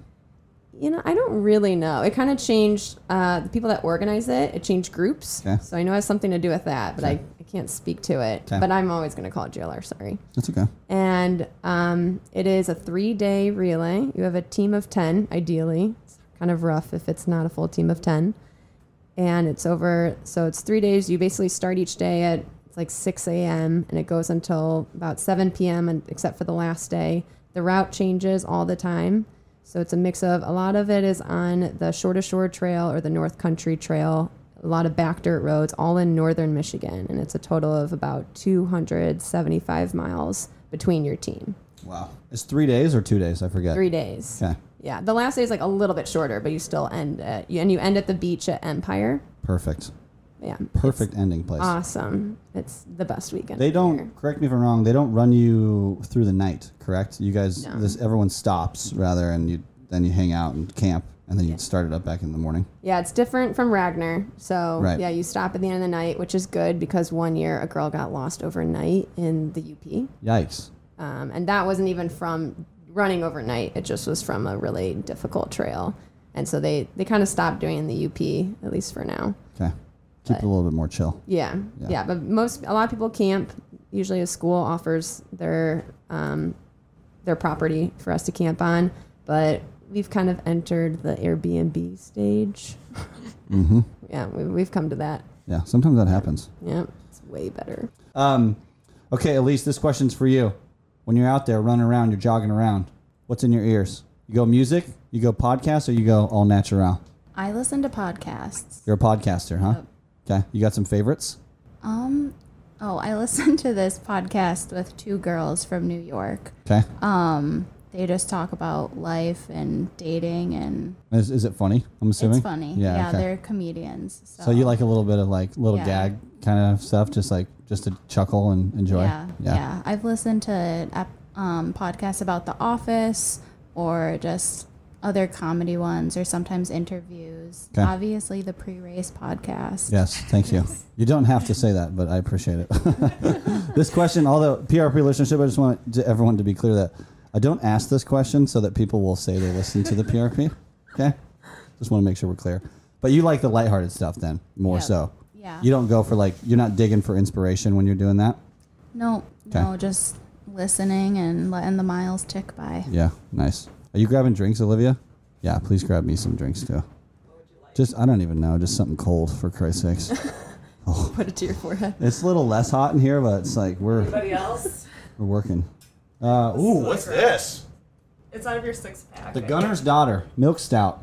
A: You know, I don't really know. It kind of changed uh, the people that organize it. It changed groups,
B: Okay.
A: so I know it has something to do with that, but I, I can't speak to it.
B: Okay.
A: But I'm always going to call it GLR. Sorry.
B: That's okay.
A: And um, it is a three-day relay. You have a team of ten, ideally. It's kind of rough if it's not a full team of ten. And it's over. So it's three days. You basically start each day at it's like 6 a.m. and it goes until about 7 p.m. and except for the last day. The route changes all the time. So it's a mix of a lot of it is on the shore to shore trail or the North Country Trail, a lot of back dirt roads, all in northern Michigan. And it's a total of about 275 miles between your team.
B: Wow. It's three days or two days? I forget.
A: Three days.
B: Okay.
A: Yeah, the last day is like a little bit shorter, but you still end at, you- and you end at the beach at Empire.
B: Perfect.
A: Yeah,
B: Perfect ending place.
A: awesome. It's the best weekend.
B: They
A: of the year.
B: don't. Correct me if I'm wrong. They don't run you through the night, correct? You guys,
A: No.
B: this everyone stops rather, and you then you hang out and camp, and then you start it up back in the morning.
A: Yeah, it's different from Ragnar. So
B: Right.
A: yeah, you stop at the end of the night, which is good because one year a girl got lost overnight in the UP,
B: Yikes!
A: um, and that wasn't even from running overnight. It just was from a really difficult trail, and so they they kind of stopped doing the UP at least for now.
B: Okay, keep it a little bit more chill.
A: Yeah.
B: Yeah.
A: yeah, But most a lot of people camp. Usually, a school offers their um, their property for us to camp on, but we've kind of entered the Airbnb stage.
B: Mm-hmm.
A: Yeah, we, we've come to that.
B: Yeah, sometimes that happens.
A: Yeah, it's way better.
B: Um, okay, Elise, this question's for you. When you're out there running around, you're jogging around. What's in your ears? You go music, you go podcast, or you go all natural.
C: I listen to podcasts.
B: You're a podcaster, huh? Okay, you got some favorites.
C: Um, oh, I listened to this podcast with two girls from New York.
B: Okay,
C: Um, they just talk about life and dating, and
B: is, is it funny? I'm assuming
C: it's funny. Yeah,
B: okay.
C: they're comedians. So,
B: So you like a little bit of like little
C: Yeah.
B: gag kind of stuff, just like just to chuckle and enjoy.
C: Yeah, yeah. I've listened to ep- um, podcasts about The Office or just other comedy ones, or sometimes interviews.
B: 'Kay.
C: Obviously, the pre-race podcast.
B: Yes, thank you. You don't have to say that, but I appreciate it. this question, although PRP listenership, I just want to, everyone to be clear that I don't ask this question so that people will say they listen to the PRP. Okay, just want to make sure we're clear. But you like the lighthearted stuff then more
C: Yeah.
B: so.
C: Yeah.
B: You don't go for like you're not digging for inspiration when you're doing that.
C: No,
B: 'Kay.
C: no, just listening and letting the miles tick by.
B: Yeah, nice. Are you grabbing drinks, Olivia? Yeah, please grab me some drinks too. Just I don't even know, just something cold for Christ's sakes. Oh.
A: Put it to your forehead.
B: it's a little less hot in here, but it's like we're
D: Anybody else?
B: we're working. Uh, ooh, what's this?
D: It's out of your six pack.
B: The Gunner's Daughter Milk Stout.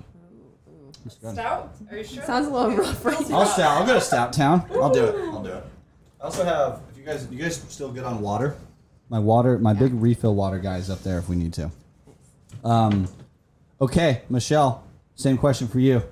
D: Stout? Are you sure?
A: Sounds a little rough right now.
B: I'll stout. I'll go to Stout Town. I'll do it. I'll do it. I also have. If you guys, you guys still good on water? My water, my big refill water guys up there if we need to. Um, okay, Michelle. Same question for you.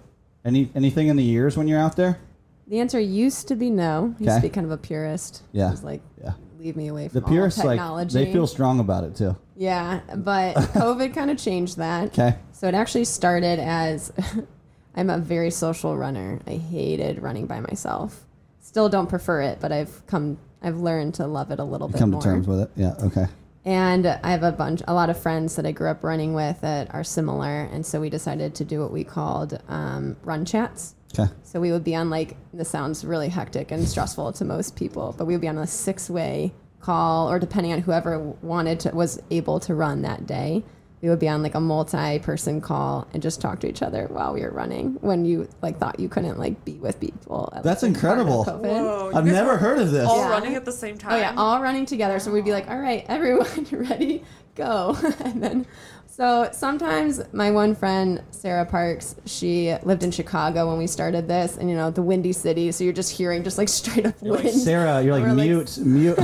B: Any anything in the years when you're out there?
A: The answer used to be no. Used
B: Okay.
A: to be kind of a purist.
B: Yeah.
A: It was like,
B: Yeah.
A: leave me away
B: The
A: from
B: purists
A: all
B: like
A: technology.
B: they feel strong about it too.
A: Yeah, but COVID kind of changed that.
B: Okay.
A: So it actually started as I'm a very social runner. I hated running by myself. Still don't prefer it, but I've come I've learned to love it a little
B: You
A: bit
B: come
A: more.
B: to terms with it. Yeah. Okay.
A: and I have a bunch a lot of friends that I grew up running with that are similar, and so we decided to do what we called um, run chats.
B: Okay.
A: So we would be on like this sounds really hectic and stressful to most people, but we would be on a six-way call, or depending on whoever wanted to was able to run that day, we would be on like a multi-person call and just talk to each other while we were running. When you like thought you couldn't like be with people, at,
B: That's
A: like, the start of
B: incredible.
A: COVID.
D: Whoa, you
B: I've
D: guys
B: never
D: were
B: heard of this.
D: All
A: Yeah.
D: running at the same time.
A: Oh yeah, all running together. So we'd be like, all right, everyone, ready, go. and then, so sometimes my one friend Sarah Parks, she lived in Chicago when we started this, and you know the windy city, so you're just hearing just like straight up
B: You're like,
A: wind,
B: Sarah, you're
A: We're
B: like
A: like-
B: mute, mute.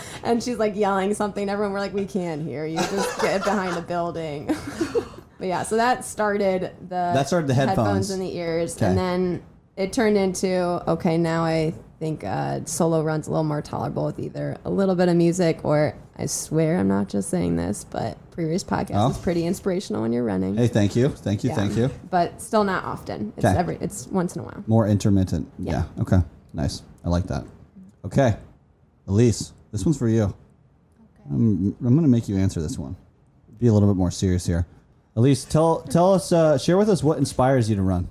A: and she's like yelling something. Everyone, we're like, we can't hear you. Just get behind a building. but yeah, so that started the
B: That started the headphones.
A: in the ears,
B: Okay.
A: and then it turned into okay. Now I think uh, solo runs a little more tolerable with either a little bit of music or I swear I'm not just saying this, but previous podcast
B: Oh.
A: is pretty inspirational when you're running.
B: hey, thank you, thank you,
A: Yeah.
B: thank you.
A: But still not often. It's
B: Okay.
A: every. It's once in a while.
B: More intermittent. Yeah.
A: Yeah.
B: Okay. Nice. I like that. Okay, Elise, this one's for you. I'm, I'm gonna make you answer this one. Be a little bit more serious here. Elise, tell tell us, uh, share with us what inspires you to run.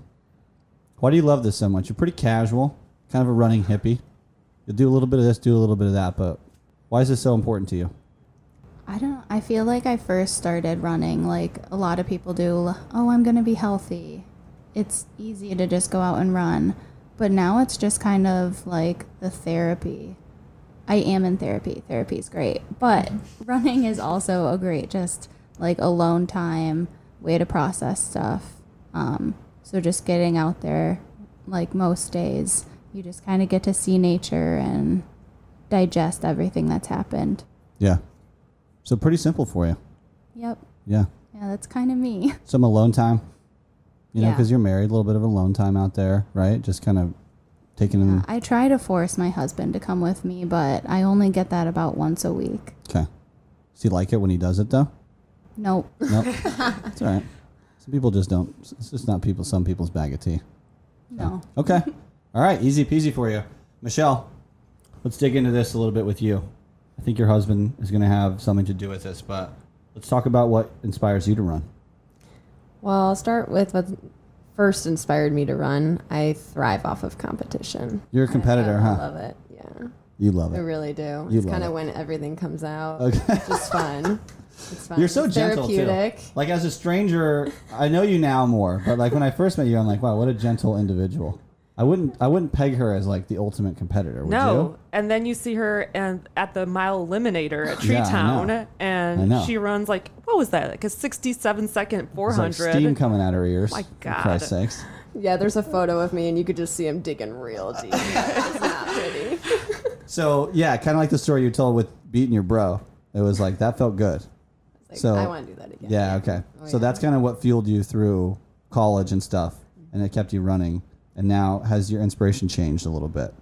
B: Why do you love this so much? You're pretty casual, kind of a running hippie. You'll do a little bit of this, do a little bit of that, but why is this so important to you?
C: I don't. I feel like I first started running like a lot of people do. l- Oh, I'm gonna be healthy. It's easy to just go out and run, but now it's just kind of like the therapy. I am in therapy. Therapy is great, but running is also a great just like alone time way to process stuff. Um, so just getting out there, like most days, you just kind of get to see nature and digest everything that's happened.
B: Yeah. So pretty simple for you.
C: Yep.
B: Yeah.
C: Yeah. Yeah, that's kind of me.
B: Some alone time, you know,
C: Yeah.
B: because you're married, a little bit of alone time out there, right? Just kind of taking in.
C: Uh, I try to force my husband to come with me, but I only get that about once a week.
B: Okay. Does he like it when he does it though?
C: Nope.
B: Nope. it's all right. Some people just don't. It's just not people. Some people's bag of tea.
C: No.
B: Okay. All right. Easy peasy for you. Michelle, let's dig into this a little bit with you. I think your husband is going to have something to do with this, but let's talk about what inspires you to run.
A: Well, I'll start with what first inspired me to run. I thrive off of competition.
B: You're a competitor,
A: I
B: huh?
A: love it. Yeah,
B: You love
A: I
B: it.
A: really do.
B: You
A: it's
B: love
A: kind
B: it.
A: of when everything comes out.
B: Okay.
A: It's just fun. It's fun.
B: You're so
A: It's
B: gentle too.
A: therapeutic.
B: Like as a stranger, I know you now more, but like when I first met you, I'm like, wow, what a gentle individual. I wouldn't, I wouldn't peg her as like the ultimate competitor. Would
D: no.
B: you?
D: And then you see her and at the mile eliminator at Tree
B: Yeah, I know.
D: Town,
B: I
D: and
B: know.
D: she runs like what was that? Like a sixty-seven second four
B: There's like
D: hundred.
B: steam coming out her ears.
D: My
B: for
D: God.
B: Christ's sakes.
A: Yeah, there's a photo of me, and you could just see him digging real deep. It's not pretty.
B: So yeah, kind of like the story you told with beating your bro. It was like that felt good.
A: It's like,
B: So-
A: I want to do that again.
B: Yeah. Okay.
A: Oh,
B: so
A: yeah.
B: that's kind of what fueled you through college and stuff, and it kept you running. And now has your inspiration changed a little bit?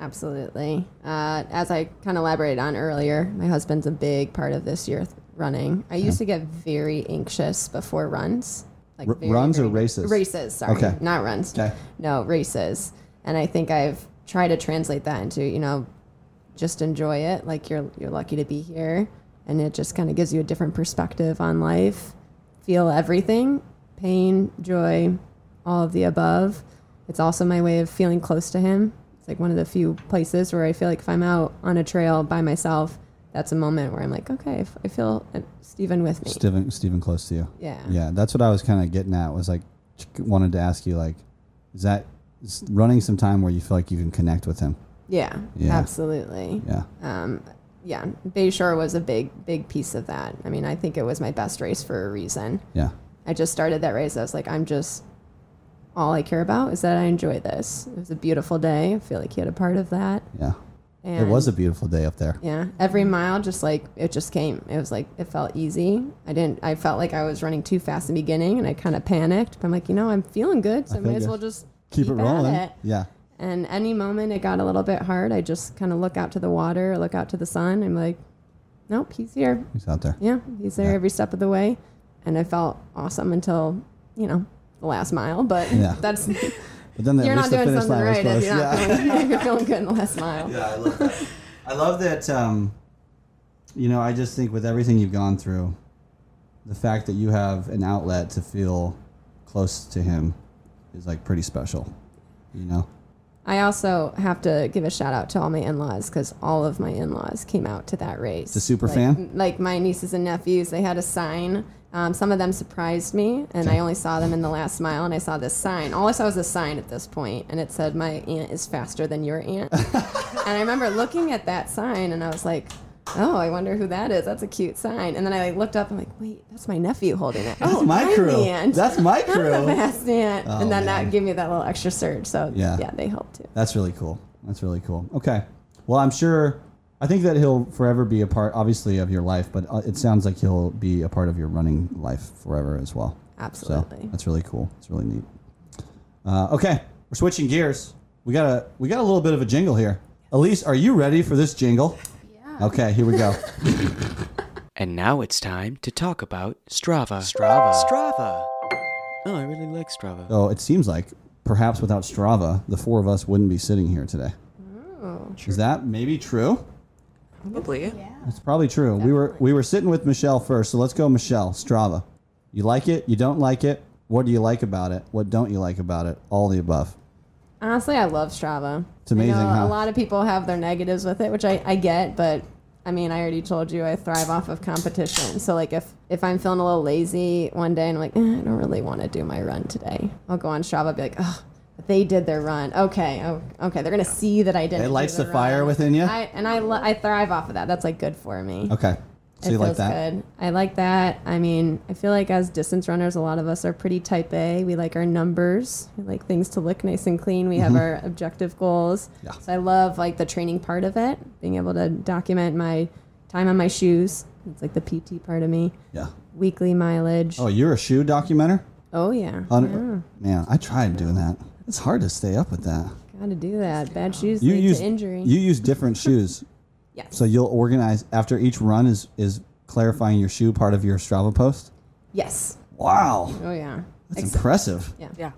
A: Absolutely. Uh, as I kind of elaborated on earlier, my husband's a big part of this year th- running. I used to get very anxious before runs. Like
B: R- runs or races?
A: Races, sorry.
B: Okay.
A: Not runs.
B: Okay.
A: No, races. And I think I've tried to translate that into, you know, just enjoy it. Like you're you're lucky to be here and it just kind of gives you a different perspective on life. Feel everything, pain, joy, all of the above. It's also my way of feeling close to him. It's like one of the few places where I feel like if I'm out on a trail by myself, that's a moment where I'm like, okay, if I feel uh, Stephen with me.
B: Stephen, Stephen, close to you.
A: Yeah.
B: Yeah. That's what I was kind of getting at. Was like wanted to ask you like, is that is running some time where you feel like you can connect with him?
A: Yeah,
B: Yeah.
A: absolutely.
B: Yeah.
A: um, yeah, Bayshore was a big, big piece of that. I mean, I think it was my best race for a reason.
B: Yeah.
A: I just started that race. I was like, I'm just, all I care about is that I enjoy this. It was a beautiful day. I feel like he had a part of that.
B: Yeah.
A: And
B: it was a beautiful day up there.
A: yeah, every mile just like it just came. It was like it felt easy. I didn't. I felt like I was running too fast in the beginning, and I kind of panicked. But I'm like, you know, I'm feeling good, so I,
B: feel
A: might as
B: good.
A: well just
B: Keep, it
A: at
B: rolling.
A: it.
B: Yeah.
A: And any moment it got a little bit hard, I just kind of look out to the water, look out to the sun. I'm like, nope, he's here.
B: He's out there.
A: Yeah, he's there
B: Yeah.
A: every step of the way. And I felt awesome until, you know, the last mile. But
B: Yeah.
A: that's
B: But then at
A: you're not
B: least the
A: doing
B: finish
A: something
B: line was
A: right if
B: close.
A: you're, not
B: Yeah.
A: feeling, you're feeling good in the last mile.
B: Yeah, I love that. I love that. Um, you know, I just think with everything you've gone through, the fact that you have an outlet to feel close to him is like pretty special. You know,
A: I also have to give a shout out to all my in-laws because all of my in-laws came out to that race.
B: a super
A: like,
B: fan?
A: Like my nieces and nephews, they had a sign. Um, some of them surprised me, and I only saw them in the last mile. And I saw this sign. All I saw was a sign at this point, and it said, "My aunt is faster than your aunt." and I remember looking at that sign, and I was like. Oh, I wonder who that is. That's a cute sign. And then I like, looked up. I'm like, wait, that's my nephew holding it.
B: that's
A: oh,
B: my
A: I'm
B: crew.
A: the aunt.
B: That's my
A: I'm the
B: crew.
A: fast aunt.
B: Oh,
A: and then
B: man.
A: that gave me that little extra surge. So
B: Yeah.
A: yeah, they helped too.
B: That's really cool. That's really cool. Okay. Well, I'm sure. I think that he'll forever be a part, obviously, of your life. But uh, it sounds like he'll be a part of your running life forever as well.
A: Absolutely.
B: So that's really cool. It's really neat. Uh, okay, we're switching gears. We got a we got a little bit of a jingle here. Elise, are you ready for this jingle? Yeah. Okay, here we go.
F: And now it's time to talk about Strava. Strava. Strava. Oh, I really like Strava.
B: so it seems like perhaps without Strava, the four of us wouldn't be sitting here today. Is that maybe true?
D: Probably.
B: It's probably true. We were we were sitting with Michelle first, so let's go Michelle Strava. You like it? You don't like it? What do you like about it? What don't you like about it? All the above.
A: Honestly, I love Strava.
B: It's amazing,
A: I know A
B: huh?
A: lot of people have their negatives with it, which I, I get, but I mean, I already told you I thrive off of competition. So, like, if, if I'm feeling a little lazy one day and I'm like, eh, I don't really want to do my run today, I'll go on Strava and be like, oh, they did their run. Okay. Oh, okay. They're going to see that I didn't.
B: It
A: do
B: lights the
A: run.
B: fire within you?
A: I, and I, lo- I thrive off of that. That's like good for me.
B: Okay, so
A: it
B: you like
A: feels
B: that?
A: good. I like that. I mean, I feel like as distance runners, a lot of us are pretty type A. We like our numbers. We like things to look nice and clean. We have our objective goals.
B: Mm-hmm. Yeah.
A: So I love like the training part of it, being able to document my time on my shoes. It's like the PT part of me.
B: Yeah.
A: weekly mileage.
B: Oh, you're a shoe documenter?
A: Oh, yeah.
B: On, Man, I tried doing that. It's hard to stay up with that.
A: Gotta do that. Bad shoes
B: You
A: lead
B: use
A: to injury.
B: You use different shoes.
A: Yes.
B: So you'll organize after each run is is clarifying your shoe part of your Strava post.
A: yes.
B: Wow,
A: Oh, yeah.
B: that's
A: Ex-
B: impressive.
A: Yeah.
D: Yeah.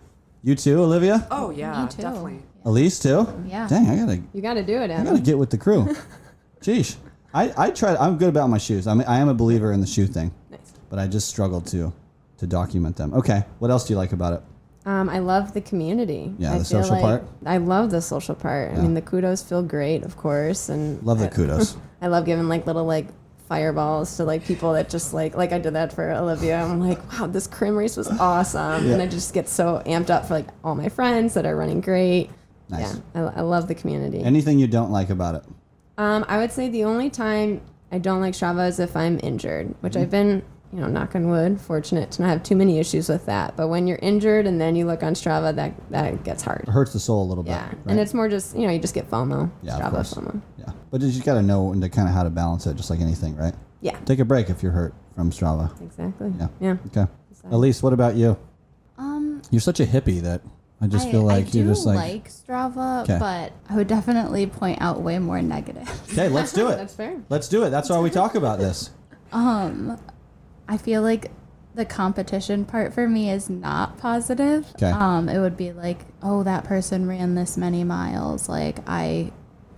B: You too, Olivia.
D: Oh yeah,
C: You too.
D: definitely.
B: Elise too.
C: Yeah.
B: Dang, I gotta
A: You gotta do it,
B: I gotta
A: Adam.
B: get with the crew. Jeez, I I tried. I'm good about my shoes. I'm I am a believer in the shoe thing,
A: Nice.
B: but I just struggled to to document them. Okay, what else do you like about it?
A: Um, I love the community.
B: Yeah,
A: I
B: the
A: feel
B: social
A: like-
B: part.
A: I love the social part. I mean, the kudos feel great, of course, and
B: Love the
A: I-
B: kudos.
A: I love giving like little like fireballs to like people that just like like I did that for Olivia. I'm like, wow, this crim race was awesome, and I just get so amped up for like all my friends that are running great.
B: Nice.
A: Yeah, I, I love the community.
B: Anything you don't like about it?
A: Um, I would say the only time I don't like Strava is if I'm injured, which
B: Mm-hmm.
A: I've been, you know, knock on wood, fortunate to not have too many issues with that. But when you're injured and then you look on Strava, that that gets hard.
B: It hurts the soul a little
A: Yeah,
B: bit.
A: and
B: right?
A: it's more just you know you just get FOMO,
B: Yeah, of
A: Strava
B: course.
A: FOMO.
B: Yeah, but you just got to know when to kind of how to balance it, just like anything, right?
A: Yeah,
B: Take a break if you're hurt from Strava.
A: exactly.
B: Yeah.
A: yeah.
B: Okay. Elise, what about you?
C: Um,
B: You're such a hippie that I just
C: I,
B: feel
C: I
B: like
C: do
B: you're just like,
C: like Strava,
B: 'Kay.
C: but I would definitely point out way more negative.
B: okay, let's do it.
A: That's fair.
B: Let's do it. That's why we talk about this.
C: Um, I feel like the competition part for me is not positive.
B: 'Kay.
C: Um, it would be like, oh, that person ran this many miles. Like I,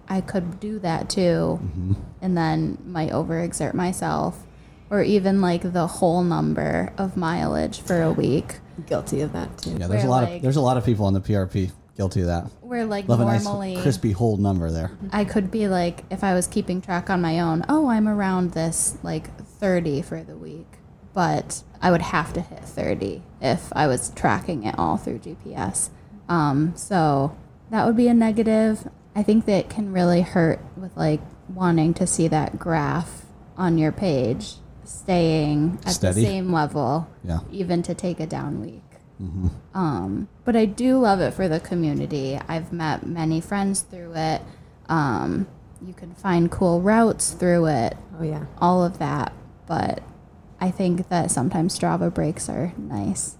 C: I could do that too,
B: Mm-hmm.
C: and then might overexert myself, or even like the whole number of mileage for a week,
A: Guilty of that too.
B: Yeah, there's a
C: We're
B: lot of
C: like-
B: there's a lot of people on the PRP guilty of that.
C: where like
B: Love a
C: normally
B: nice crispy whole number there.
C: I could be like, if I was keeping track on my own, oh, I'm around this like 30 for the week, but I would have to hit 30 if I was tracking it all through GPS. Um, so that would be a negative. I think that can really hurt with like wanting to see that graph on your page staying at
B: Steady.
C: the same level,
B: Yeah.
C: even to take a down week. Um, but I do love it for the community. I've met many friends through it. Um, you can find cool routes through it,
A: Oh yeah.
C: all of that. But I think that sometimes Strava breaks are nice.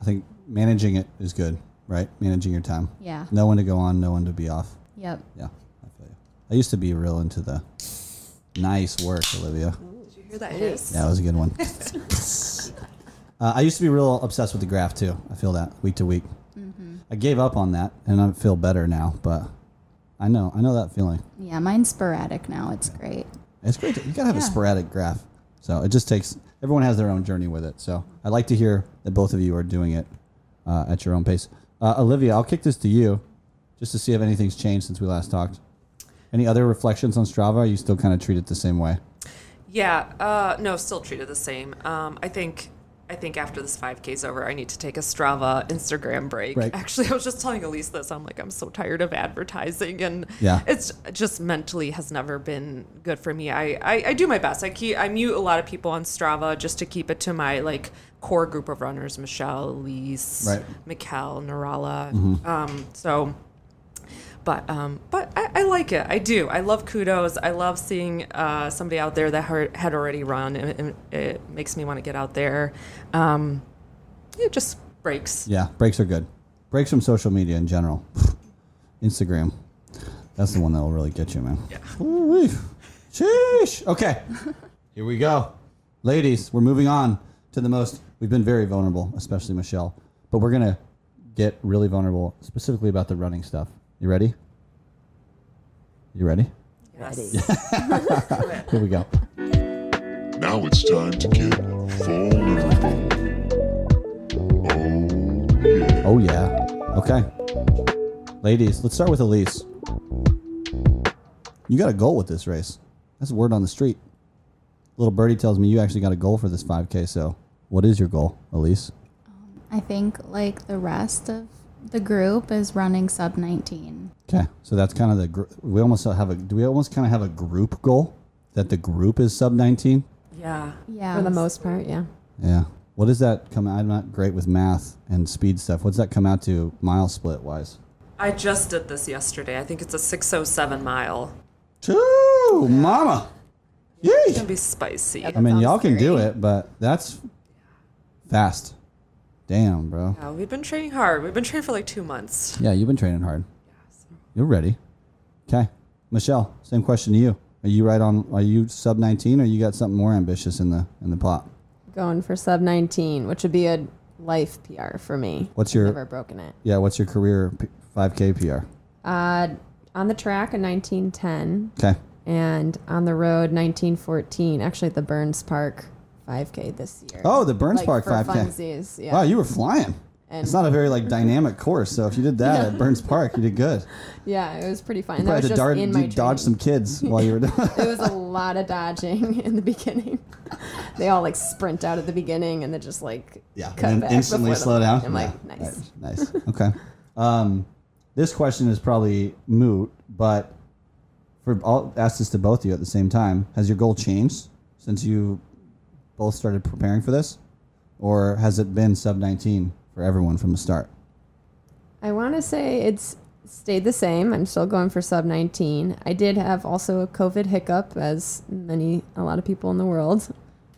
B: I think managing it is good, right? Managing your time.
C: Yeah.
B: No one to go on, no one to be off.
C: Yep.
B: Yeah, I feel you. I used to be real into the nice work, Olivia.
D: Did you hear that hiss?
B: Yeah, that was a good one. uh, I used to be real obsessed with the graph too. I feel that week to week.
C: Mm-hmm.
B: I gave up on that, and I feel better now. But I know, I know that feeling.
C: Yeah, mine's sporadic now. It's great.
B: It's great. To, you gotta have a
C: Yeah.
B: sporadic graph. So it just takes. Everyone has their own journey with it. So I'd like to hear that both of you are doing it uh, at your own pace. Uh, Olivia, I'll kick this to you, just to see if anything's changed since we last talked. Any other reflections on Strava? Or you still kind of treat it the same way?
D: Yeah, uh, no, still treated the same. Um, I think I think after this 5K is over, I need to take a Strava Instagram break.
B: Break.
D: Actually, I was just telling Elise this. I'm like, I'm so tired of advertising, and
B: Yeah.
D: it's just mentally has never been good for me. I, I I do my best. I keep I mute a lot of people on Strava just to keep it to my like core group of runners: Michelle, Elise,
B: Right. Mm-hmm.
D: Mikkel, Narala. Um, so but um, but I, I like it. I do. I love kudos. I love seeing uh, somebody out there that har- had already run. It, it, it makes me want to get out there. Um, it just breaks.
B: Yeah, breaks are good. Breaks from social media in general. Instagram. That's the one that will really get you, man. Yeah. Sheesh. Okay. Here we go. Ladies, we're moving on to the most. We've been very vulnerable, especially Michelle, but we're going to get really vulnerable specifically about the running stuff. You ready? You ready?
D: Yes.
B: Here we go.
G: Now it's time to get vulnerable. Oh, yeah.
B: Oh, yeah. Okay. Ladies, let's start with Elise. You got a goal with this race. That's a word on the street. Little Birdie tells me you actually got a goal for this 5K. So, what is your goal, Elise?
C: I think like the rest of the group is running sub 19.
B: Okay. So, that's kind of the, gr- we almost have a, do we almost kind of have a group goal that the group is sub 19?
D: yeah.
C: Yeah.
A: For the most part, yeah.
B: Yeah. What does that come I'm not great with math and speed stuff. What's that come out to mile split wise?
D: I just did oh this yesterday. I think it's a 607 mile.
B: Two, mama.
D: It's gonna be spicy.
B: I mean, y'all can do it, but that's fast. Damn, bro.
D: Yeah, we've been training hard. We've been training for like two months.
B: Yeah, you've been training hard. You're ready. Okay, Michelle. Same question to you. Are you right on? Are you sub 19, or you got something more ambitious in the in the plot?
A: Going for sub 19, which would be a life PR for me.
B: What's your-
A: Never broken it.
B: Yeah. What's your career P- 5K PR?
A: Uh, on the track, a 1910,
B: Okay.
A: and on the road, 1914. Actually, at the Burns Park 5K this year.
B: Oh, the Burns
A: Like,
B: Park
A: for
B: 5K.
A: Funsies, yeah.
B: Wow, you were flying.
A: And-
B: it's not a very like dynamic course, so if you did that at Burns Park, you did good.
A: yeah, it was pretty fun.
B: You
A: And that was
B: probably had to
A: just
B: dart,
A: in
B: you
A: my
B: dodge some
A: training.
B: kids while you were doing.
A: It was a lot of dodging in the beginning. they all like sprint out at the beginning and then just like
B: yeah,
A: cut
B: and then
A: back
B: instantly
A: before the
B: slow down.
A: line. I'm like,
B: Yeah,
A: nice.
B: right, nice. Okay. Um, this question is probably moot, but for I'll ask this to both of you at the same time. Has your goal changed since you both started preparing for this, or has it been sub nineteen for everyone from the start?
A: I want to say it's stayed the same. I'm still going for sub 19. I did have also a COVID hiccup, as many, a lot of people in the world.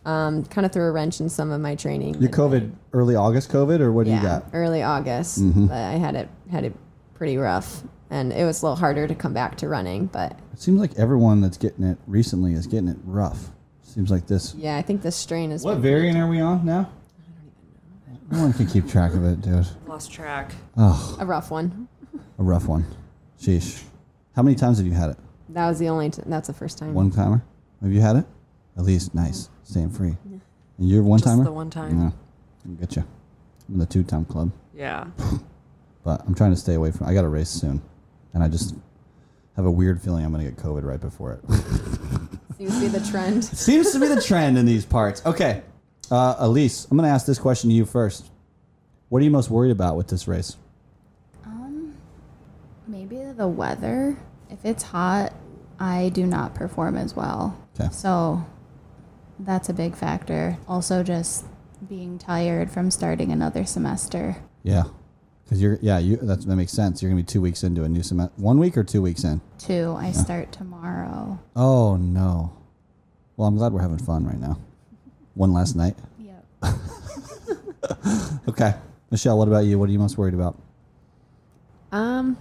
A: Um, kind of threw a wrench in some of my training.
B: Your COVID early August COVID, or what do
A: yeah,
B: you got? Mm-hmm.
A: early August. But I had it had it pretty rough, and it was a little harder to come back to running. But
B: It seems like everyone that's getting it recently is getting it rough. Seems like this.
A: yeah, I think the strain is
B: What variant are we on now? No one can keep track of it, dude.
D: Lost track.
A: a rough one.
B: A rough one. Sheesh. How many times have you had it?
A: That was the only. T- that's the first time.
B: One timer? Have you had it? At least nice. Staying free. And you're one
D: Just
B: timer?
D: the one time.
B: Yeah. I can get you. I'm in the two time club.
D: Yeah.
B: But I'm trying to stay away from I got a race soon. And I just have a weird feeling I'm gonna get COVID right before it.
A: seems to be the trend.
B: Seems to be the trend in these parts. Okay. Uh, Elise, I'm gonna ask this question to you first. What are you most worried about with this race?
C: Maybe the weather. If it's hot, I do not perform as well.
B: 'Kay.
C: So that's a big factor. Also, just being tired from starting another semester.
B: Yeah. Cause you're yeah, you that's, that makes sense. You're gonna be two weeks into a new semester one week or two weeks in?
C: Two, I start tomorrow.
B: Oh no. Well, I'm glad we're having fun right now. One last night.
C: Yep.
B: Okay. Michelle, what about you? What are you most worried about?
A: Um,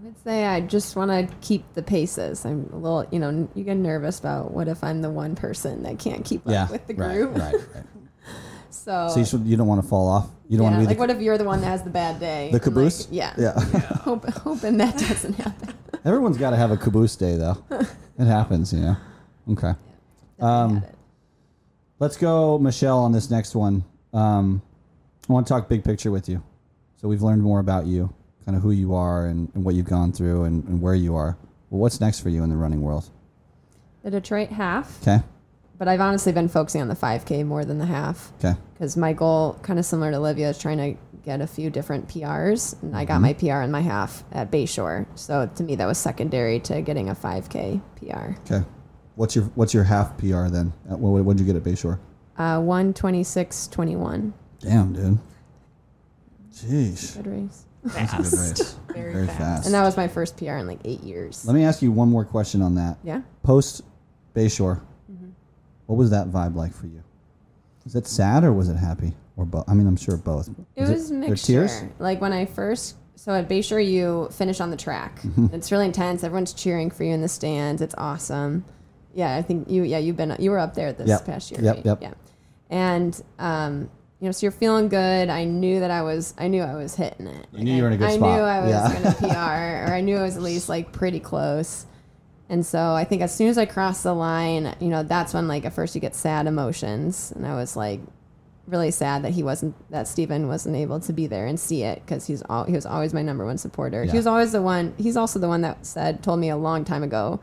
A: I would say I just want to keep the paces. I'm a little, you know, n- you get nervous about what if I'm the one person that can't keep up with the group.
B: Right, right, right.
A: So,
B: So you, should, you don't want to fall off. You don't
A: yeah,
B: want to be
A: like
B: the,
A: what if you're the one that has the bad day?
B: the
A: I'm like,
B: caboose.
A: yeah.
B: Yeah.
A: Hope, hoping that doesn't happen.
B: Everyone's got to have a caboose day, though. it happens, you know. Okay.
A: um,
B: Let's go, Michelle, on this next one. Um, I want to talk big picture with you. So we've learned more about you, kind of who you are and, and what you've gone through and, and where you are. Well, what's next for you in the running world?
A: The Detroit half,
B: Okay.
A: but I've honestly been focusing on the 5K more than the half.
B: Okay.
A: because my goal, kind of similar to Olivia, is trying to get a few different PRs. And I got my PR in my half at Bayshore. So to me, that was secondary to getting a 5K PR.
B: Okay. What's your what's your half PR then? Uh, What would you get at Bayshore?
A: Uh, 126.21.
B: Damn, dude. Jeez.
A: Good race.
B: That's a good race. Very, fast.
A: And that was my first PR in like eight years.
B: Let me ask you one more question on that.
A: Yeah. Mm-hmm.
B: Post Bayshore, what was that vibe like for you? Was it sad or was it happy or both? I mean, I'm sure both.
A: It was
B: there
A: mixture.
B: Tears?
A: Like when I first, so at Bayshore, you finish on the track.
B: Mm-hmm.
A: It's really intense. Everyone's cheering for you in the stands. It's awesome. Yeah, I think you. Yeah, you've been. You were up there this
B: Yep.
A: past year.
B: Yep,
A: right?
B: yep.
A: Yeah, and um, you know, so you're feeling good. I knew that I was. I knew I was hitting it.
B: You knew you were in a good
A: I
B: spot.
A: knew I was
B: Yeah.
A: going to PR, or I knew I was at least like pretty close. And so I think as soon as I crossed the line, you know, that's when like at first you get sad emotions, and I was like, really sad that he wasn't that Steven wasn't able to be there and see it because he's all he was always my number one supporter.
B: Yeah.
A: He was always the one. He's also the one that said told me a long time ago,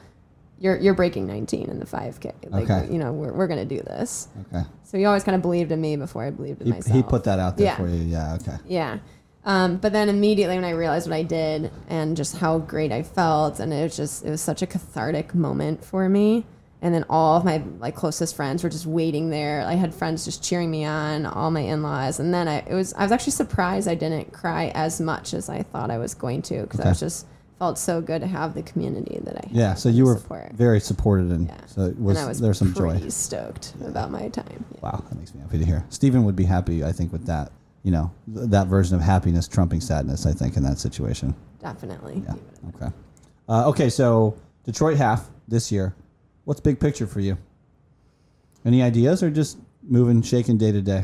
A: "You're you're breaking 19 in the 5K. Like
B: Okay.
A: you know we're we're gonna do this."
B: Okay.
A: So he always kind of believed in me before I believed in
B: He,
A: myself.
B: he put that out there
A: Yeah.
B: for you. Yeah. Okay.
A: Yeah. Um, but then immediately when I realized what I did and just how great I felt, and it was just it was such a cathartic moment for me. And then all of my like closest friends were just waiting there. I had friends just cheering me on, all my in-laws, and then I it was I was actually surprised I didn't cry as much as I thought I was going to because I was just felt so good to have the community that I had
B: Yeah, so you were
A: support.
B: very supported, and
A: Yeah.
B: so it was,
A: and I was
B: there was some
A: pretty
B: joy.
A: stoked about my time. Yeah.
B: Wow, that makes me happy to hear. Stephen would be happy, I think, with that. You know, th- that version of happiness trumping sadness. I think in that situation.
A: Definitely.
B: Yeah. Okay. Uh, okay. So Detroit half this year. What's big picture for you? Any ideas, or just moving, shaking day to day?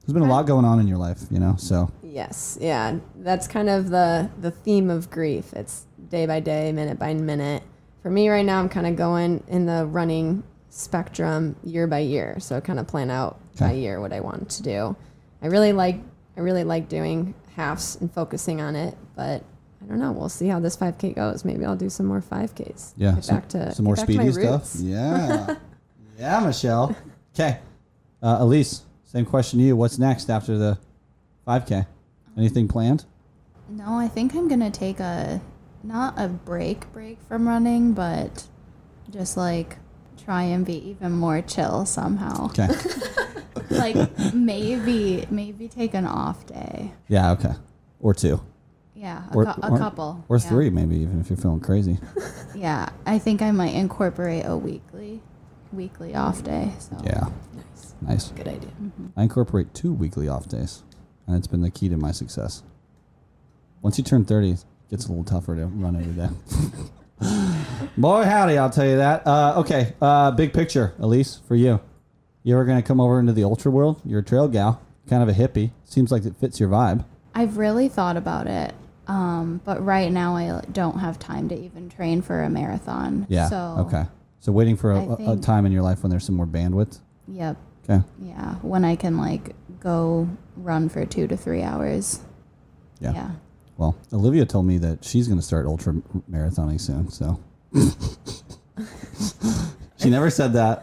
B: There's been a lot going on in your life, you know. So
A: Yes, yeah, that's kind of the the theme of grief. It's day by day, minute by minute. For me right now, I'm kind of going in the running spectrum year by year. So kind of plan out by
B: Okay.
A: year what I want to do. I really like I really like doing halves and focusing on it, but I don't know. We'll see how this 5K goes. Maybe I'll do some more 5Ks.
B: yeah,
A: get
B: some,
A: back to
B: some more
A: get back to my
B: speedy stuff.
A: roots.
B: Yeah. yeah, Michelle. Okay. Uh, Elise, same question to you. What's next after the 5K? Anything planned?
C: No, I think I'm gonna take a not a break break from running, but just like try and be even more chill somehow.
B: Okay.
C: like maybe maybe take an off day.
B: yeah. Okay. Or two.
C: Yeah, a,
B: Or,
C: cou- a
B: or-
C: couple.
B: Or
C: yeah.
B: three, maybe even if you're feeling crazy.
C: Yeah, I think I might incorporate a weekly weekly off day. So
B: yeah.
A: Nice.
B: Nice.
A: Good idea.
B: I incorporate two weekly off days, and it's been the key to my success. Once you turn 30, it gets a little tougher to run every day. Boy, howdy, I'll tell you that. Uh, okay, uh, big picture, Elise, for you. You ever going to come over into the ultra world? You're a trail gal, kind of a hippie. Seems like it fits your vibe.
C: I've really thought about it. Um, but right now I don't have time to even train for a marathon.
B: Yeah.
C: So
B: okay. So waiting for a,
C: I
B: a- a
C: think-
B: time in your life when there's some more bandwidth.
C: Yep.
B: Okay.
C: Yeah. When I can like go run for two to three hours.
B: Yeah.
C: Yeah.
B: Well, Olivia told me that she's going to start ultra marathoning soon. So she never said that.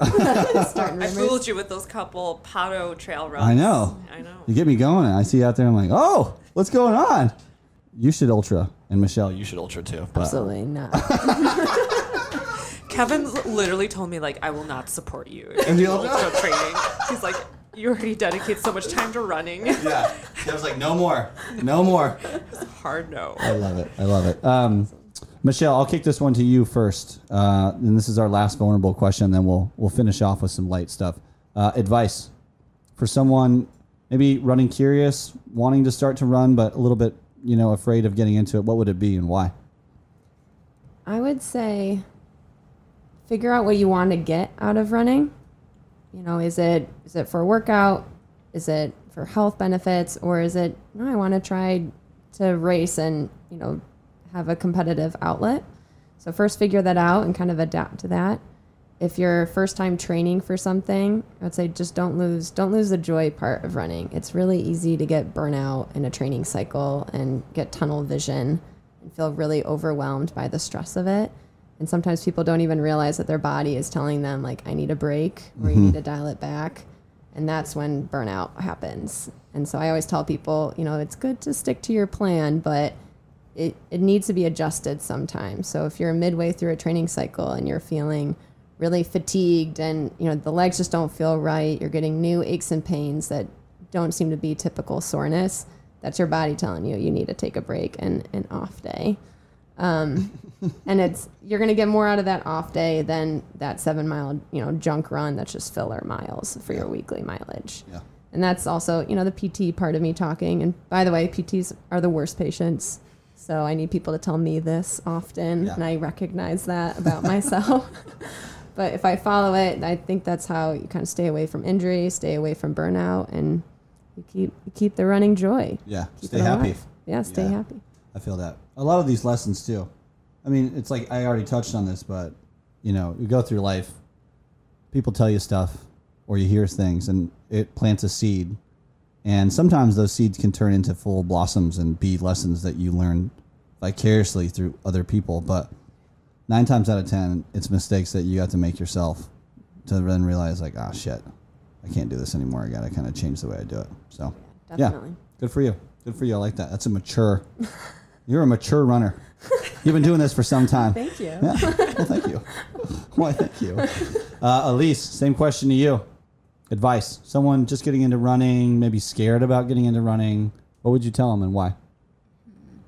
A: Starting
D: I
A: rumors.
D: fooled you with those couple Pato trail runs.
B: I know.
D: I know.
B: You get me going. I see you out there. I'm like, oh, what's going on? You should ultra, and Michelle, you should ultra too. But
A: Absolutely not.
D: Kevin l- literally told me like I will not support you
B: And
D: in
B: you-
D: ultra training. He's like, you already dedicate so much time to running.
B: yeah, I was like, no more, no more.
D: Hard no.
B: I love it. I love it. Um, Michelle, I'll kick this one to you first, uh, and this is our last vulnerable question. Then we'll we'll finish off with some light stuff. Uh, advice for someone maybe running curious, wanting to start to run, but a little bit you know afraid of getting into it. What would it be and why?
A: I would say figure out what you want to get out of running. You know, is it is it for a workout? Is it for health benefits or is it no, I want to try to race and, you know, have a competitive outlet. So first figure that out and kind of adapt to that. If you're first time training for something, I would say just don't lose don't lose the joy part of running. It's really easy to get burnout in a training cycle and get tunnel vision and feel really overwhelmed by the stress of it. And sometimes people don't even realize that their body is telling them like I need a break or you need to dial it back. And that's when burnout happens. And so I always tell people, you know, it's good to stick to your plan, but it, it needs to be adjusted sometimes. So if you're midway through a training cycle and you're feeling really fatigued and you know the legs just don't feel right, you're getting new aches and pains that don't seem to be typical soreness, that's your body telling you you need to take a break and an off day. Um, and it's you're gonna get more out of that off day than that seven mile you know junk run that's just filler miles for your weekly mileage.
B: Yeah.
A: And that's also, you know, the PT part of me talking. And by the way, PTs are the worst patients. So I need people to tell me this often.
B: Yeah.
A: And I recognize that about myself. but if I follow it, I think that's how you kind of stay away from injury, stay away from burnout, and you keep you keep the running joy.
B: Yeah,
A: Keep
B: stay
A: it
B: happy.
A: alive. Yeah, stay
B: Yeah.
A: happy.
B: I feel that. A lot of these lessons too. I mean, it's like I already touched on this, but you know, you go through life, people tell you stuff or you hear things and it plants a seed. And sometimes those seeds can turn into full blossoms and be lessons that you learn vicariously through other people, but 9 times out of 10, it's mistakes that you have to make yourself to then realize like, ah shit. I can't do this anymore. I got to kind of change the way I do it. So,
A: Definitely.
B: Good for you. Good for you. I like that. That's a mature. You're a mature runner. You've been doing this for some time.
A: Thank you.
B: Yeah. Well, thank you. Why, thank you. Uh, Elise, same question to you. Advice. Someone just getting into running, maybe scared about getting into running. What would you tell them and why?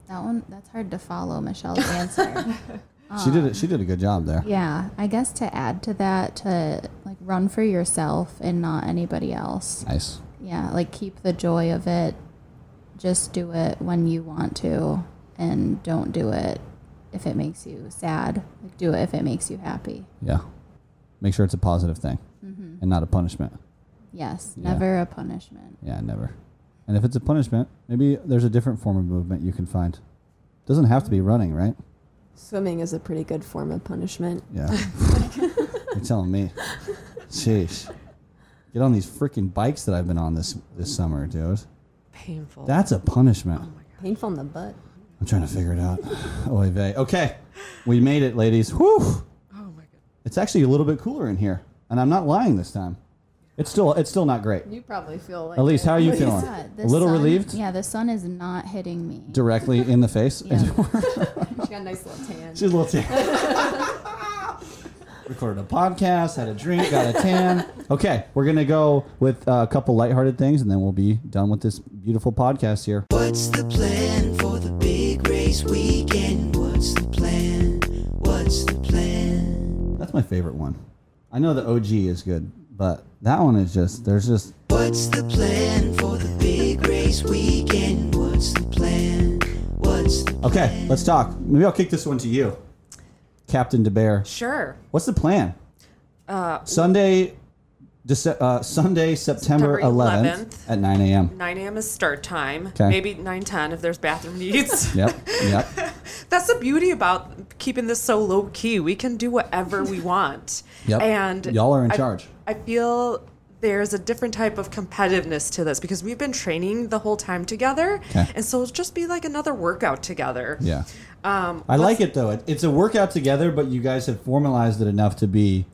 C: That one, that's hard to follow Michelle's answer.
B: she did it. She did a good job there.
C: yeah, I guess to add to that, to like run for yourself and not anybody else.
B: Nice.
C: Yeah, like keep the joy of it. Just do it when you want to, and don't do it if it makes you sad. Like do it if it makes you happy.
B: Yeah. Make sure it's a positive thing
A: Mm-hmm.
B: and not a punishment.
C: Yes,
B: Yeah.
C: never a punishment.
B: Yeah, never. And if it's a punishment, maybe there's a different form of movement you can find. Doesn't have to be running, right?
A: Swimming is a pretty good form of punishment.
B: Yeah. You're telling me. Sheesh. Get on these freaking bikes that I've been on this this summer, dude.
D: Painful.
B: That's a punishment.
A: Painful in the butt.
B: I'm trying to figure it out. Oy vey. Okay. We made it, ladies. Whew. Oh my god. It's actually a little bit cooler in here. And I'm not lying this time. It's still it's still not great.
A: You probably feel like
B: Elise, how are you feeling?
C: Yeah, the
B: a little
C: sun-
B: relieved?
C: Yeah, the sun is not hitting me.
B: Directly in the face.
C: Yeah.
A: she got a nice little tan.
B: She's a little tan. Recorded a podcast, had a drink, got a tan. Okay, we're gonna go with uh, a couple lighthearted things, and then we'll be done with this beautiful podcast here.
E: What's the plan for the big race weekend? What's the plan? What's the plan?
B: That's my favorite one. I know the OG is good, but that one is just there's just
E: What's the plan for the big race weekend? What's the plan? What's the
B: okay. Let's talk. Maybe I'll kick this one to you, Captain DeBear.
D: sure.
B: What's the plan?
D: Uh,
B: Sunday, Dece- uh, Sunday, September
D: September
B: 11th
D: 11th.
B: at 9 a.m.
D: 9 a.m. is start time.
B: 'Kay.
D: Maybe 9:10 if there's bathroom needs.
B: Yep, yep.
D: That's the beauty about keeping this so low key. We can do whatever we want.
B: Yep.
D: And
B: Y'all are in
D: I-
B: charge.
D: I feel there's a different type of competitiveness to this because we've been training the whole time together.
B: 'Kay.
D: And so it'll just be like another workout together.
B: Yeah.
D: Um,
B: I like it though. It, it's a workout together, but you guys have formalized it enough to be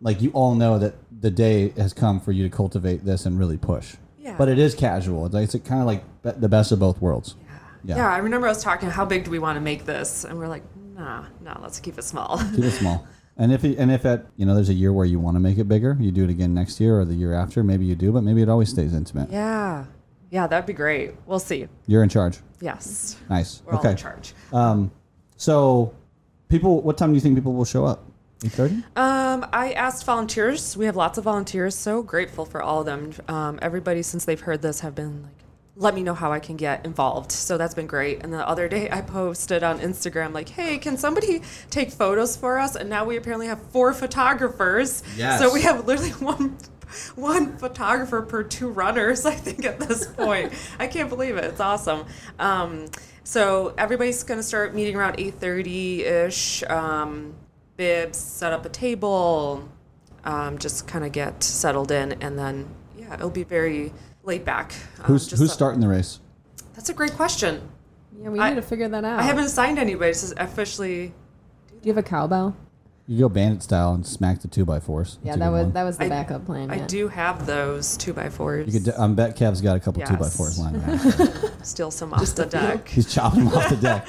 B: like you all know that the day has come for you to cultivate this and really push.
D: Yeah.
B: But it is casual. It's, like- it's kind of like be- the best of both worlds. Yeah.
D: yeah. I remember I was talking, how big do we want to make this? And we're like, nah, nah, let's keep it small.
B: Keep it small. And if it, and if at you know there's a year where you want to make it bigger, you do it again next year or the year after. Maybe you do, but maybe it always stays intimate.
D: yeah. Yeah, that'd be great. We'll see.
B: You're in charge.
D: Yes.
B: Nice.
D: We're
B: okay.
D: all in charge.
B: So, people, what time do you think people will show up? Eight thirty.
D: Um, I asked volunteers. We have lots of volunteers. So grateful for all of them. Um, everybody since they've heard this have been like, let me know how I can get involved. So that's been great. And the other day I posted on Instagram like, hey, can somebody take photos for us? And now we apparently have four photographers.
B: Yes.
D: So we have literally one. One photographer per two runners, I think, at this point. I can't believe it. It's awesome. Um, so everybody's going to start meeting around 8.30 ish. Um, bibs, set up a table, um, just kind of get settled in, and then yeah, it'll be very laid back. Um,
B: Who's
D: just
B: who's
D: a-
B: starting the race?
D: That's a great question.
A: Yeah, we
D: I-
A: need to figure that out.
D: I haven't assigned anybody to officially.
A: Do you have a cowbell?
B: You go bandit style and smack the two by fours.
A: Yeah,
B: That's a
A: that
B: good
A: was
B: one.
A: that was the
D: I-
A: backup plan.
D: I
A: yeah.
D: do have those two by fours.
B: You could. d- I bet Kev's got a couple two by
D: Yes.
B: fours lying around.
D: steal some off the deck.
B: He's chopping them off the deck.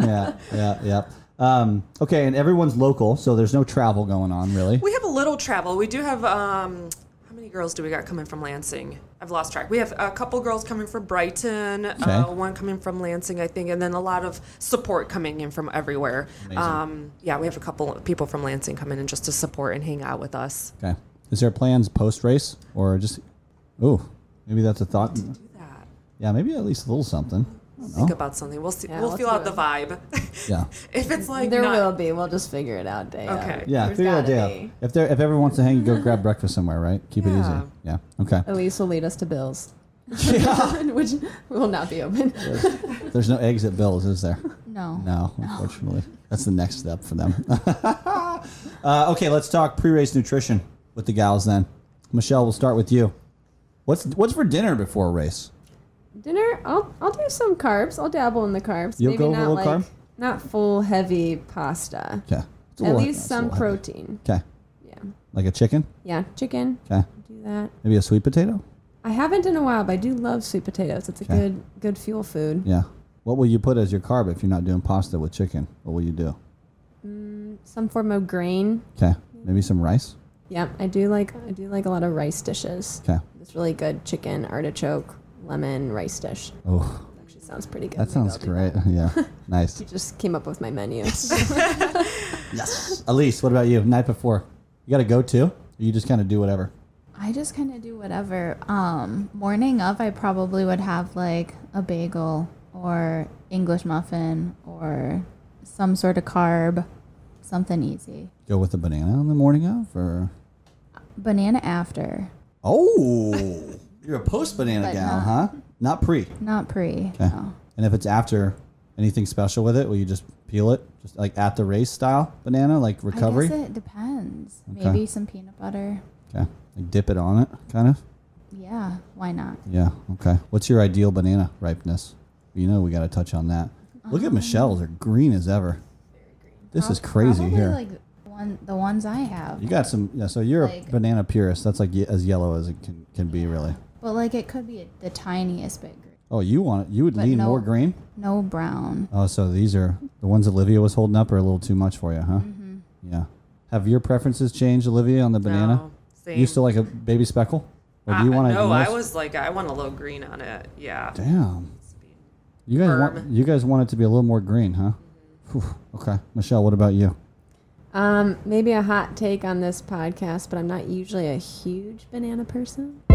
B: Yeah, yeah, yeah. Um, okay, and everyone's local, so there's no travel going on really.
D: We have a little travel. We do have. Um, how many girls do we got coming from Lansing? I've lost track. We have a couple girls coming from Brighton, uh,
B: Okay.
D: one coming from Lansing, I think, and then a lot of support coming in from everywhere. Um, yeah, we have a couple people from Lansing come in and just to support and hang out with us.
B: Okay, is there plans post race or just? Ooh, maybe that's a thought.
D: Do that.
B: Yeah, maybe at least a little something. I don't
D: Think
B: know.
D: about something. We'll see.
A: Yeah,
D: we'll
A: let's
D: feel
A: do
D: out the
A: it.
D: vibe.
B: Oh. Yeah.
D: if it's like
A: there
D: not-
A: will be. We'll just figure it out day.
D: Okay.
A: Of.
B: Yeah,
A: There's
B: figure that
A: gotta
B: day out.
A: be.
B: If there, if everyone wants to hang, go grab breakfast somewhere, right? Keep it
D: Yeah.
B: easy. Yeah. Okay.
A: Elise will lead us to Bills, which will not be open.
B: There's no eggs at Bill's, is there?
C: No.
B: No, unfortunately. That's the next step for them. uh, okay, let's talk pre-race nutrition with the gals then. Michelle, we'll start with you. What's what's for dinner before a race?
A: Dinner, I'll I'll do some carbs. I'll dabble in the carbs.
B: You'll
A: Maybe
B: go with a
A: not
B: little
A: like
B: carb?
A: not full heavy pasta.
B: Okay. It's a
A: At
B: little-
A: least
B: it's a
A: some
B: little heavy.
A: protein.
B: Okay.
A: Yeah.
B: Like a chicken?
A: Yeah, chicken.
B: Okay.
A: Do that.
B: Maybe a sweet potato?
A: I haven't in a while, but I do love sweet potatoes. It's a
B: Okay.
A: good good fuel food.
B: Yeah. What will you put as your carb if you're not doing pasta with chicken? What will you do?
A: Some form of grain.
B: Okay. Maybe some rice?
A: Yeah, I do like I do like a lot of rice dishes.
B: Okay.
A: It's really good chicken artichoke lemon rice dish.
B: Oh.
A: sounds pretty good.
B: That sounds great. Yeah. Nice.
A: You just came up with my menu.
B: Yes. Elise, what about you? Night before. You got to go too? Or you just kind of do whatever?
C: I just kind of do whatever. Um, morning of, I probably would have like a bagel or English muffin or some sort of carb, something easy.
B: Go with a banana in the morning of? Or.
C: Banana after,
B: Oh. You're a post banana
C: But
B: gal,
C: not-
B: huh? Not pre.
C: not pre.
B: Okay.
C: no.
B: And if it's after anything special with it, will you just peel it? Just like at the race style banana, like recovery?
C: I guess it depends.
B: Okay.
C: Maybe some peanut butter.
B: Okay. Like dip it on it, kind of?
C: Yeah, why not?
B: Yeah. Okay. What's your ideal banana ripeness? You know, we got to touch on that. Look
D: Um,
B: at Michelle's; they're green as ever. This is
C: Prob-
B: crazy
C: probably
B: here.
C: Like one, the ones I have.
B: you got some. Yeah. So you're a
C: Like-
B: banana purist. That's like ye- as yellow as it can, can be, really.
C: But like it could be the tiniest bit green.
B: Oh, you want you would
C: But
B: lean
C: no.
B: more green.
C: No brown.
B: Oh, so these are the ones Olivia was holding up are a little too much for you, huh?
D: Mm-hmm.
B: Yeah. Have your preferences changed, Olivia, on the banana?
D: No, same.
B: You still like a baby speckle, or do you
D: Uh,
B: want to?
D: No, I was like, I want a little green on it. Yeah.
B: Damn. You guys want
D: Firm.
B: you guys want it to be a little more green, huh? Whew. Okay, Michelle, what about you?
A: Um, maybe a hot take on this podcast, but I'm not usually a huge banana person.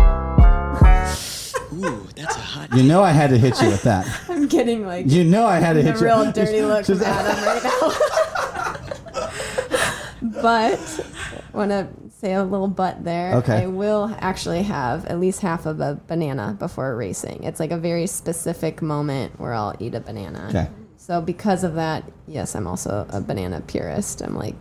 F: Ooh, that's a hot.
B: You know I had to hit you with that.
A: I'm getting like
B: You know I had to hit
A: a
B: you.
A: real dirty look from Adam right now. but want to say a little but there.
B: Okay.
A: I will actually have at least half of a banana before racing. It's like a very specific moment where I'll eat a banana.
B: Okay.
A: So because of that, yes, I'm also a banana purist. I'm like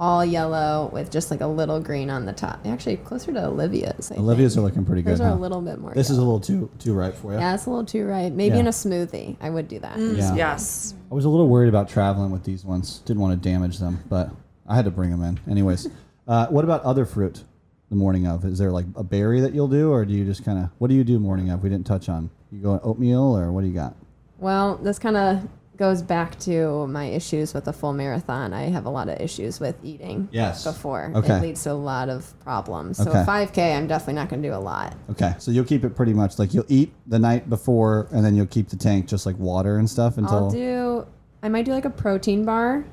A: all yellow with just like a little green on the top. Actually, closer to Olivia's. I
B: Olivia's are
A: think.
B: looking pretty good.
A: Those are
B: huh?
A: a little bit more.
B: This is a
A: yellow.
B: little too too ripe for you.
A: yeah, it's a little too right. Maybe
B: Yeah.
A: in a smoothie, I would do that.
B: Yeah.
D: Yes.
B: I was a little worried about traveling with these ones. Didn't want to damage them, but I had to bring them in. Anyways, uh, what about other fruit? The morning of, is there like a berry that you'll do, or do you just kind of what do you do morning of? We didn't touch on. You go oatmeal, or what do you got?
A: Well, this kind of goes back to my issues with the full marathon. I have a lot of issues with eating
B: Yes.
A: before.
B: Okay.
A: It leads to a lot of problems. So
B: Okay.
A: 5K, I'm definitely not going to do a lot.
B: Okay, so you'll keep it pretty much like you'll eat the night before, and then you'll keep the tank just like water and stuff until
A: I'll do. I might do like a protein bar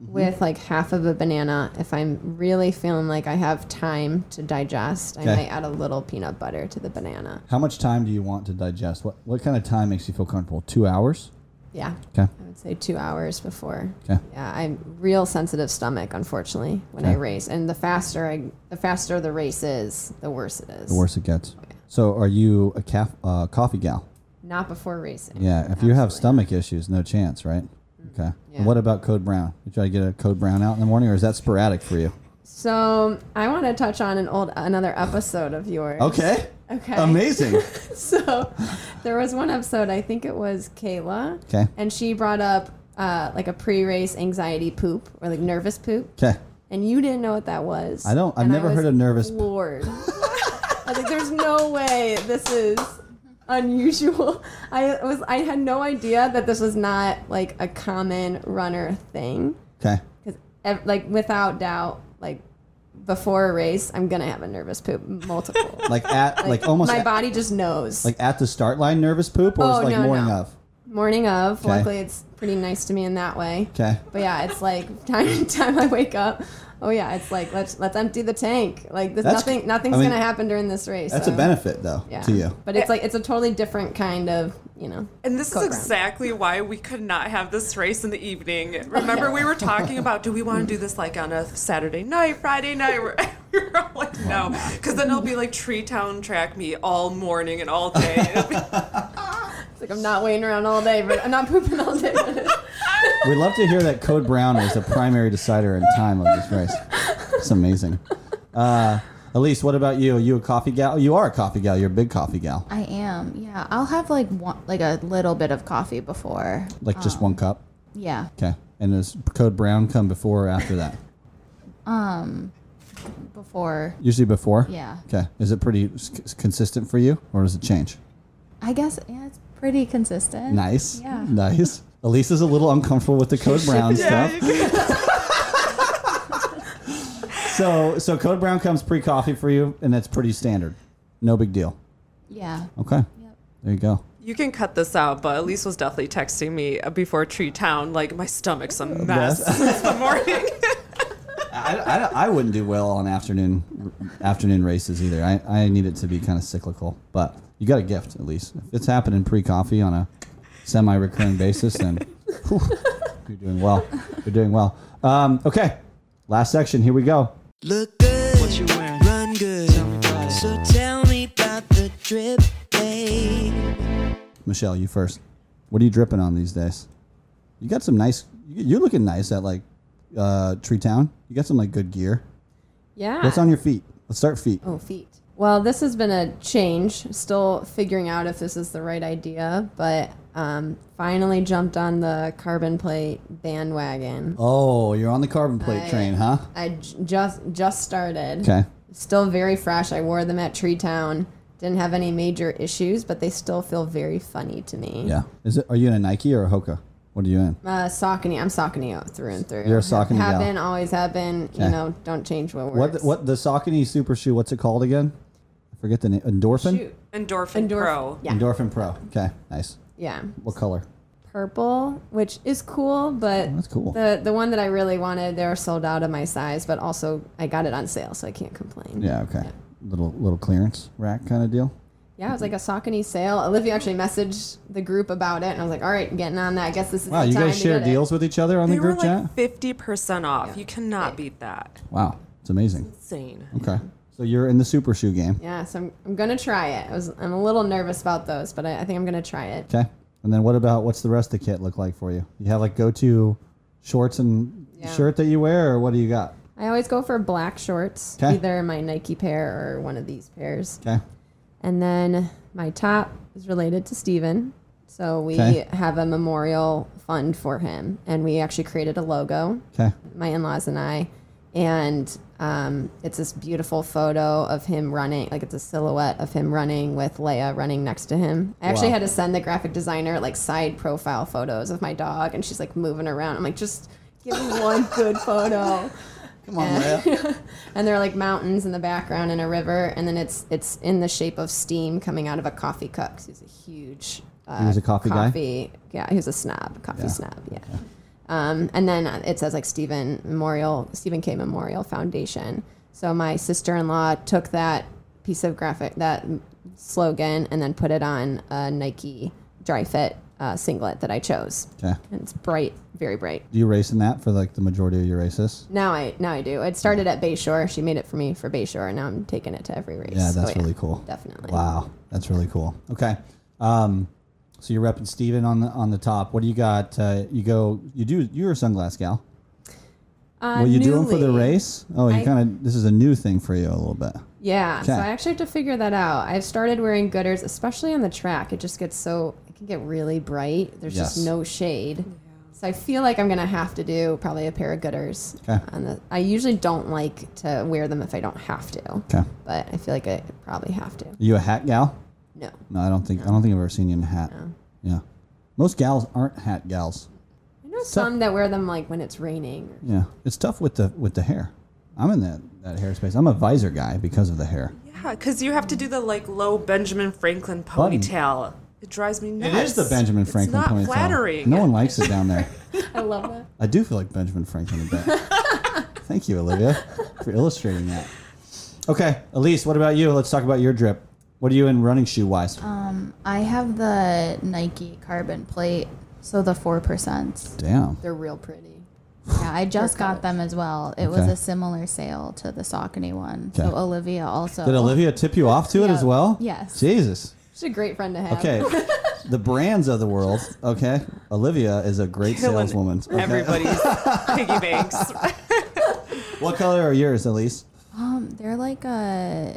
B: Mm-hmm.
A: with like half of a banana. If I'm really feeling like I have time to digest,
B: Okay.
A: I might add a little peanut butter to the banana.
B: How much time do you want to digest? What what kind of time makes you feel comfortable? Two hours?
A: Yeah,
B: Okay.
A: I would say two hours before.
B: Okay.
A: Yeah, I'm real sensitive stomach, unfortunately, when I
B: Okay.
A: race, and the faster I, the faster the race is, the worse it is.
B: The worse it gets. So are you a caf- uh, coffee gal?
A: Not before racing.
B: Yeah. If you have
A: Absolutely Mm-hmm.
B: stomach issues, no chance, right? Okay. And
A: Yeah.
B: what about code brown? You try to get a code brown out in the morning, or is that sporadic for you?
A: So I want to touch on an old another episode of yours.
B: Okay. Um,
A: Okay.
B: Amazing.
A: So there was one episode, I think it was Kayla.
B: Okay.
A: And she brought up uh, like a pre-race anxiety poop or like nervous poop,
B: Okay.
A: and you didn't know what that was.
B: I don't- I've
A: And I
B: never
A: was
B: heard of nervous poop.
A: floored. I was like, there's no way this is unusual. I was I had no idea that this was not like a common runner thing
B: Okay.
A: because like without doubt like before a race i'm gonna have a nervous poop multiple
B: Like at like, almost
A: my
B: at,
A: body just knows
B: like at the start line nervous poop, or is
A: Oh,
B: it like
A: no,
B: morning
A: no.
B: of?
A: morning of
B: Okay.
A: luckily it's pretty nice to me in that way
B: Okay.
A: but yeah it's like time time i wake up oh yeah it's like let's let's empty the tank like this,
B: That's-
A: nothing nothing's
B: I mean,
A: gonna happen during this race
B: That's
A: so,
B: a benefit though
A: yeah
B: to you.
A: but it's like it's a totally different kind of you know
D: And this is
A: Code brown.
D: exactly why we could not have this race in the evening. Remember, we were talking about do we want to do this like on a Saturday night, Friday night? We're, we were all like, no, because then it'll be like Tree Town track me all morning and all day. It'll be-
A: it's like i'm not waiting around all day but i'm not pooping all day
B: We'd love to hear that Code Brown was the primary decider in time of this race. It's amazing. Uh, Elise, what about you? Are you a coffee gal? You are a coffee gal. You're a big coffee gal.
C: I am. Yeah, I'll have like one, like a little bit of coffee before.
B: Like just one cup.
C: Yeah,
B: Okay. And does Code Brown come before or after that?
C: before.
B: Usually before?
C: Yeah.
B: Okay. Is it pretty s- c- consistent for you or does it change?
C: I guess yeah, it's pretty consistent.
B: Nice.
C: Yeah.
B: Nice. Elise is a little uncomfortable with the Code Brown stuff. so, so Code Brown comes pre coffee for you and that's pretty standard. No big deal.
C: Yeah.
B: Okay. There you go.
D: You can cut this out, but Elise was definitely texting me uh, before Tree Town, like, my stomach's a mess
B: mess.
D: since the morning.
B: I, I, I wouldn't do well on afternoon afternoon races either. I, I need it to be kind of cyclical, but you got a gift at least. If it's happening pre coffee on a semi recurring basis, then whew, you're doing well. You're doing well. Um, okay, last section. Here we go.
E: Look good. What you wearing? Run good. So tell me about the drip, babe.
B: Michelle, you first. What are you dripping on these days? You got some nice. You're looking nice at like uh, Tree Town. You got some like good gear.
A: Yeah.
B: What's on your feet? Let's start feet.
A: Oh, feet. Well, this has been a change. Still figuring out if this is the right idea, but um, finally jumped on the carbon plate bandwagon.
B: Oh, you're on the carbon plate
A: I-
B: train, huh?
A: I j- just just started.
B: Okay.
A: Still very fresh. I wore them at Tree Town. Didn't have any major issues, but they still feel very funny to me.
B: Yeah. Is it? Are you in a Nike or a Hoka? What are you in?
A: Uh, Saucony. I'm Saucony out through and through.
B: You're a Saucony
A: Have
B: gal.
A: been, always have been.
B: Okay.
A: You know, don't change what
B: What?
A: works.
B: The, what the Saucony super shoe? What's it called again? I forget the name. Endorphin.
A: Shoot.
D: Endorphin,
A: Endorph-
D: Pro.
A: Yeah.
B: Endorphin Pro. Okay. Nice.
A: Yeah.
B: What color?
A: Purple, which is cool, but
B: Oh, That's cool.
A: the the one that I really wanted, they were sold out of my size, but also I got it on sale, so I can't complain.
B: Yeah. Okay. Little little clearance rack kind of deal.
A: Yeah, it was like a Saucony sale. Olivia actually messaged the group about it, and I was like, "All right, getting on that. I guess this is
B: Wow.
A: the
B: You
A: time
B: guys
A: to
B: share
A: get it."
B: deals with each other on
D: They
B: the
D: were
B: group chat.
D: like 50% off. You cannot beat that.
B: Wow. It's amazing.
D: Insane.
B: Okay. So you're in the super shoe game.
A: Yeah, so I'm, I'm gonna try it. I was I'm a little nervous about those, but I, I think I'm gonna try it.
B: Okay. And then what about what's the rest of the kit look like for you? You have like go to shorts and
A: Yeah.
B: shirt that you wear, or what do you got?
A: I always go for black shorts,
B: 'Kay.
A: either my Nike pair or one of these pairs.
B: Okay.
A: And then my top is related to Steven. So we
B: 'Kay.
A: have a memorial fund for him, and we actually created a logo.
B: Okay.
A: my in-laws and I, and um, it's this beautiful photo of him running. Like it's a silhouette of him running with Leia running next to him. I actually
B: Wow.
A: had to send the graphic designer like side profile photos of my dog, and she's like moving around. I'm like, just give me one good photo.
B: Come on, Leia.
A: And there are like mountains in the background and a river, and then it's it's in the shape of steam coming out of a coffee cup. 'cause he's a huge. Uh,
B: He was a coffee guy?
A: guy. Yeah, he was a snob, coffee
B: Yeah.
A: snob. Yeah. Um, and then uh, it says like Stephen Memorial, Stephen K. Memorial Foundation. So my sister-in-law took that piece of graphic, that m- slogan, and then put it on a Nike dry fit uh, singlet that I chose.
B: Okay.
A: And it's bright, very bright.
B: Do you race in that for like the majority of your races?
A: Now I now I do. It started at Bayshore. She made it for me for Bayshore, and now I'm taking it to every race.
B: Yeah,
A: So,
B: that's really cool.
A: Definitely.
B: Wow, that's really cool. Okay, um, so you're repping Steven on the on the top. What do you got? Uh, you go. You do. You're a sunglass gal.
A: Uh,
B: Well, you do them for the
A: newly.
B: race? Oh, you
A: I-
B: kind of. This is a new thing for you a little bit.
A: Yeah. So
B: Okay.
A: I actually have to figure that out. I've started wearing gooders, especially on the track. It just gets so it can get really bright. There's
B: Yes.
A: just no shade. So I feel like I'm gonna have to do probably a pair of gooders.
B: Okay.
A: On the, I usually don't like to wear them if I don't have to.
B: Okay.
A: But I feel like I probably have to.
B: Are you a hat gal?
A: No.
B: No, I don't think. I don't think I've ever seen you in a hat. Yeah, most gals aren't hat gals.
A: I know some that wear them like when it's raining.
B: Yeah, it's tough with the with the hair. I'm in that that hair space. I'm a visor guy because of the hair.
D: Yeah, because you have to do the like low Benjamin Franklin ponytail. It drives me
B: It
D: nuts.
B: is the Benjamin Franklin
D: It's not
B: ponytail.
D: flattering.
B: No one likes it down there.
A: I love that.
B: I do feel like Benjamin Franklin a bit. Thank you, Olivia, for illustrating that. Okay, Elise, what about you? Let's talk about your drip. What are you in running shoe wise?
C: I have the Nike carbon plate, so the four percent.
B: Damn.
A: They're real pretty.
C: Yeah, I just got them as well. It was
B: Okay.
C: a similar sale to the Saucony one.
B: Okay.
C: So Olivia also.
B: Did Olivia tip you off to it
C: Yeah,
B: as well?
C: yes.
B: Jesus.
A: She's a great friend to have.
B: Okay. the brands of the world. Okay. Olivia is a great
D: Killing
B: saleswoman. Okay.
D: Everybody's piggy banks.
B: What color are yours, Elise?
C: Um, they're like a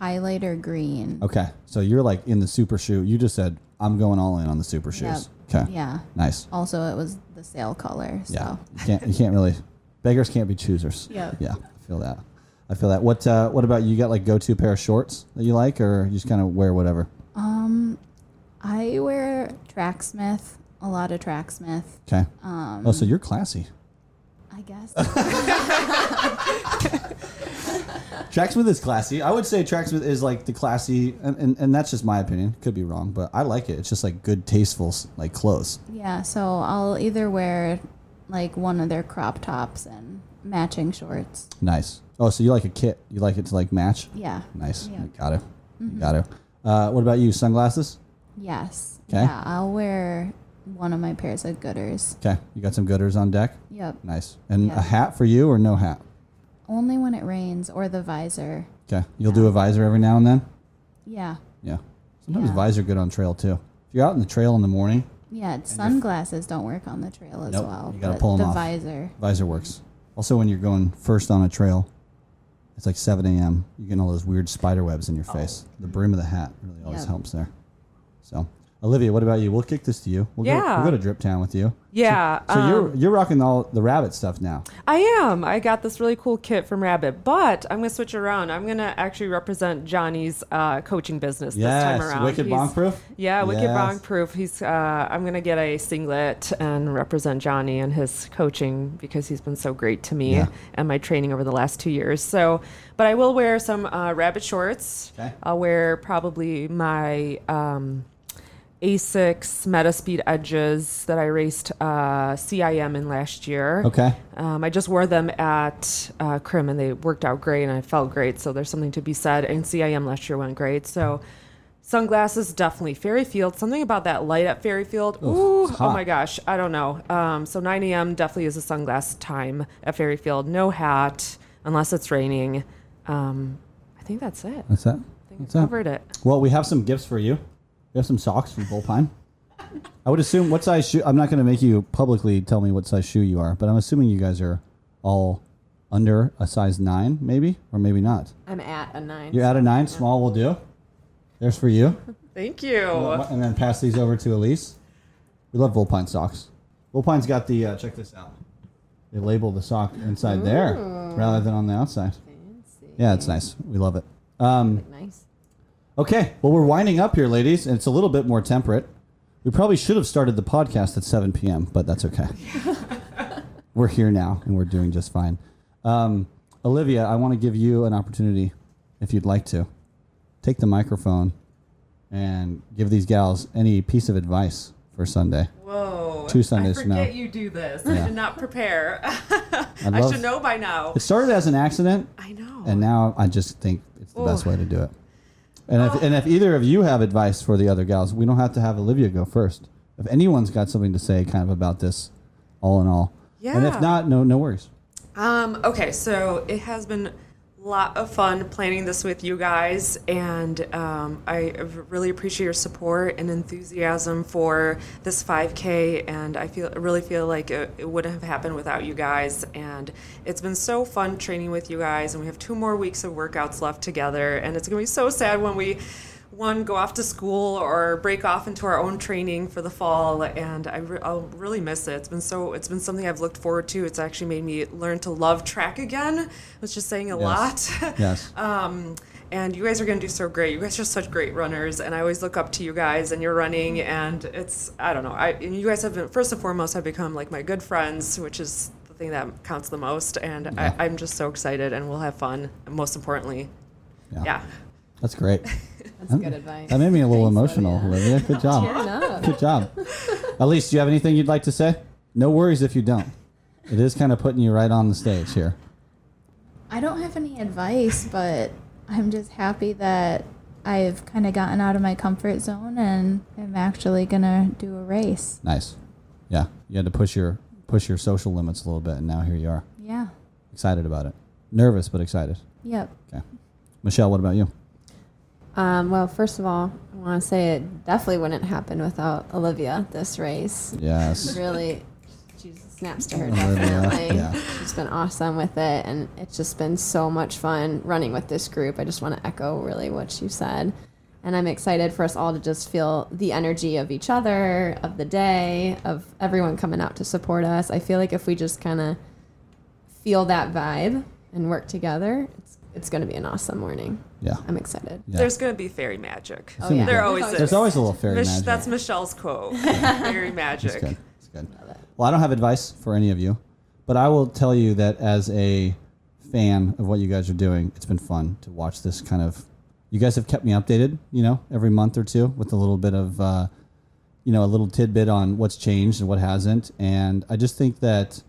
C: highlighter green.
B: Okay. So you're like in the super shoe. You just said, I'm going all in on the super shoes.
C: Yep.
B: Okay.
C: Yeah.
B: Nice.
C: Also, it was the sale color. So.
B: Yeah. You can't you can't really beggars can't be choosers.
C: Yep.
B: Yeah. I feel that. I feel that. What uh, what about you got like go to pair of shorts that you like or you just kinda wear whatever?
C: I wear Tracksmith, a lot of Tracksmith. Um,
B: Okay. oh so you're classy.
C: I I guess.
B: Tracksmith is classy. I would say Tracksmith is like the classy, and, and, and that's just my opinion. Could be wrong, but I like it. It's just like good, tasteful, like clothes.
C: yeah, so I'll either wear like one of their crop tops and matching shorts.
B: Nice. Oh, so you like a kit? You like it to like match?
C: Yeah.
B: Nice.
C: Yeah. Mm-hmm.
B: You got it. You got it. Uh, what about you? Sunglasses?
C: Yes.
B: 'Kay.
C: Yeah, I'll wear one of my pairs of gooders.
B: Okay. You got some gooders on deck.
C: Yep.
B: Nice. And
C: Yeah.
B: a hat for you or no hat?
C: Only when it rains or the visor.
B: Okay. You'll do a visor every now and then.
C: Yeah.
B: Yeah. Sometimes
C: Yeah.
B: visor good on trail too. If you're out in the trail in the morning,
C: Yeah, sunglasses don't work on the trail as
B: Nope,
C: well.
B: you gotta
C: but
B: pull 'em
C: the
B: off.
C: visor.
B: visor works. Also, when you're going first on a trail, it's like 7 a.m. You're getting all those weird spider webs in your face. The brim of the hat really always
C: Oh. Yep.
B: helps there. So, Olivia, what about you? We'll kick this to you. We'll go,
D: Yeah.
B: we'll go to Drip Town with you.
D: Yeah. um,
B: So you're you're rocking all the rabbit stuff now.
D: I am. I got this really cool kit from Rabbit, but I'm going to switch around. I'm going to actually represent Johnny's uh, coaching business
B: Yes,
D: this time around.
B: Wicked
D: He's-
B: Bonk Proof?
D: Yeah, Wicked
B: Yes.
D: Bonk Proof. He's. Uh, I'm going to get a singlet and represent Johnny and his coaching because he's been so great to me
B: Yeah.
D: and my training over the last two years. So, but I will wear some uh, Rabbit shorts.
B: Okay.
D: I'll wear probably my. Um, Asics Metaspeed Edges that I raced uh, CIM in last year.
B: Okay.
D: Um, I just wore them at uh, Crim and they worked out great and I felt great. So there's something to be said. And CIM last year went great. So sunglasses, definitely. Fairy Field, something about that light at Fairy Field. Ooh,
B: it's hot.
D: oh my gosh. I don't know. Um, so 9 a.m. definitely is a sunglass time at Fairy Field. No hat unless it's raining. Um, I think that's it.
B: That's that.
D: I've
B: That's
D: covered
B: that.
D: it.
B: Well, we have some gifts for you. We have some socks from Bullpine. I would assume what size shoe. I'm not going to make you publicly tell me what size shoe you are, but I'm assuming you guys are all under a size nine, maybe or maybe not.
A: I'm at a nine.
B: You're at a nine. Small will do. There's for you.
D: Thank you.
B: And then pass these over to Elise. We love Volpine socks. Volpine's got the uh, check this out. They label the sock inside there rather than on the outside. Yeah, it's nice. We love it.
A: Nice.
B: Okay, well we're winding up here, ladies, and it's a little bit more temperate. We probably should have started the podcast at 7 p.m., but that's okay. we're here now, and we're doing just fine. Um, Olivia, I want to give you an opportunity, if you'd like to, take the microphone and give these gals any piece of advice for Sunday.
D: Whoa.
B: Two Sundays
D: I
B: from now.
D: forget you do this. I did not prepare.
B: I'd
D: I
B: love-
D: should know by now.
B: It started as an accident,
D: I know.
B: and now I just think it's the best way to do it. And if, and if either of you have advice for the other gals, we don't have to have Olivia go first. If anyone's got something to say, kind of about this, all in all, and if
D: Yeah.
B: not, no, no worries.
D: Um, okay, so it has been a lot of fun planning this with you guys, and um, I really appreciate your support and enthusiasm for this 5K. And I feel really feel like it, it wouldn't have happened without you guys. And it's been so fun training with you guys, and we have two more weeks of workouts left together. And it's gonna be so sad when we one go off to school or break off into our own training for the fall and I re- I'll really miss it. It's been so it's been something I've looked forward to. It's actually made me learn to love track again. I was just saying a
B: Yes.
D: lot.
B: Yes.
D: Um, and you guys are going to do so great. You guys are such great runners, and I always look up to you guys and your running. And it's I don't know. I and you guys have been first and foremost have become like my good friends, which is the thing that counts the most. And
B: Yeah.
D: I, I'm just so excited, and we'll have fun. And most importantly,
B: Yeah.
D: yeah.
B: That's great.
A: That's good advice.
B: That made me a little emotional, Olivia. Good
A: Fair
B: job.
A: enough.
B: Good job. Elise, do you have anything you'd like to say? No worries if you don't. It is kind of putting you right on the stage here.
C: I don't have any advice, but I'm just happy that I've kind of gotten out of my comfort zone and I'm actually going to do a race.
B: Nice. Yeah, you had to push your push your social limits a little bit, and now here you are.
C: Yeah.
B: Excited about it. Nervous, but excited.
C: Yep.
B: Okay. Michelle, what about you?
A: Um, well, first of all, I want to say it definitely wouldn't happen without Olivia this race.
B: Yes.
A: Really, she snaps to her
B: Olivia,
A: definitely.
B: yeah.
A: She's been awesome with it, and it's just been so much fun running with this group. I just want to echo really what she said. And I'm excited for us all to just feel the energy of each other, of the day, of everyone coming out to support us. I feel like if we just kind of feel that vibe and work together, it's, it's going to be an awesome morning.
B: Yeah.
A: I'm excited.
B: Yeah.
D: There's going to be fairy magic.
A: Oh, yeah.
D: There always
A: There's
D: is.
B: There's always a little fairy
D: Mich-
B: magic.
D: That's Michelle's quote. fairy
B: It's
D: magic.
B: good. It's good. Well, I don't have advice for any of you, But I will tell you that as a fan of what you guys are doing, it's been fun to watch this kind of. You guys have kept me updated, you know, every month or two with a little bit of, uh, you know, a little tidbit on what's changed and what hasn't. And I just think that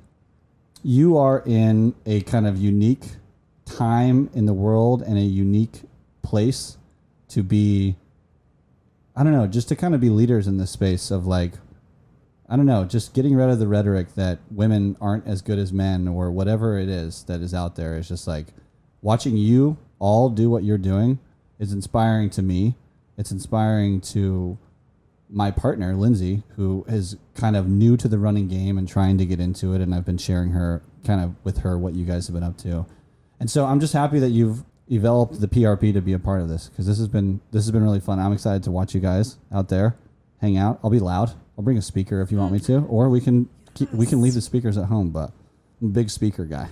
B: you are in a kind of unique time in the world and a unique place to be I don't know, just to kind of be leaders in this space of like, I don't know, just getting rid of the rhetoric that women aren't as good as men or whatever it is that is out there. It's just like watching you all do what you're doing is inspiring to me. It's inspiring to my partner, Lindsay, who is kind of new to the running game and trying to get into it. And I've been sharing her kind of with her what you guys have been up to. And so I'm just happy that you've developed the PRP to be a part of this because this has been this has been really fun. I'm excited to watch you guys out there hang out. I'll be loud. I'll bring a speaker if you want me to, or we can keep, we can leave the speakers at home. But I'm a big speaker guy.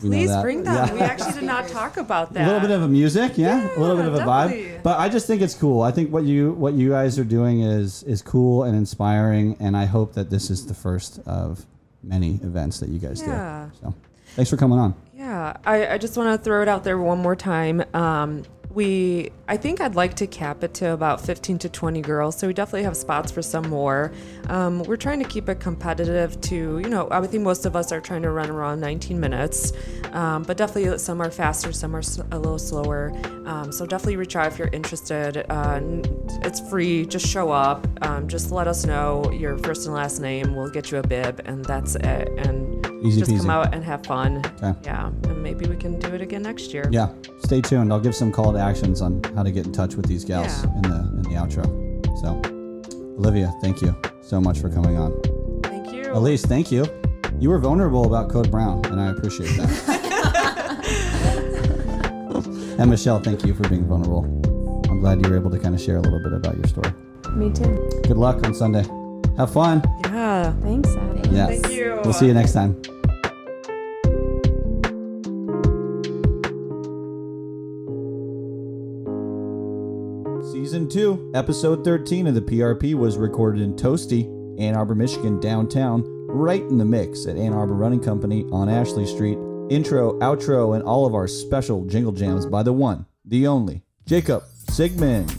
B: We know
D: Please
B: that.
D: bring them.
B: Yeah.
D: We actually did not talk about that.
B: A little bit of a music, yeah, a little bit of a
D: definitely.
B: vibe. But I just think it's cool. I think what you what you guys are doing is is cool and inspiring, and I hope that this is the first of many events that you guys
D: Yeah.
B: do. So, thanks for coming on.
D: Yeah, I, I just want to throw it out there one more time. Um, we, I think I'd like to cap it to about 15 to 20 girls, so we definitely have spots for some more. Um, we're trying to keep it competitive to, you know, I would think most of us are trying to run around 19 minutes, um, but definitely some are faster, some are s- a little slower. Um, so definitely reach out if you're interested. Uh, n- it's free, just show up, um, just let us know your first and last name, we'll get you a bib, and that's it. And
B: Easy
D: just come
B: peasy.
D: out and have fun.
B: Okay.
D: Yeah, and maybe we can do it again next year.
B: Yeah, stay tuned. I'll give some call to actions on how to get in touch with these gals
D: Yeah.
B: in the in the outro. So, Olivia, thank you so much for coming on.
D: Thank you.
B: Elise, thank you. You were vulnerable about Code Brown, and I appreciate that. and Michelle, thank you for being vulnerable. I'm glad you were able to kind of share a little bit about your story.
A: Me too.
B: Good luck on Sunday. Have fun.
D: Yeah.
A: Thanks, Abby.
B: Yeah.
D: Thank you.
B: We'll see you next time. Season 2, Episode 13 of the PRP was recorded in Toasty, Ann Arbor, Michigan, downtown, right in the mix at Ann Arbor Running Company on Ashley Street. Intro, outro, and all of our special jingle jams by the one, the only, Jacob Sigmund.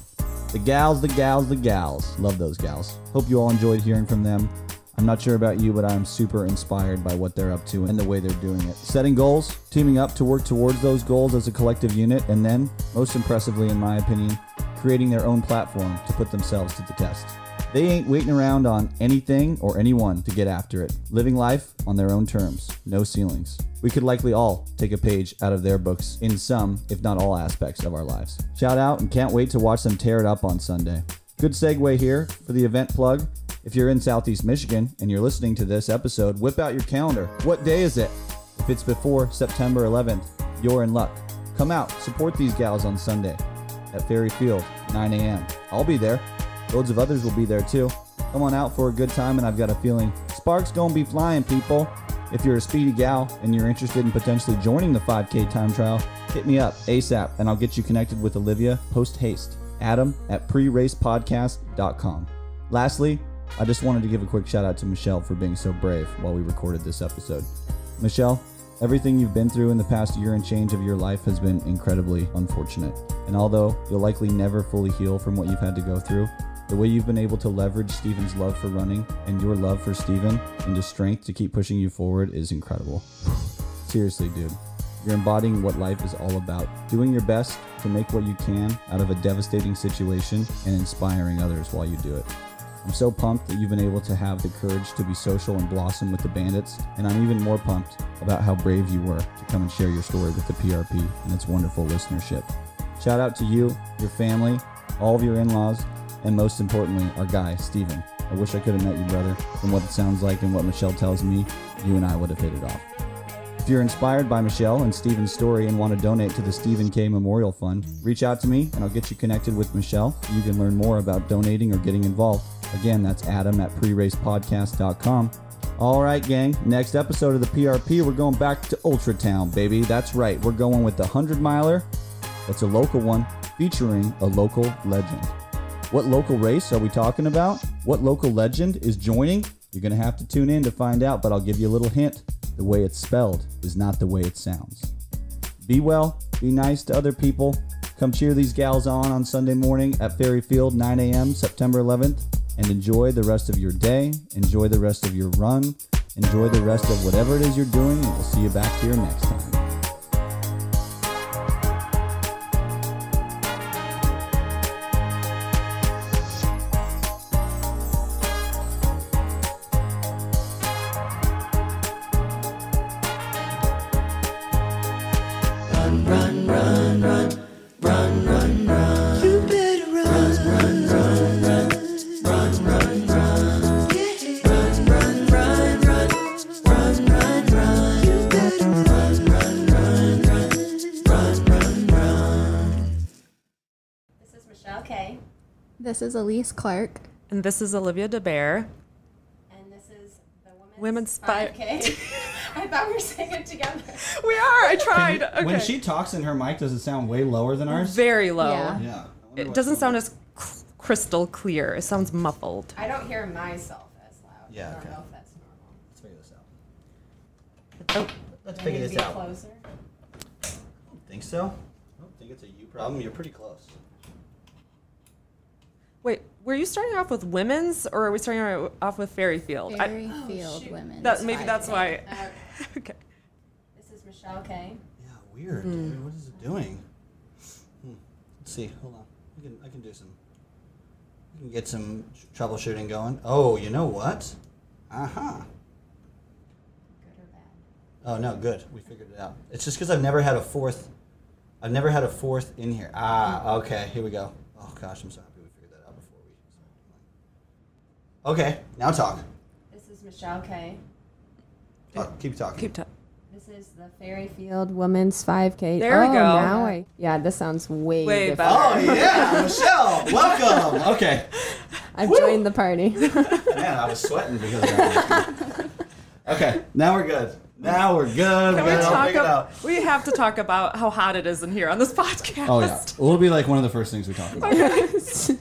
B: The gals, the gals, the gals. Love those gals. Hope you all enjoyed hearing from them. I'm not sure about you, but I'm super inspired by what they're up to and the way they're doing it. Setting goals, teaming up to work towards those goals as a collective unit, and then, most impressively, in my opinion, creating their own platform to put themselves to the test. They ain't waiting around on anything or anyone to get after it, living life on their own terms, no ceilings. We could likely all take a page out of their books in some, if not all, aspects of our lives. Shout out and can't wait to watch them tear it up on Sunday. Good segue here for the event plug. If you're in Southeast Michigan and you're listening to this episode, whip out your calendar. What day is it? If it's before September 11th, you're in luck. Come out, support these gals on Sunday at Ferry Field, 9 a.m. I'll be there. Loads of others will be there too. Come on out for a good time, and I've got a feeling sparks gonna be flying, people. If you're a speedy gal and you're interested in potentially joining the 5K time trial, hit me up ASAP, and I'll get you connected with Olivia post haste. Adam at preracepodcast.com. Lastly, I just wanted to give a quick shout out to Michelle for being so brave while we recorded this episode. Michelle, everything you've been through in the past year and change of your life has been incredibly unfortunate. And although you'll likely never fully heal from what you've had to go through, the way you've been able to leverage Steven's love for running and your love for Steven into strength to keep pushing you forward is incredible. Seriously, dude. You're embodying what life is all about, doing your best to make what you can out of a devastating situation and inspiring others while you do it. I'm so pumped that you've been able to have the courage to be social and blossom with the bandits, and I'm even more pumped about how brave you were to come and share your story with the PRP and its wonderful listenership. Shout out to you, your family, all of your in laws, and most importantly, our guy, Steven. I wish I could have met you, brother. From what it sounds like and what Michelle tells me, you and I would have hit it off. If you're inspired by Michelle and Steven's story and want to donate to the Stephen K. Memorial Fund, reach out to me and I'll get you connected with Michelle. You can learn more about donating or getting involved. Again, that's adam at preracepodcast.com. All right, gang. Next episode of the PRP, we're going back to Ultratown, baby. That's right. We're going with the 100 miler. It's a local one featuring a local legend. What local race are we talking about? What local legend is joining? You're going to have to tune in to find out, but I'll give you a little hint. the way it's spelled is not the way it sounds. Be well, be nice to other people. Come cheer these gals on on Sunday morning at Ferry Field, 9 a.m., September 11th, and enjoy the rest of your day. Enjoy the rest of your run. Enjoy the rest of whatever it is you're doing, and we'll see you back here next time.
E: You better run, run, run, run, run, run, run, run, yeah. Run, run, run, run, run, run, run. You better run, run, run, run, run, run, run.
H: This is Michelle Kay,
C: This is Elise Clark.
D: And this is Olivia DeBear.
H: and this is the women's,
D: Women's
H: 5K. I thought we were saying it together.
D: We are. I tried. okay.
B: When she talks in her mic, does it sound way lower than ours?
D: Very low.
C: Yeah.
B: Yeah.
D: It doesn't sound as c- crystal clear. It sounds muffled.
A: I don't hear myself as loud.
I: Yeah,
A: I don't
I: okay.
A: know if that's normal.
I: Let's figure this out.
D: Oh.
I: Let's
A: Do I
I: figure
A: need to
I: this
A: be
I: out.
A: closer?
I: Think so? I don't think it's a you problem. You're pretty close.
D: Wait, were you starting off with women's or are we starting off with Fairy Field? I- Oh,
C: Very field women.
D: that, maybe that's why.
A: Uh,
D: okay.
A: this is Michelle Kay.
I: Yeah, weird. dude. What is it doing? Hmm. Let's see. Hold on. I can I can do some. I can get some tr- troubleshooting going. Oh, you know what? Uh huh. Oh no, good. We figured it out. It's just because I've never had a fourth. I've never had a fourth in here. Ah, okay. Here we go. Oh gosh, I'm so happy we figured that out before we. Okay, now talk.
A: This is Michelle Kay.
I: Talk. Keep talking.
D: Keep talking.
A: This is the Fairy Field Women's 5K.
D: There we
A: Oh,
D: go.
A: Now I, yeah, this sounds way,
D: Way
A: different.
D: better.
I: Oh yeah, Michelle, welcome. Okay.
A: I've joined the party.
I: Man, I was sweating because of that. okay, now we're good. Now we're good.
D: Can
I: We're
D: we
I: good. I'll
D: talk
I: figure it out.
D: ab- We have to talk about how hot it is in here on this podcast.
B: Oh yeah. It'll be like one of the first things we talk about.